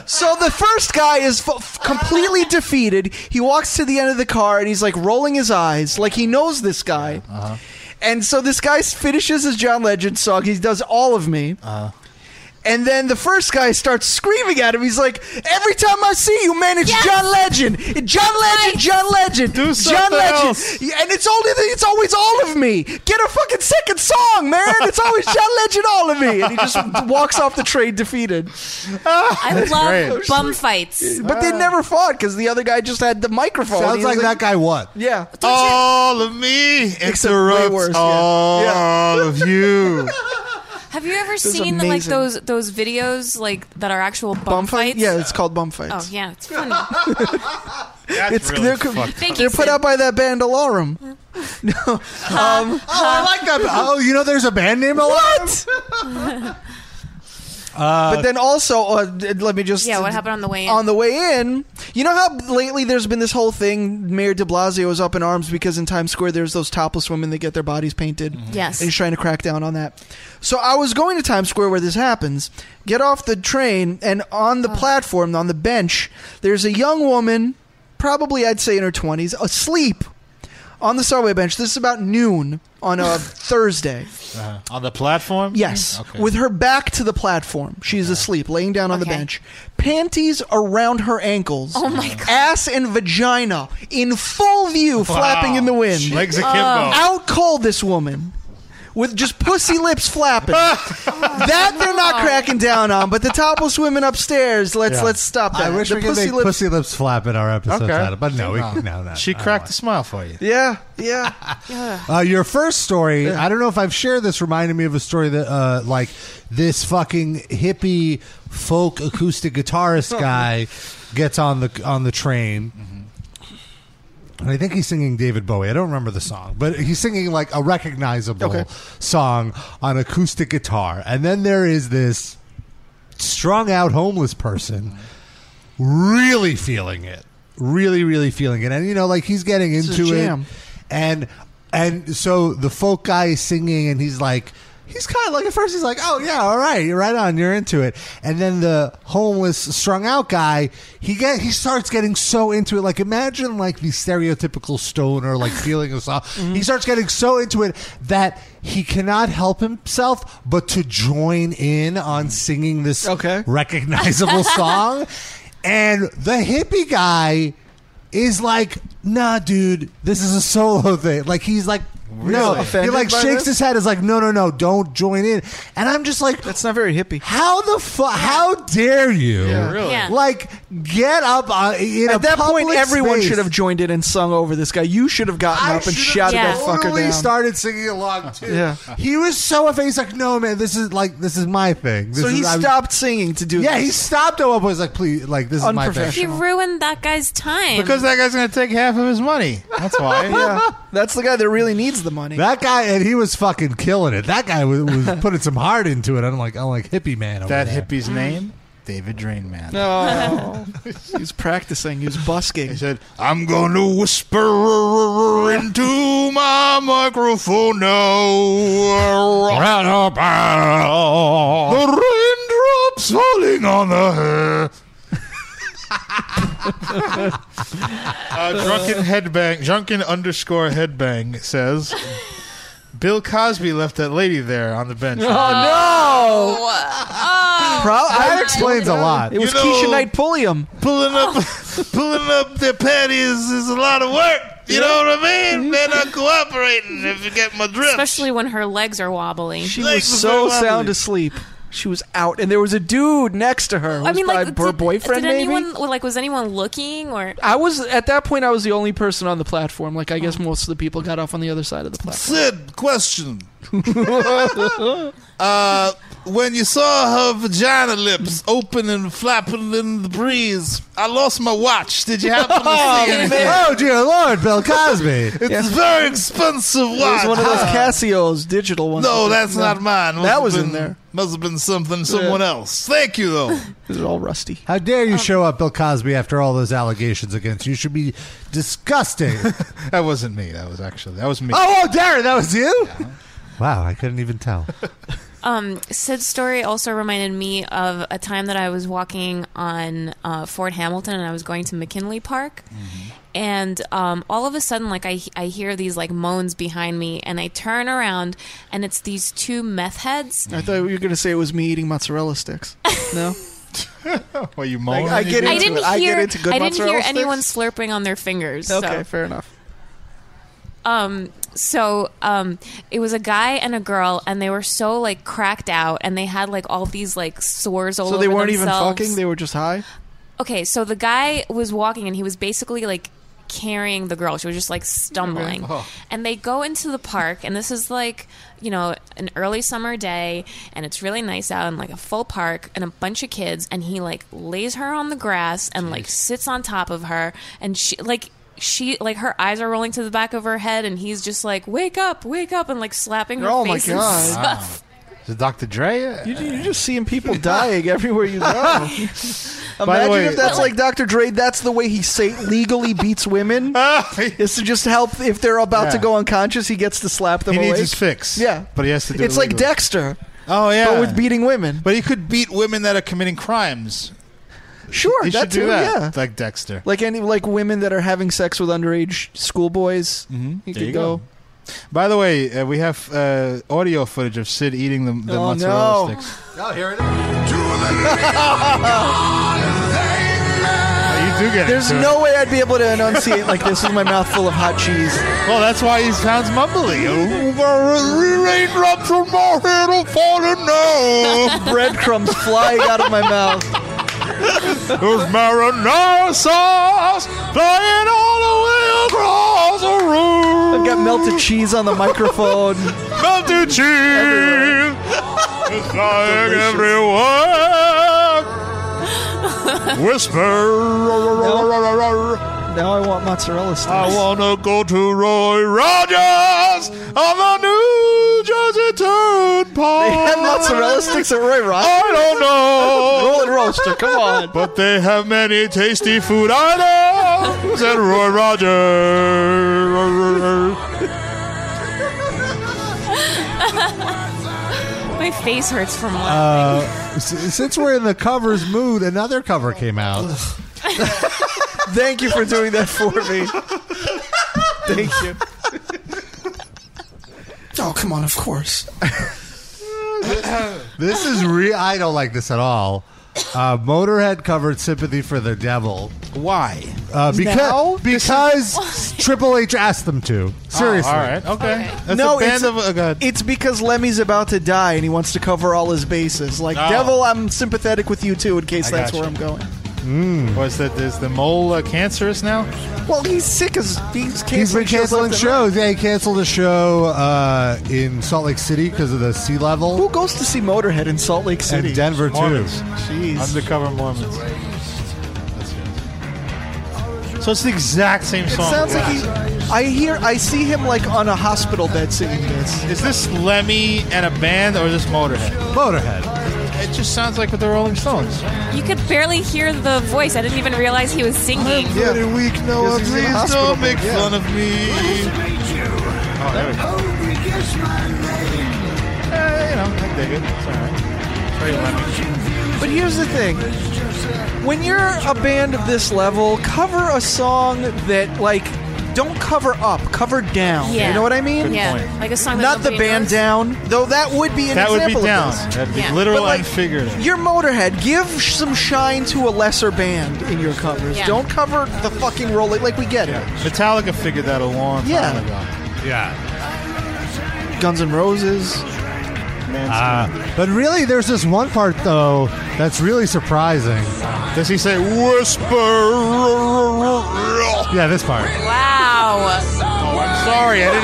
D: So the first guy is f- f- completely defeated. He walks to the end of the car and he's like rolling his eyes, like he knows this guy.
M: Uh-huh.
D: And so this guy s- finishes his John Legend song. He does all of me.
M: Uh-huh.
D: And then the first guy starts screaming at him. He's like, "Every time I see you, man, it's John Legend, John Legend, John Legend, John
M: something
D: Legend."
M: else.
D: Yeah, And it's only it's always all of me. Get a fucking second song, man. It's always John Legend, all of me. And he
M: [laughs]
D: just walks off the train defeated.
M: Ah.
C: I love bum fights.
E: [laughs]
D: But they never fought because the other guy just had the microphone.
B: Sounds
D: He was
B: like that guy what?
D: Yeah.
E: All of me interrupts all
D: [laughs]
E: of
B: Oh,
E: you.
C: Have you ever
D: This is
C: seen like
D: amazing.
C: those those videos like that are actual bum, fights?
D: Yeah, it's called bum
C: Oh
D: fights.
C: yeah,
D: [laughs]
C: it's funny.
D: it's
M: really
D: they're,
M: fucked up.
C: Thank
D: they're
C: you,
D: put
C: Sid.
D: out by that
C: [laughs]
D: band Alarum. [laughs] No. Um,
B: I like that. Oh, you know, there's a band name.
D: What?
B: Uh,
D: but then also, uh, d- let me just
C: Yeah, what happened on the way in?
D: On the way in, you know how lately there's been this whole thing. Mayor De Blasio is up in arms because in Times Square there's those topless women that get their bodies painted.
C: Yes.
D: and he's trying to crack down on that. So I was going to Times Square where this happens. Get off the train, and on
C: Oh.
D: the platform, on the bench, there's a young woman, probably I'd say in her twenties, asleep on the subway bench. This is about noon
C: [laughs]
D: on a Thursday.
E: Uh, on the platform? Oh,
D: Yes.
E: Okay.
D: With her back to the platform. She's asleep, laying down on the bench. Panties around her ankles.
C: Oh my God.
D: Ass and vagina in full view, flapping in the wind.
E: Legs akimbo. Oh.
D: Out cold, this woman. With just pussy lips
B: [laughs]
D: flapping. that they're not cracking down on, but the topless women upstairs, let's
B: Yeah.
D: let's stop that.
B: I wish
D: the
B: we could make
D: lips-
B: pussy lips flap in our episodes,
D: Okay.
B: Adam, but no, we, no, no, no.
E: She cracked a smile for you.
D: Yeah, [laughs]
E: [laughs]
D: yeah. yeah.
B: Uh, your first story, I don't know if I've shared this, reminded me of a story that, uh, like, this fucking hippie folk acoustic guitarist guy gets on the on the train. And I think he's singing David Bowie. I don't remember the song, but he's singing like a recognizable song on acoustic guitar. And then there is this strung out homeless person really feeling it. Really, really feeling it. And you know, like he's getting
D: It's his
B: into it.
D: jam.
B: And and so the folk guy is singing and he's like he's kind of like at first he's like, "Oh yeah, all right, you're right on, you're into it." And then the homeless strung out guy, he get he starts getting so into it. Like imagine like the stereotypical stoner like feeling of song. He starts getting so into it that he cannot help himself but to join in on singing this okay. recognizable song. And the hippie guy is like, nah, dude, this is a solo thing. Like he's like, no,
D: Really?
B: he
D: Offended
B: like
D: by
B: shakes
D: this?
B: his head. Is like, no, no, no, don't join in. And I'm just like,
D: that's not very hippie.
B: How the fuck? How dare you?
D: Yeah, really. Yeah.
B: Like, get up uh, in a
D: At that point,
B: public
D: everyone
B: space.
D: should have joined in and sung over this guy. You should have gotten up and shouted that fucker
B: Totally
D: down.
B: started singing along too.
D: Yeah.
B: he was so offended. He's like, "No, man, this is like this is my thing." This
D: So
B: is,
D: he
B: I'm-
D: stopped singing to do.
B: Yeah,
D: this.
B: he stopped. him up and was like, "Please, like this is my thing."
C: He ruined that guy's time.
E: Because that guy's going to take half of his money. That's
D: [laughs]
E: why.
D: yeah, that's the guy that really needs the money.
B: That guy, and he was fucking killing it. That guy was, was
D: [laughs]
B: putting some heart into it. I'm like, I'm like hippie man. Over
E: That
B: there.
E: hippie's name? David
B: [laughs]
E: Drainman.
D: No, he's practicing. He's busking. He
E: said,
M: I'm going to whisper into my microphone now. Right about the raindrops falling on the hair.
E: Uh, drunken headbang, drunken underscore headbang says, Bill Cosby left that lady there on the bench.
D: Oh,
C: Oh.
D: that
B: explains a lot.
D: It was
E: You know-
D: Keisha Knight Pulliam.
M: Pulling up, [laughs] pulling up their panties is a lot of work. You know what I mean? They're not cooperating. If you get my drift.
C: Especially when her legs are wobbly.
D: She was so sound asleep. She was out, and there was a dude next to her. Who was
C: I mean, like,
D: probably her
C: did,
D: boyfriend,
C: did
D: maybe.
C: anyone like was anyone looking or?
D: I was at that point. I was the only person on the platform. Like I guess most of the people got off on the other side of the platform.
M: Sid, question. uh, when you saw her vagina lips open and flapping in the breeze, I lost my watch. Did you happen to
B: [laughs]
D: Oh,
M: see anything?
B: Oh dear Lord,
D: [laughs]
B: Bill Cosby.
M: It's a very expensive
D: It was
M: watch.
D: one of those
M: Huh.
D: Casio's digital ones.
M: No, that's not mine. Must
D: that
M: have
D: was in
M: been-
D: there.
M: Must have been something, someone
D: Yeah.
M: else. Thank
D: [laughs]
M: you, though.
D: These are all rusty.
B: How dare you show up, Bill Cosby, after all those allegations against you? You should be
D: [laughs]
B: disgusting.
E: that wasn't me. That was actually, that was me.
B: oh, oh, Darren, that was you? Wow, I couldn't
D: [laughs]
B: even tell.
C: Um, Sid's story also reminded me of a time that I was walking on uh, Fort Hamilton and I was going to McKinley Park.
D: Mm-hmm.
C: And um, all of a sudden, like I, I hear these like moans behind me, and I turn around, and it's these two meth heads.
D: I thought you were going to say it was me eating mozzarella [laughs] sticks. No,
E: Well,
D: [laughs]
E: you
D: I-
E: moan.
D: I get
C: I
D: into
C: didn't
D: it.
C: hear.
D: I get into good
C: I didn't
D: mozzarella
C: hear
D: sticks.
E: [laughs]
C: anyone slurping on their fingers. so-
D: okay, fair enough.
C: um so um it was a guy and a girl and they were so like cracked out and they had like all these like sores all
D: so they
C: over
D: weren't
C: themselves.
D: even fucking; they were just high.
C: okay so the guy was walking and he was basically like carrying the girl she was just like stumbling
J: Oh.
C: and they go into the park and this is like you know an early summer day and it's really nice out and like a full park and a bunch of kids and he like lays her on the grass and like sits on top of her and she like she like her eyes are rolling to the back of her head and he's just like wake up wake up and like slapping her
E: Oh, my
C: face
E: God.
C: and [laughs] stuff
E: Is it Dr. Dre? Uh,
D: You, you're just [laughs] seeing people dying everywhere you [laughs] go.
E: By the
D: Imagine
E: way-
D: if that's like Dr. Dre. That's the way he say legally beats women.
M: [laughs]
D: is to just help if they're about to
E: Yeah.
D: go unconscious. He gets to slap them.
E: He needs
D: awake.
E: his fix.
D: Yeah,
E: But he has to do it
D: It's like
E: legally.
D: Dexter.
E: Oh, yeah.
D: but with beating women.
E: But he could beat women that are committing crimes.
D: Sure,
E: He should
D: that
E: do
D: too,
E: that.
D: yeah.
E: Like Dexter.
D: Like any like women that are having sex with underage schoolboys, mm-hmm. you
E: There
D: could
E: you
D: go.
E: go. By the way, uh, we have uh, audio footage of Sid eating the, the
D: Oh,
E: mozzarella
D: no.
E: sticks.
B: Oh, here it
D: [laughs]
E: Oh, You do get
D: There's
E: it.
D: no way I'd be able to enunciate like this with my mouth full of hot cheese.
E: Well, that's why he sounds mumbly.
M: Raindrops on my head are falling now.
D: Breadcrumbs flying out of my mouth.
M: There's marinara sauce flying all the way across the room.
D: I've got melted cheese on the microphone.
M: melted cheese is flying everywhere.
D: [laughs]
M: Whisper.
D: Now I want mozzarella sticks.
M: I wanna go to Roy Rogers on the New Jersey
D: [laughs]
M: Turnpike.
D: They have mozzarella sticks at Roy Rogers.
M: I don't know.
D: Roll and roaster, come on.
M: But they have many tasty food items at Roy Rogers.
C: [laughs] My face hurts from
B: Uh,
C: laughing.
B: s- since we're in the covers mood, another cover came out.
D: [laughs] Thank you for doing that
B: [laughs]
D: for me. Thank you. Oh come on, of course.
B: This is re. I don't like this at all. Uh, Motorhead covered "Sympathy for the Devil."
E: Why?
B: Uh,
D: [laughs]
B: because because Triple H asked them
D: Oh,
B: to. Seriously.
E: all right. Okay. That's
D: no,
E: a band
D: it's,
E: of uh, God.
D: it's because Lemmy's about to die and he wants to cover all his bases. Like,
E: Oh.
D: devil, I'm sympathetic with you too, in case
E: I
D: that's
E: gotcha.
D: where I'm going.
E: Was that is the mole uh, cancerous now?
D: Mm. Well, he's sick as he's canceling,
B: He's been
D: shows
B: canceling
D: left and right.
B: shows. Yeah, he canceled a show uh, in Salt Lake City because of the sea level.
D: Who goes to see Motorhead in Salt Lake City?
B: And Denver, too.
E: Mormons.
D: Jeez.
E: Undercover Mormons. That's it. So it's the exact same
D: It
E: song.
D: sounds like he. I hear, I see him like on a hospital bed singing this.
E: Is this Lemmy and a band or just Motorhead?
B: Motorhead.
E: It just sounds like with the Rolling Stones.
C: you could barely hear the voice. I didn't even realize he was singing.
E: Pretty weak, Noah.
D: he's in a
E: Please
D: hospital bed,
E: don't make
D: yeah.
E: fun of me. Oh, there we go. Eh, you know, I dig it. It's all right. Very Lemmy.
D: But here's the thing. When you're a band of this level, cover a song that like don't cover up, cover down.
C: Yeah.
D: You know what I mean?
C: yeah, like a song. That
D: Not the
C: nobody
D: band
C: knows.
D: down, though that would be an
E: That would be
D: example
E: down.
D: of this.
E: That'd be
C: Yeah.
E: literal
D: But, like,
E: and figurative.
D: Your Motorhead, give sh- some shine to a lesser band in your covers.
C: Yeah.
D: Don't cover the fucking Rolling like we get
E: Yeah. Metallica figured that a long time
D: Yeah.
E: ago.
B: Yeah.
D: it. Guns N' Roses.
B: Uh, but really, there's this one part though that's really surprising.
E: Does he say
M: Whisper.
B: Yeah, this part.
C: Wow.
E: Sorry, I didn't.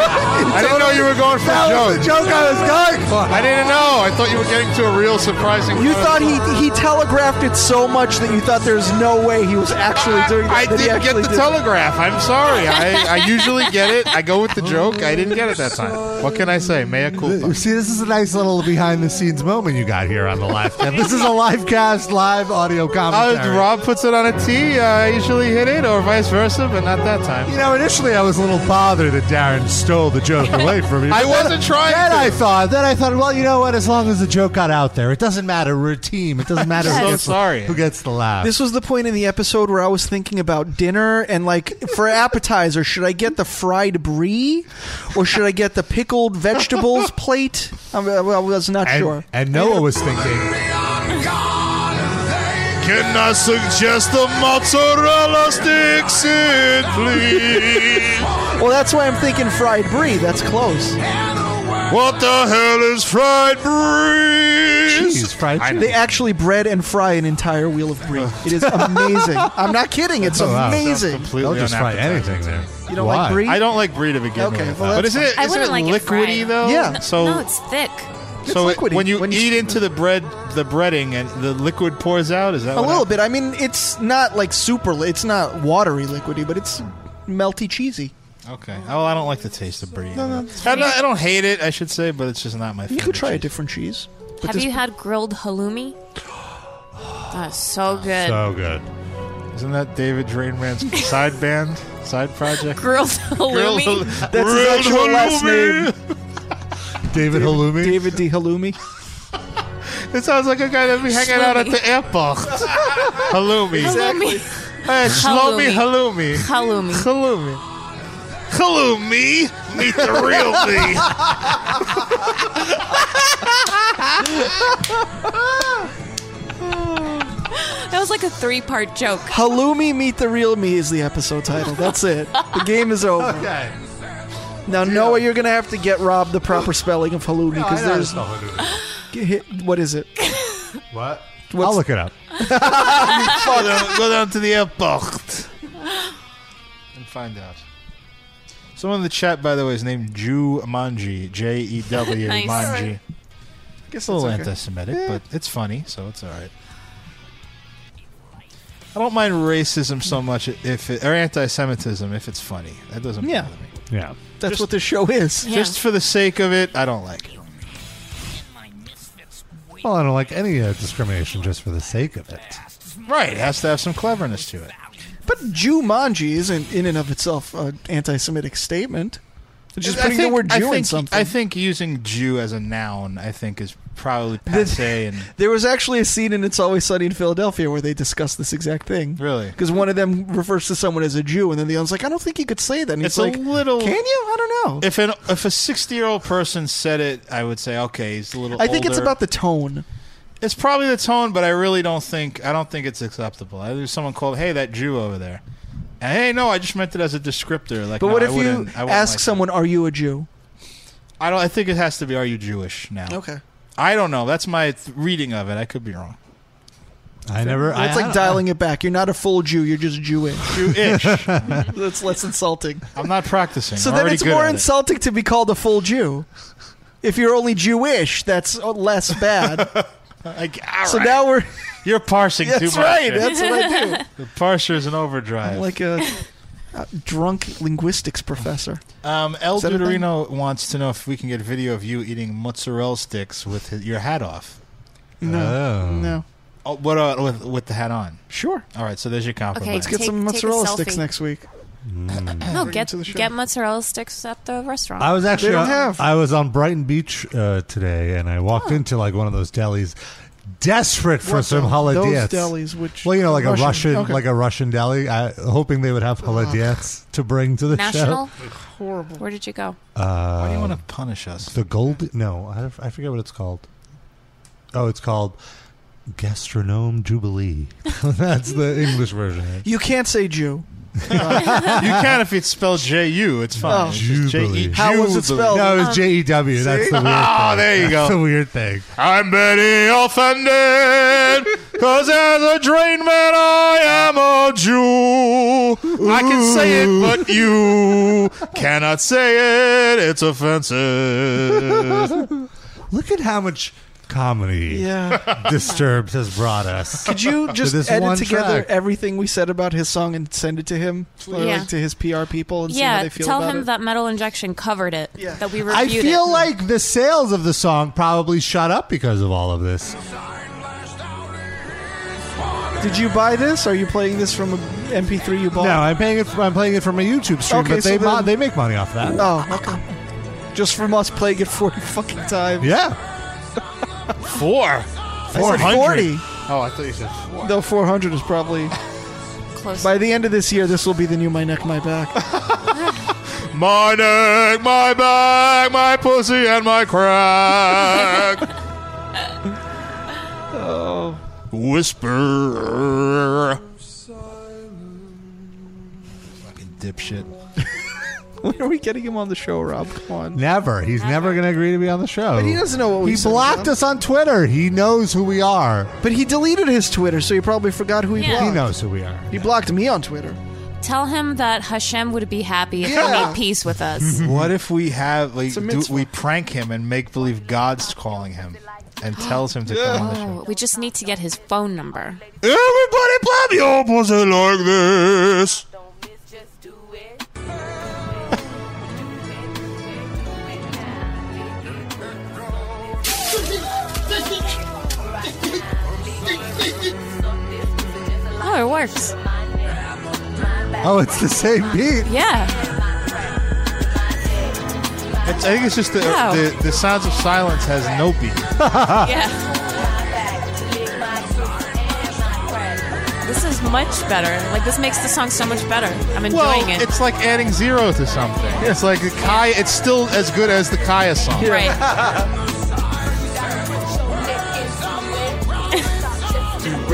E: I didn't know you were going for a
B: That was the
E: joke.
B: joke I was going for.
E: I didn't know. I thought you were getting to a real surprising.
D: You thought he he telegraphed it so much that you thought there's no way he was actually doing
E: I
D: that. that he
E: didn't get
D: actually
E: the
D: did.
E: telegraph. I'm sorry. I, I usually get it. I go with the joke. I didn't get it that time. What can I say? Mea culpa.
B: Uh, See, this is a nice little behind the scenes moment you got here on the live
E: [laughs]
B: cam. This is a live cast, live audio
E: Uh,
B: commentary.
E: Rob puts it on a T. uh, I usually hit it, or vice versa, but not that time.
B: You know, initially I was a little bothered that Darren stole the
E: [laughs]
B: joke away from me.
E: I wasn't trying
B: Then
E: to.
B: I thought, then I thought, well, you know what? As long as the joke got out there, it doesn't matter. We're a team. It
E: [laughs]
B: doesn't matter.
E: So
B: who gets
E: sorry.
B: The, who gets the laugh?
D: This was the point in the episode where I was thinking about dinner and like for appetizer, should I get the fried brie or should I get the pickled
B: [laughs]
D: vegetables plate? I, I was not
B: and,
D: sure.
B: and Noah was thinking,
M: Can I suggest the mozzarella sticks, in, please?
D: Well, that's why I'm thinking fried brie. That's close.
M: What the hell is fried breeze?
B: "Jeez, fried
D: They actually bread and fry an entire wheel of brie. It
B: [laughs]
D: is amazing. I'm not kidding. It's
B: Oh, wow.
D: amazing.
B: They'll
E: Completely
B: just fry
E: unappetizing.
B: anything there."
D: You don't like
B: Why?
D: brie?
E: I don't like brie to begin
D: Okay,
E: with.
D: well,
E: but
D: that's
E: isn't it,
C: I
E: isn't it
C: wouldn't like it
E: liquidy
C: fried.
E: though?
D: Yeah.
E: So
C: no, it's thick.
E: so
D: It's
E: it-
D: liquidy
E: when you
D: when you-
E: eat into the bread, the breading, and the liquid pours out, is that
D: A little bit. I mean, it's not like super. li- It's not watery liquidy, but it's melty cheesy.
E: Okay. Oh, I don't like the taste of brie. I, don't, I don't hate it, I should say, but it's just not my favorite.
D: You could try a
E: cheese.
D: different cheese. But
C: Have
D: this-
C: you had grilled
E: [gasps]
C: halloumi? That's
E: Ah,
C: so good.
B: So good.
E: Isn't that David Drain Brand's side band, side project?
C: [laughs] grilled halloumi.
D: [laughs] That's his
M: [laughs]
E: Grilled
D: actual last
E: halloumi.
B: [laughs]
D: name.
B: David Halloumi.
D: David D. Halloumi.
E: It sounds like a guy that be hanging out at the airport. halloumi.
N: Halloumi.
E: Hey, Shlomi halloumi.
C: Halloumi.
E: Halloumi. Halloumi. Meet the real me.
C: [laughs] That was like a three part joke.
D: Halloumi Meet the Real Me is the episode title. That's it. The game is [laughs] over.
C: Okay.
D: Now, Noah, you're going to have to get Rob the proper spelling of halloumi
B: No, I
D: because
B: know how to
D: there's. [laughs]
B: spell halloumi.
D: G- hit- What is [laughs] it?
E: [laughs]
B: What?
D: What's-
B: I'll look it up.
E: go, down, go down to the airport and find out. Someone in the chat, by the way, is named Jew Manji. J E W
N: Nice. Guess
E: Manji. It's a little
N: that's okay.
E: anti-Semitic,
N: Yeah.
E: but it's funny, so it's all right. I don't mind racism so much if it, or anti-Semitism if it's funny. That doesn't
D: Yeah.
E: bother me.
B: Yeah,
D: That's what this show is.
E: Just for the sake of it, I don't like it.
B: Well, I don't like any uh, discrimination just for the sake of it.
E: Right, it has to have some cleverness to it.
D: But Jumanji isn't in and of itself an anti-Semitic statement. It's just
E: I
D: putting
E: think-
D: the word
E: I
D: Jew in
E: think-
D: something.
E: I think using Jew as a noun, I think, is
D: [laughs]
E: probably passe and
D: there was actually a scene in It's Always Sunny in Philadelphia where they discussed this exact thing.
E: Really?
D: Because one of them refers to someone as a Jew, and then the other's like, "I don't think you could say that." And
E: It's
D: he's
E: a
D: like,
E: little-
D: Can you? I don't know.
E: If an if a sixty year old person said it, I would say okay, he's a little.
D: I think it's
E: older.
D: about the tone.
E: It's probably the tone, but I really don't think I don't think it's acceptable. I, there's someone called, "Hey, that Jew over there." And, hey, no, I just meant it as a descriptor. Like,
D: But
E: no,
D: what
E: I
D: if you
E: wouldn't- I wouldn't
D: ask
E: like
D: someone, "Are you a Jew?"
E: that. I don't. I think it has to be, "Are you Jewish?" Now,
D: Okay.
E: I don't know. That's my th- reading of it. I could be wrong.
B: I never. I,
D: That's
B: I-
D: like dialing it back. You're not a full Jew. You're just Jewish.
E: [laughs] Jewish.
D: [laughs] That's less insulting.
E: I'm not practicing.
D: So
E: I'm
D: then
E: already
D: it's
E: good
D: more
E: at it.
D: insulting to be called a full Jew. If you're only Jewish, that's less bad.
E: [laughs] like,
D: so
E: right.
D: now we're
E: You're parsing too much.
D: [laughs] That's right.
E: Jay.
D: That's what I
E: [laughs]
D: do.
E: The parser's an overdrive.
D: I'm like a, a drunk linguistics professor.
E: Um, El
D: Is that a thing?
E: Duderino wants to know if we can get video of you eating mozzarella sticks with hi- your hat off.
D: No. Oh. No.
E: Oh, what uh, with with the hat on?
D: Sure.
E: All right, so there's your compliment.
D: Let's get some mozzarella sticks next week.
E: Mm.
C: No, get get mozzarella sticks at the restaurant.
B: I was actually on, I was on Brighton Beach uh, today, and I walked into like one of those delis, desperate for
D: What
B: some
D: the-
B: haladiets.
D: those delis which-
B: well, you know, like
D: Russian-
B: a Russian,
D: okay.
B: like a Russian deli, I, hoping they would have haladiets to bring to the
C: National.
B: show.
C: Horrible. Where did you go?
B: Uh,
E: Why do you want to punish us?
B: The gold? No, I, don't- I forget what it's called. Oh, it's called Gastronome Jubilee. [laughs] That's the English version.
D: You can't say Jew.
E: [laughs] you can if it's spelled J U. It's fine.
B: Oh.
E: It's just E
B: Jubilee.
E: J-E-
B: How was it
E: Jubilee.
B: spelled? No, it was J E [laughs] W.
E: See?
B: That's the weird
E: Oh,
B: thing.
E: there you
B: That's
E: go.
B: the weird thing. [laughs]
E: I'm very offended because as a drain man I am a Jew. I can say it, but you cannot say it. It's offensive.
B: Look at how much comedy [laughs]
D: Yeah.
B: Disturbed has brought us.
D: Could you
E: [laughs]
B: With
D: just
B: this
D: edit
B: one
D: together
B: track.
D: everything we said about his song and send it to him, or
C: Yeah.
D: like to his PR people, and see how
C: yeah,
D: they feel
C: tell
D: about
C: him
D: it?
C: that Metal Injection covered it. Yeah. That we reviewed
B: [laughs] I feel
C: it.
B: like the sales of the song probably shot up because of all of this.
D: Did you buy this? Are you playing this from a MP3 you bought?
B: No, I'm paying it. I'm playing it from my YouTube stream,
D: Okay,
B: but
D: so
B: they mo-
D: then-
B: they make money off that.
D: Oh, okay. Just from us playing it forty [laughs] fucking times. [laughs]
B: Yeah.
E: Four.
D: I said 40.
E: Oh, I thought you said four.
D: Though 400 is probably.
C: Close.
D: By the end of this year, this will be the new My Neck, My Back.
E: My neck, my back, my pussy, and my crack.
D: oh.
E: Whisper. Fucking dipshit.
D: when are we getting him on the show, Rob? Come on.
B: Never. He's never going to agree to be on the show.
D: But he doesn't know what we
B: He
D: said,
B: blocked
D: Rob.
B: us on Twitter. He knows who we are.
D: But he deleted his Twitter, so he probably forgot who he
B: He
D: blocked.
B: knows who we are.
D: He blocked me on Twitter.
C: Tell him that Hashem would be happy if he
E: Yeah.
C: made peace with
E: [laughs]
C: us. [gasps]
E: What if we have like
C: It's a
E: do,
C: mitzvah.
E: we prank him and make believe God's calling him and tells him to come on the show?
C: Oh, we just need to get his phone number.
E: Everybody play me your pussy like this.
C: Oh, it works.
B: Oh, it's the same beat.
C: Yeah.
E: [laughs] It's, I think it's just the, uh,
C: Wow.
E: [laughs] the the sounds of silence has no beat.
C: yeah. much better. Like this makes the song so much better. I'm enjoying
E: well,
C: it.
E: it's like adding zero to something. It's like the Kaya. It's still as good as the Kaya song.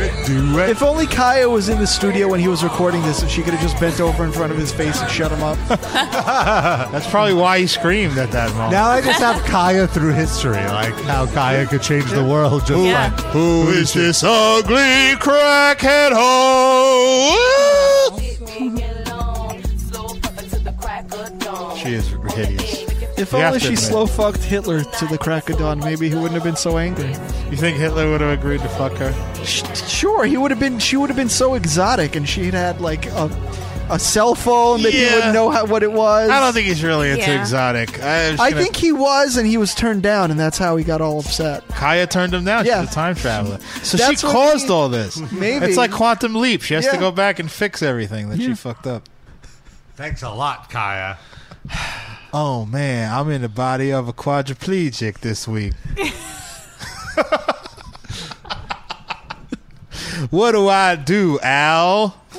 D: If only Kaya was in the studio when he was recording this, and she could have just bent over in front of his face and shut him
E: [laughs]
D: up.
E: [laughs] That's probably why he screamed at that moment.
B: Now I just have Kaya through history, like how Kaya could change the world just
E: Yeah.
B: by who is
E: this ugly crackhead hoe? She is hideous.
D: If
E: You have
D: only
E: to
D: she
E: admit.
D: slow fucked Hitler to the crack of dawn, maybe he wouldn't have been so angry.
E: You think Hitler would have agreed to fuck her?
D: Sure, he would have been. She would have been so exotic, and she'd had like a, a cell phone that
E: Yeah.
D: he wouldn't know how, what it was.
E: I don't think he's really into
D: Yeah.
E: exotic. I,
D: I think he was, and he was turned down, and that's how he got all upset.
E: Kaya turned him down. She's a time traveler. So
D: That's
E: she
D: what
E: caused
D: he-
E: all this.
D: Maybe.
E: It's like Quantum Leap. She has to
D: Yeah.
E: go back and fix everything that she fucked up.
B: Thanks a
D: [laughs]
B: lot, Kaya.
E: Oh, man. I'm in the body of a quadriplegic this week. what do I do, Al?
D: [laughs]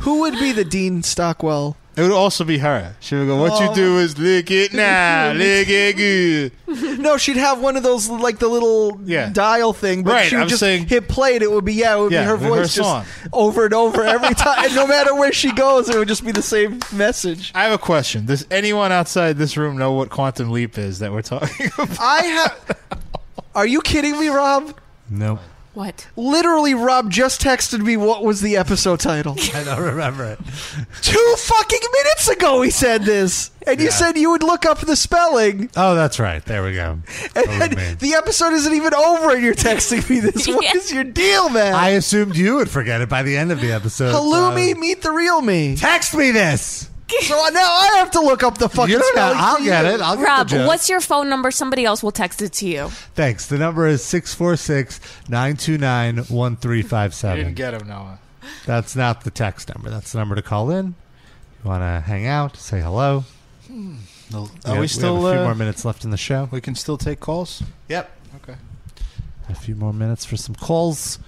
D: Who would be the Dean Stockwell?
E: It would also be her. She would go, What you
D: Oh.
E: do is
D: [laughs]
E: lick it [laughs] now, lick it good.
D: no, she'd have one of those like the little dial thing, but
E: Right,
D: she would
E: I'm
D: just
E: saying-
D: hit play, and it would be yeah, it would
E: Yeah,
D: be her
E: her
D: voice just
E: song.
D: over and over every time, and no matter where she
E: [laughs]
D: goes, it would just be the same message.
E: I have a question. Does anyone outside this room know what Quantum Leap is that we're talking [laughs] about?
D: I have. Are you kidding me, Rob?
B: Nope.
C: What?
D: Literally, Rob just texted me what was the episode title.
B: I don't remember it.
D: Two fucking minutes ago, he said this, and you
B: Yeah.
D: said you would look up the spelling.
B: Oh, that's right. There we go. That was
D: And
B: me.
D: the episode isn't even over, and you're texting me this. What is your deal, man?
B: I assumed you would forget it by the end of the episode.
D: Halloumi, meet the real me.
B: Text me this.
D: So I- now I have to look up the fucking
B: You don't know.
D: spelling.
B: I'll
D: for
B: get
D: you.
B: it. I'll get
C: Rob,
B: the joke.
C: what's your phone number? Somebody else will text it to you.
B: Thanks. The number is 646 929
E: You didn't
B: 1357.
E: get him, Noah.
B: That's not the text number. That's the number to call in. You want to hang out, say hello.
D: Hmm.
E: Are
B: have-
E: we still?
B: have a few
E: uh,
B: more minutes left in the show.
E: We can still take calls. Yep. Okay.
B: A few more minutes for some calls.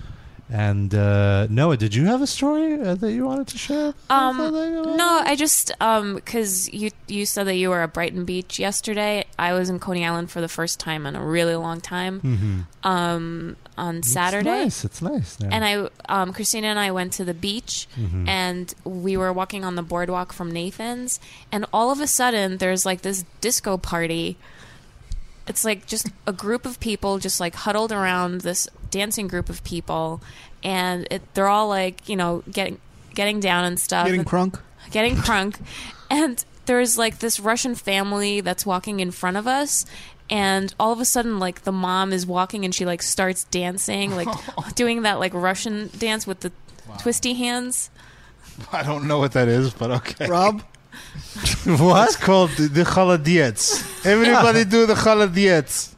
B: And uh, Noah, did you have a story uh, that you wanted to share?
C: Um, no, I just um 'cause you you said that you were at Brighton Beach yesterday. I was in Coney Island for the first time in a really long time.
B: Mhm.
C: Um, on Saturday.
B: It's nice. It's nice. Now.
C: And I, um, Christina and I went to the beach,
B: Mhm.
C: and we were walking on the boardwalk from Nathan's, and all of a sudden there's like this disco party. It's like
B: [laughs]
C: just a group of people just like huddled around this dancing group of people, and it, they're all like you know getting getting down and stuff,
D: Getting
C: And-
D: crunk.
C: getting crunk, and there's like this Russian family that's walking in front of us. And all of a sudden, like the mom is walking and she like starts dancing,
B: [laughs]
C: like doing that like Russian dance with the twisty hands.
E: [laughs] I don't know what that is, but okay. [laughs]
D: Rob,
E: what? It's called the, the
D: [laughs]
E: chaladiets. Everybody do the chaladiets.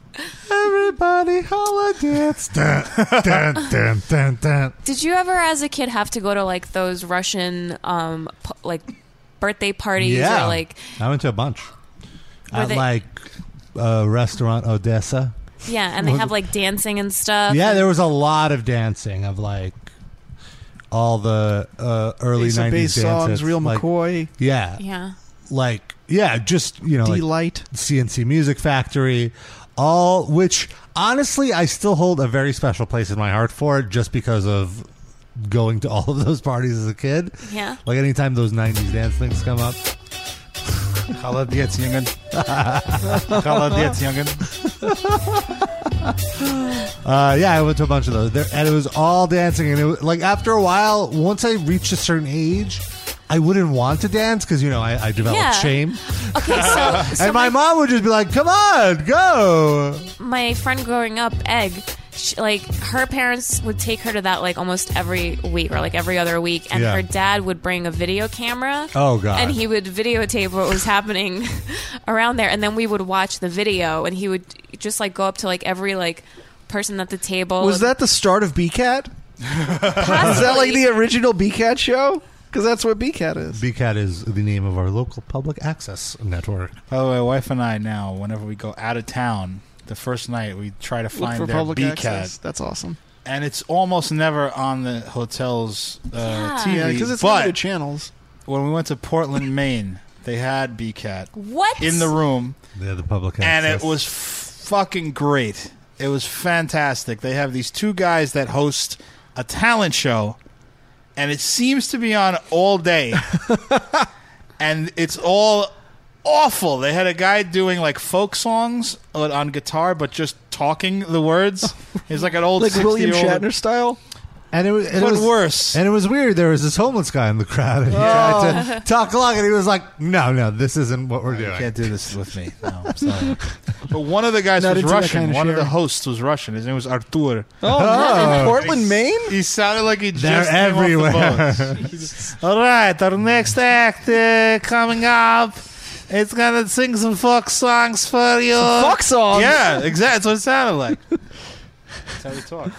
B: Everybody holidays. Dun, dun, dun, dun, dun.
C: Did you ever, as a kid, have to go to like those Russian um p- like birthday parties
B: yeah.
C: or like
B: I went to a bunch.
C: Were
B: At
C: they-
B: like uh, restaurant Odessa.
C: yeah, and they have like dancing and stuff.
B: yeah, there was a lot of dancing of like all the uh, early
D: Ace of
B: 90s
D: Base
B: dances,
D: songs, Real
B: like-
D: McCoy.
B: Yeah.
C: Yeah.
B: Like yeah, just you know, like
D: Delight,
B: CNC Music Factory, all which honestly I still hold a very special place in my heart for just because of going to [laughs] all of those parties as a kid.
C: Yeah.
B: Like anytime those 90s dance things come up.
E: Chaladiets, youngin.
B: [laughs]
E: Chaladiets,
D: [laughs]
E: youngin.
B: Uh, yeah, I went to a bunch of those, there, and it was all dancing. And it was, like after a while, once I reached a certain age, I wouldn't want to dance because you know I, I developed
C: Yeah.
B: shame.
C: Okay,
B: [laughs]
C: so, so
B: and my, mom would just be like, "Come on, go."
C: my friend growing up, Egg, she, like her parents would take her to that like almost every week or like every other week, and
B: Yeah.
C: her dad would bring a video camera.
B: Oh, God.
C: And he would videotape what was happening [laughs] around there, and then we would watch the video, and he would just like go up to like every like person at the table. [laughs]
D: was that the start of BCAT? Is that like the original BCAT show? Because that's what BCAT is.
B: BCAT is the name of our local public access network.
E: By the way, wife and I now, whenever we go out of town, the first night we try to
D: Look
E: find
D: for
E: their
D: public
E: BCAT.
D: access. That's awesome.
E: and it's almost never on the hotel's uh,
D: Yeah.
E: TV.
D: Yeah, 'cause it's
E: but
D: limited channels.
E: When we went to Portland, Maine, they had BCAT.
J: What?
E: in the room?
B: Yeah, the public
E: and
B: access.
E: it was f- fucking great. It was fantastic. They have these two guys that host a talent show, and it seems to be on
D: [laughs]
E: all day, and it's all awful. They had a guy doing like folk songs on on guitar, but just talking
D: [laughs]
E: the words. He's like an old
D: Like William
E: 60-year-old
D: Shatner style.
B: And it was, and
E: But
B: it was
D: [laughs]
E: worse.
B: And it was weird. There was this homeless guy in the crowd, and he
E: Oh.
B: tried to talk along, and he was like, "No, no, this isn't what we're doing. You
E: can't do this with
B: [laughs]
E: me." No, I'm sorry. But one of the guys
B: Not
E: was
B: into that
E: Russian.
B: kind of
E: One of the
B: sharing.
E: hosts was Russian. His name was Artur.
B: Oh, really? Oh. Portland,
E: Maine. He sounded like he just
B: They're
E: came off the
B: everywhere.
E: boat. [laughs]
C: [laughs]
E: All right, our next act uh, coming up. It's gonna sing some folk songs for you.
N: Some folk songs?
E: Yeah, exactly. That's what it sounded like. That's how we talk.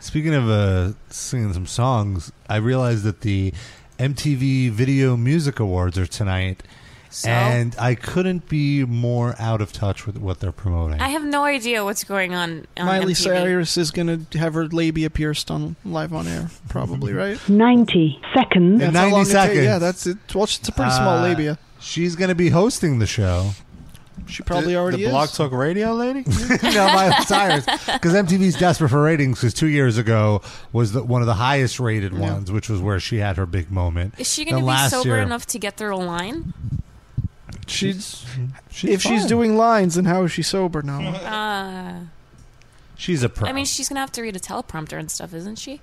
B: Speaking of uh, singing some songs, I realized that the MTV Video Music Awards are tonight,
C: So?
B: and I couldn't be more out of touch with what they're promoting.
C: I have no idea what's going on. on
D: Miley
C: MTV.
D: Cyrus is going to have her labia pierced on live on air, probably,
B: Mm-hmm.
D: right?
P: 90 seconds.
D: That's how long it ta- yeah, that's it. Well, it's a pretty
C: Oh,
D: small
B: Uh,
D: labia.
B: She's going to be hosting
C: [laughs]
B: the show.
D: She [laughs] probably
E: the,
D: already
E: the Blog
D: is.
E: Talk
D: [laughs]
E: Radio lady.
B: no,
C: [laughs]
B: Miley Cyrus. Because MTV's desperate for ratings. Because two years ago was the, one of the highest rated ones, which was where she had her big moment.
C: Is she
B: Then
C: going to be
B: last
C: sober
B: year-
C: enough to get through a line?
D: She's,
B: she's
D: if she's
B: fine.
D: doing lines, then how is she sober now?
C: Uh,
B: She's a pro.
C: I mean, she's going to have to read a teleprompter and stuff, isn't she?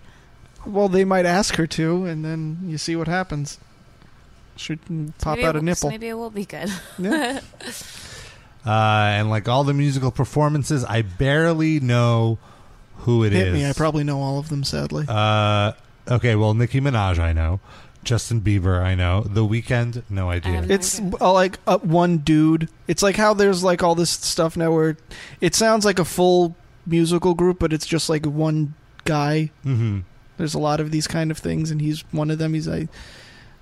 D: well, they might ask her to, and then you see what happens. She can pop
C: Maybe it
D: out a
C: will-
D: nipple.
C: Maybe it will be good.
D: Yeah.
B: uh, and like all the musical performances, I barely know who it is.
D: Hit me. I probably know all of them, sadly.
B: Uh, okay, well, Nicki Minaj, I know. Justin Bieber, I know. The Weeknd, no idea.
D: It's uh, like uh, one dude. It's like how there's like all this stuff now where it sounds like a full musical group, but it's just like one guy.
B: Mhm.
D: There's a lot of these kind of things, and he's one of them. He's like,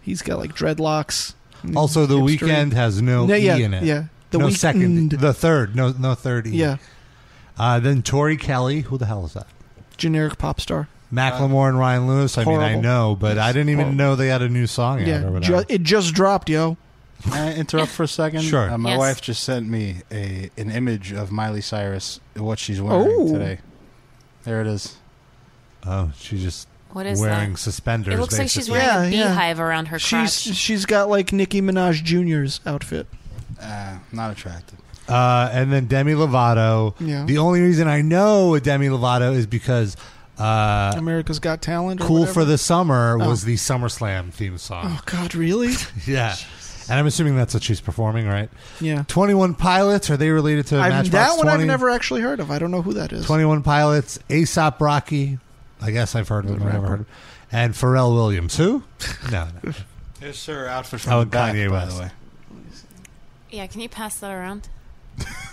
D: he's got like dreadlocks.
B: also, The
D: Hipster.
B: Weeknd has no
D: Yeah,
B: E
D: yeah,
B: in it.
D: yeah. The
B: no
D: Weeknd.
B: second. The third. No, no third E.
D: Yeah.
B: Uh, then Tori Kelly. Who the hell is that?
D: generic pop star.
B: Macklemore and Ryan Lewis. I mean, I
D: horrible.
B: know, but I didn't even
D: horrible.
B: know they had a new song out or
D: Yeah,
B: whatever.
D: ju- it just dropped, yo.
E: Can I interrupt for a
B: [laughs]
E: second?
B: Sure.
E: Uh, my
B: Yes.
E: wife just sent me a an image of Miley Cyrus, what she's wearing
D: Oh.
E: today. There it is.
B: Oh, she just
C: What is
B: wearing
C: that?
B: suspenders.
C: It looks like she's
B: basically.
C: wearing a
D: Yeah, yeah.
C: beehive around her
D: She's
C: crotch.
D: she's got like Nicki Minaj Jr.'s outfit.
E: Uh, not attractive.
B: Uh, and then Demi Lovato.
D: Yeah.
B: The only reason I know Demi Lovato is because uh,
D: America's Got Talent. Or
B: "Cool for
D: whatever.
B: the Summer"
D: Oh.
B: was the SummerSlam theme song.
D: Oh God,
B: [laughs]
D: really?
B: Yeah. And I'm assuming that's what she's performing, right?
D: Yeah.
B: Twenty One Pilots are they related to
D: I've,
B: Matchbox
D: that one
B: 20?
D: I've never actually heard of. I don't know who that is.
B: Twenty One Pilots, Aesop Rocky. I guess I've heard of him. but I've never heard of him. And Pharrell Williams. Who? No. no.
D: [laughs]
E: There's her outfit from
B: oh,
E: the
B: and
E: back,
B: Kanye West.
E: by the way.
C: [laughs] yeah, can you pass that around?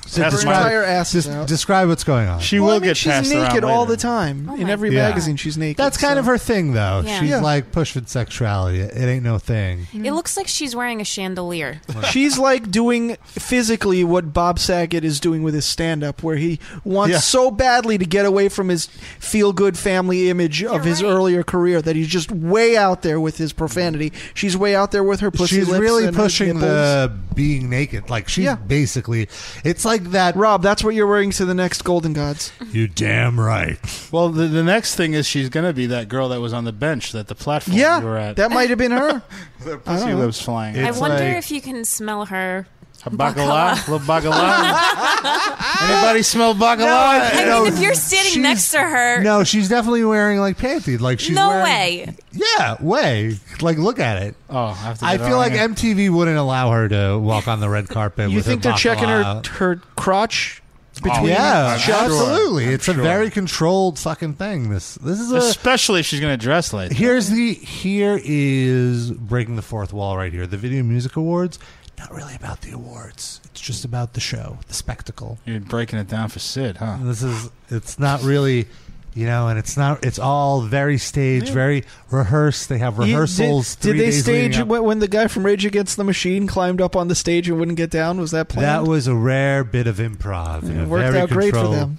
B: So
E: That's
B: describe-
E: my-
D: Entire ass is
B: des-
D: out.
B: Describe what's going on.
E: She will get
D: She's
E: passed
D: naked
E: around
D: all
E: later.
D: the time. In
B: Oh my
D: every
B: God. [laughs]
D: magazine, she's naked.
B: That's kind of her thing, though.
C: Yeah.
B: She's
C: Yeah.
B: like pushing sexuality. It ain't no thing.
C: It looks like she's wearing a
B: [laughs]
C: chandelier.
D: She's like doing physically what Bob Saget is doing with his stand up, where he wants
B: Yeah.
D: so badly to get away from his feel good family image of his earlier career that he's just way out there with his profanity. She's way out there with her pussy
B: she's
D: lips
B: really
D: and her
B: pushing
D: nipples.
B: the being naked. Like she's
D: [laughs]
B: basically, it's like that.
D: Rob, that's what you're wearing to the next Golden
C: [laughs]
D: Gods.
B: You damn right.
E: Well, the, the next thing is she's going to be that girl that was on the bench that the platform you were
D: Yeah,
E: at.
D: that might have been her.
E: With [laughs] her
D: I don't
E: pussy
D: know.
E: lips flying.
C: I wonder if you can smell her.
E: A bacala, little
C: [laughs]
E: bacala. Anybody smell bacala?
C: I mean, if you're standing next to her,
B: No, she's definitely wearing like panties. Like she's
C: no
B: wearing-
C: way.
B: Yeah, way. Like look at it.
E: Oh, I, have to
B: I
E: get
B: feel
E: on
B: like
E: it.
B: MTV wouldn't allow her to walk on the red carpet.
D: You
B: with
D: think
B: her
D: they're checking her
B: bacala.
D: her crotch between?
B: yeah,
D: shots?
B: absolutely.
E: Oh, I'm
B: it's a
E: sure.
B: very controlled fucking thing. This this is a
E: Especially if she's going to dress like that.
B: Here's the here is breaking the fourth wall right here. The Video Music Awards, not really about the awards. It's just about the show, the spectacle.
E: You're breaking it down for Sid, huh?
B: This is it's not really, you know, and it's not it's all very staged, very rehearsed. They have
D: You-
B: rehearsals.
D: Did, did
B: three
D: they
B: days leading
D: stage
B: up.
D: when, when the guy from Rage Against the Machine climbed up on the stage and wouldn't get down? Was that planned?
B: That was a rare bit of improv. and
D: It
B: a
D: worked
B: very
D: out great for
B: controlled-
D: them.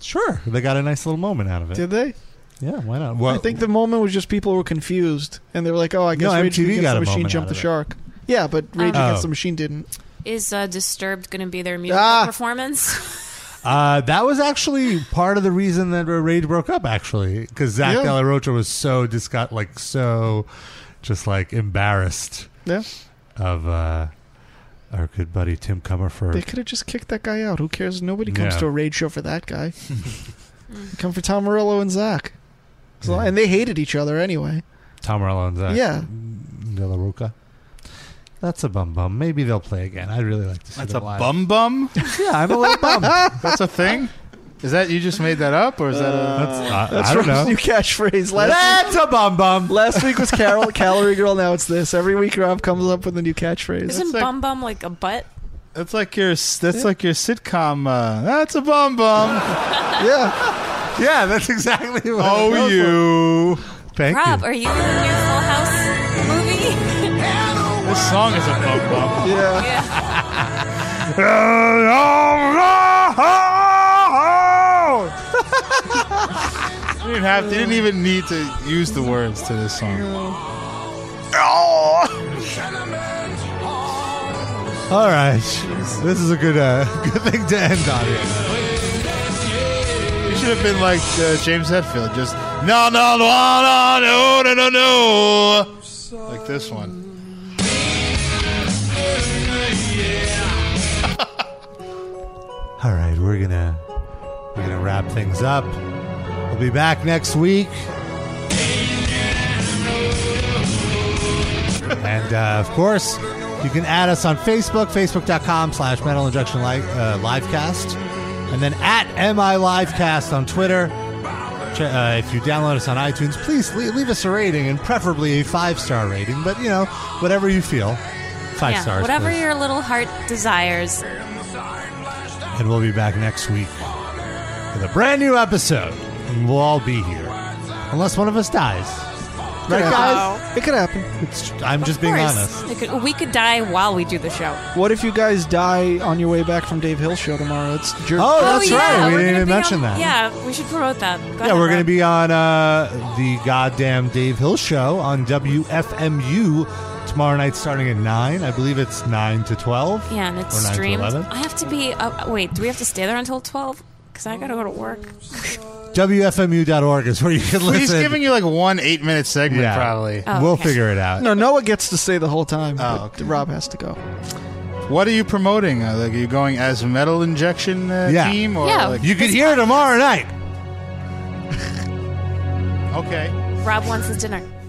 B: Sure, they got a nice little moment out of it.
D: Did they?
B: Yeah, why not?
D: I think the moment was just people were confused and they were like, "Oh, I guess
B: No,
D: Rage
B: MTV
D: Against
B: got
D: the
B: a
D: Machine
B: moment
D: jumped
B: out
D: the
B: of it.
D: shark." Yeah, but Rage
B: Um,
D: Against
B: Oh.
D: the Machine didn't.
C: Is uh, Disturbed going to be their musical
B: Ah!
C: performance?
B: [laughs] Uh, that was actually part of the reason that Rage broke up, actually, because Zach
C: Yeah.
B: De La Rocha was so disgust, like so, just like embarrassed.
D: Yeah.
B: Of uh, our good buddy Tim Comerford.
D: They could have just kicked that guy out. Who cares? Nobody comes
B: Yeah.
D: to a Rage show for that
B: [laughs]
D: guy. They come for Tom Morello and Zach. So, And they hated each other anyway.
B: Tom Morello and Zach.
D: Yeah.
B: De La Roca. That's a bum bum. Maybe they'll play again. I'd really like to see
E: That's a
B: them live.
E: bum bum.
B: yeah, I'm a little bum.
E: [laughs] That's a thing. Is that you just made that up, or is that? A,
B: Uh,
D: Uh,
B: That's- I- I That's don't
D: [laughs]
B: Rob's know. new
D: catchphrase.
B: That's a bum bum.
D: Last week was Carol,
B: [laughs]
D: Calorie Girl. Now it's this. Every week Rob comes up with a new catchphrase.
C: Isn't Bum Bum like a butt?
E: That's like your that's like your sitcom. Uh, that's a bum bum.
D: yeah,
B: [laughs] yeah, that's exactly what.
E: Oh,
C: I'm
E: you. Thank
C: Rob, are you in the new Full House movie?
E: This song is a bum bum.
D: Yeah.
E: you didn't have. You didn't even [laughs] need to use the words to this song.
B: All right, this is a good uh, [laughs] good thing to end on. Here.
E: You should have been like uh, James Hetfield, just no, no, no, no, no, no, no, uh, like this one.
B: All right, we're gonna we're gonna wrap things up. We'll be back next week, and uh, of course, you can add us on Facebook, facebook.com/slash Metal Injection Live uh, Livecast, and then at MI Livecast on Twitter. Ch- Uh, if you download us on iTunes, please le- leave us a rating and preferably a five star rating. But you know, whatever you feel,
C: [laughs]
B: five
C: yeah,
B: stars.
C: Whatever
B: please.
C: your little heart desires.
B: And we'll be back next week with a brand new episode. And we'll all be here. Unless one of us dies. Right, guys?
D: It could happen.
B: It's, I'm just being
C: Of course.
B: honest.
C: It could- we could die while we do the show.
D: What if you guys die on your way back from Dave Hill's show tomorrow? It's jer-
B: Oh, that's
C: yeah,
B: right. We
C: we're
B: didn't
C: gonna
B: even
C: be
B: mention
C: on-
B: that.
C: Yeah, we should promote that. Go
B: yeah,
C: ahead,
B: we're going
C: Rob.
B: to be on uh, the goddamn Dave Hill show on WFMU tomorrow night starting at 9. I believe it's 9 to 12.
C: Yeah, and it's
B: or 9
C: streamed.
B: To 11.
C: I have to be. Uh, wait, do we have to stay there until twelve? Because I gotta go to work.
B: WFMU.org is where you can listen.
E: He's giving you like one eight-minute segment,
B: Yeah.
E: probably.
C: Oh,
B: we'll figure it out.
D: No, Noah gets to stay the whole time. but Rob has to go.
E: Oh, What are you promoting? Uh, like, are you going as metal injection uh,
B: Yeah.
E: team, or
C: Yeah.
E: like,
B: You can hear it tomorrow night.
E: okay?
C: Rob wants his dinner.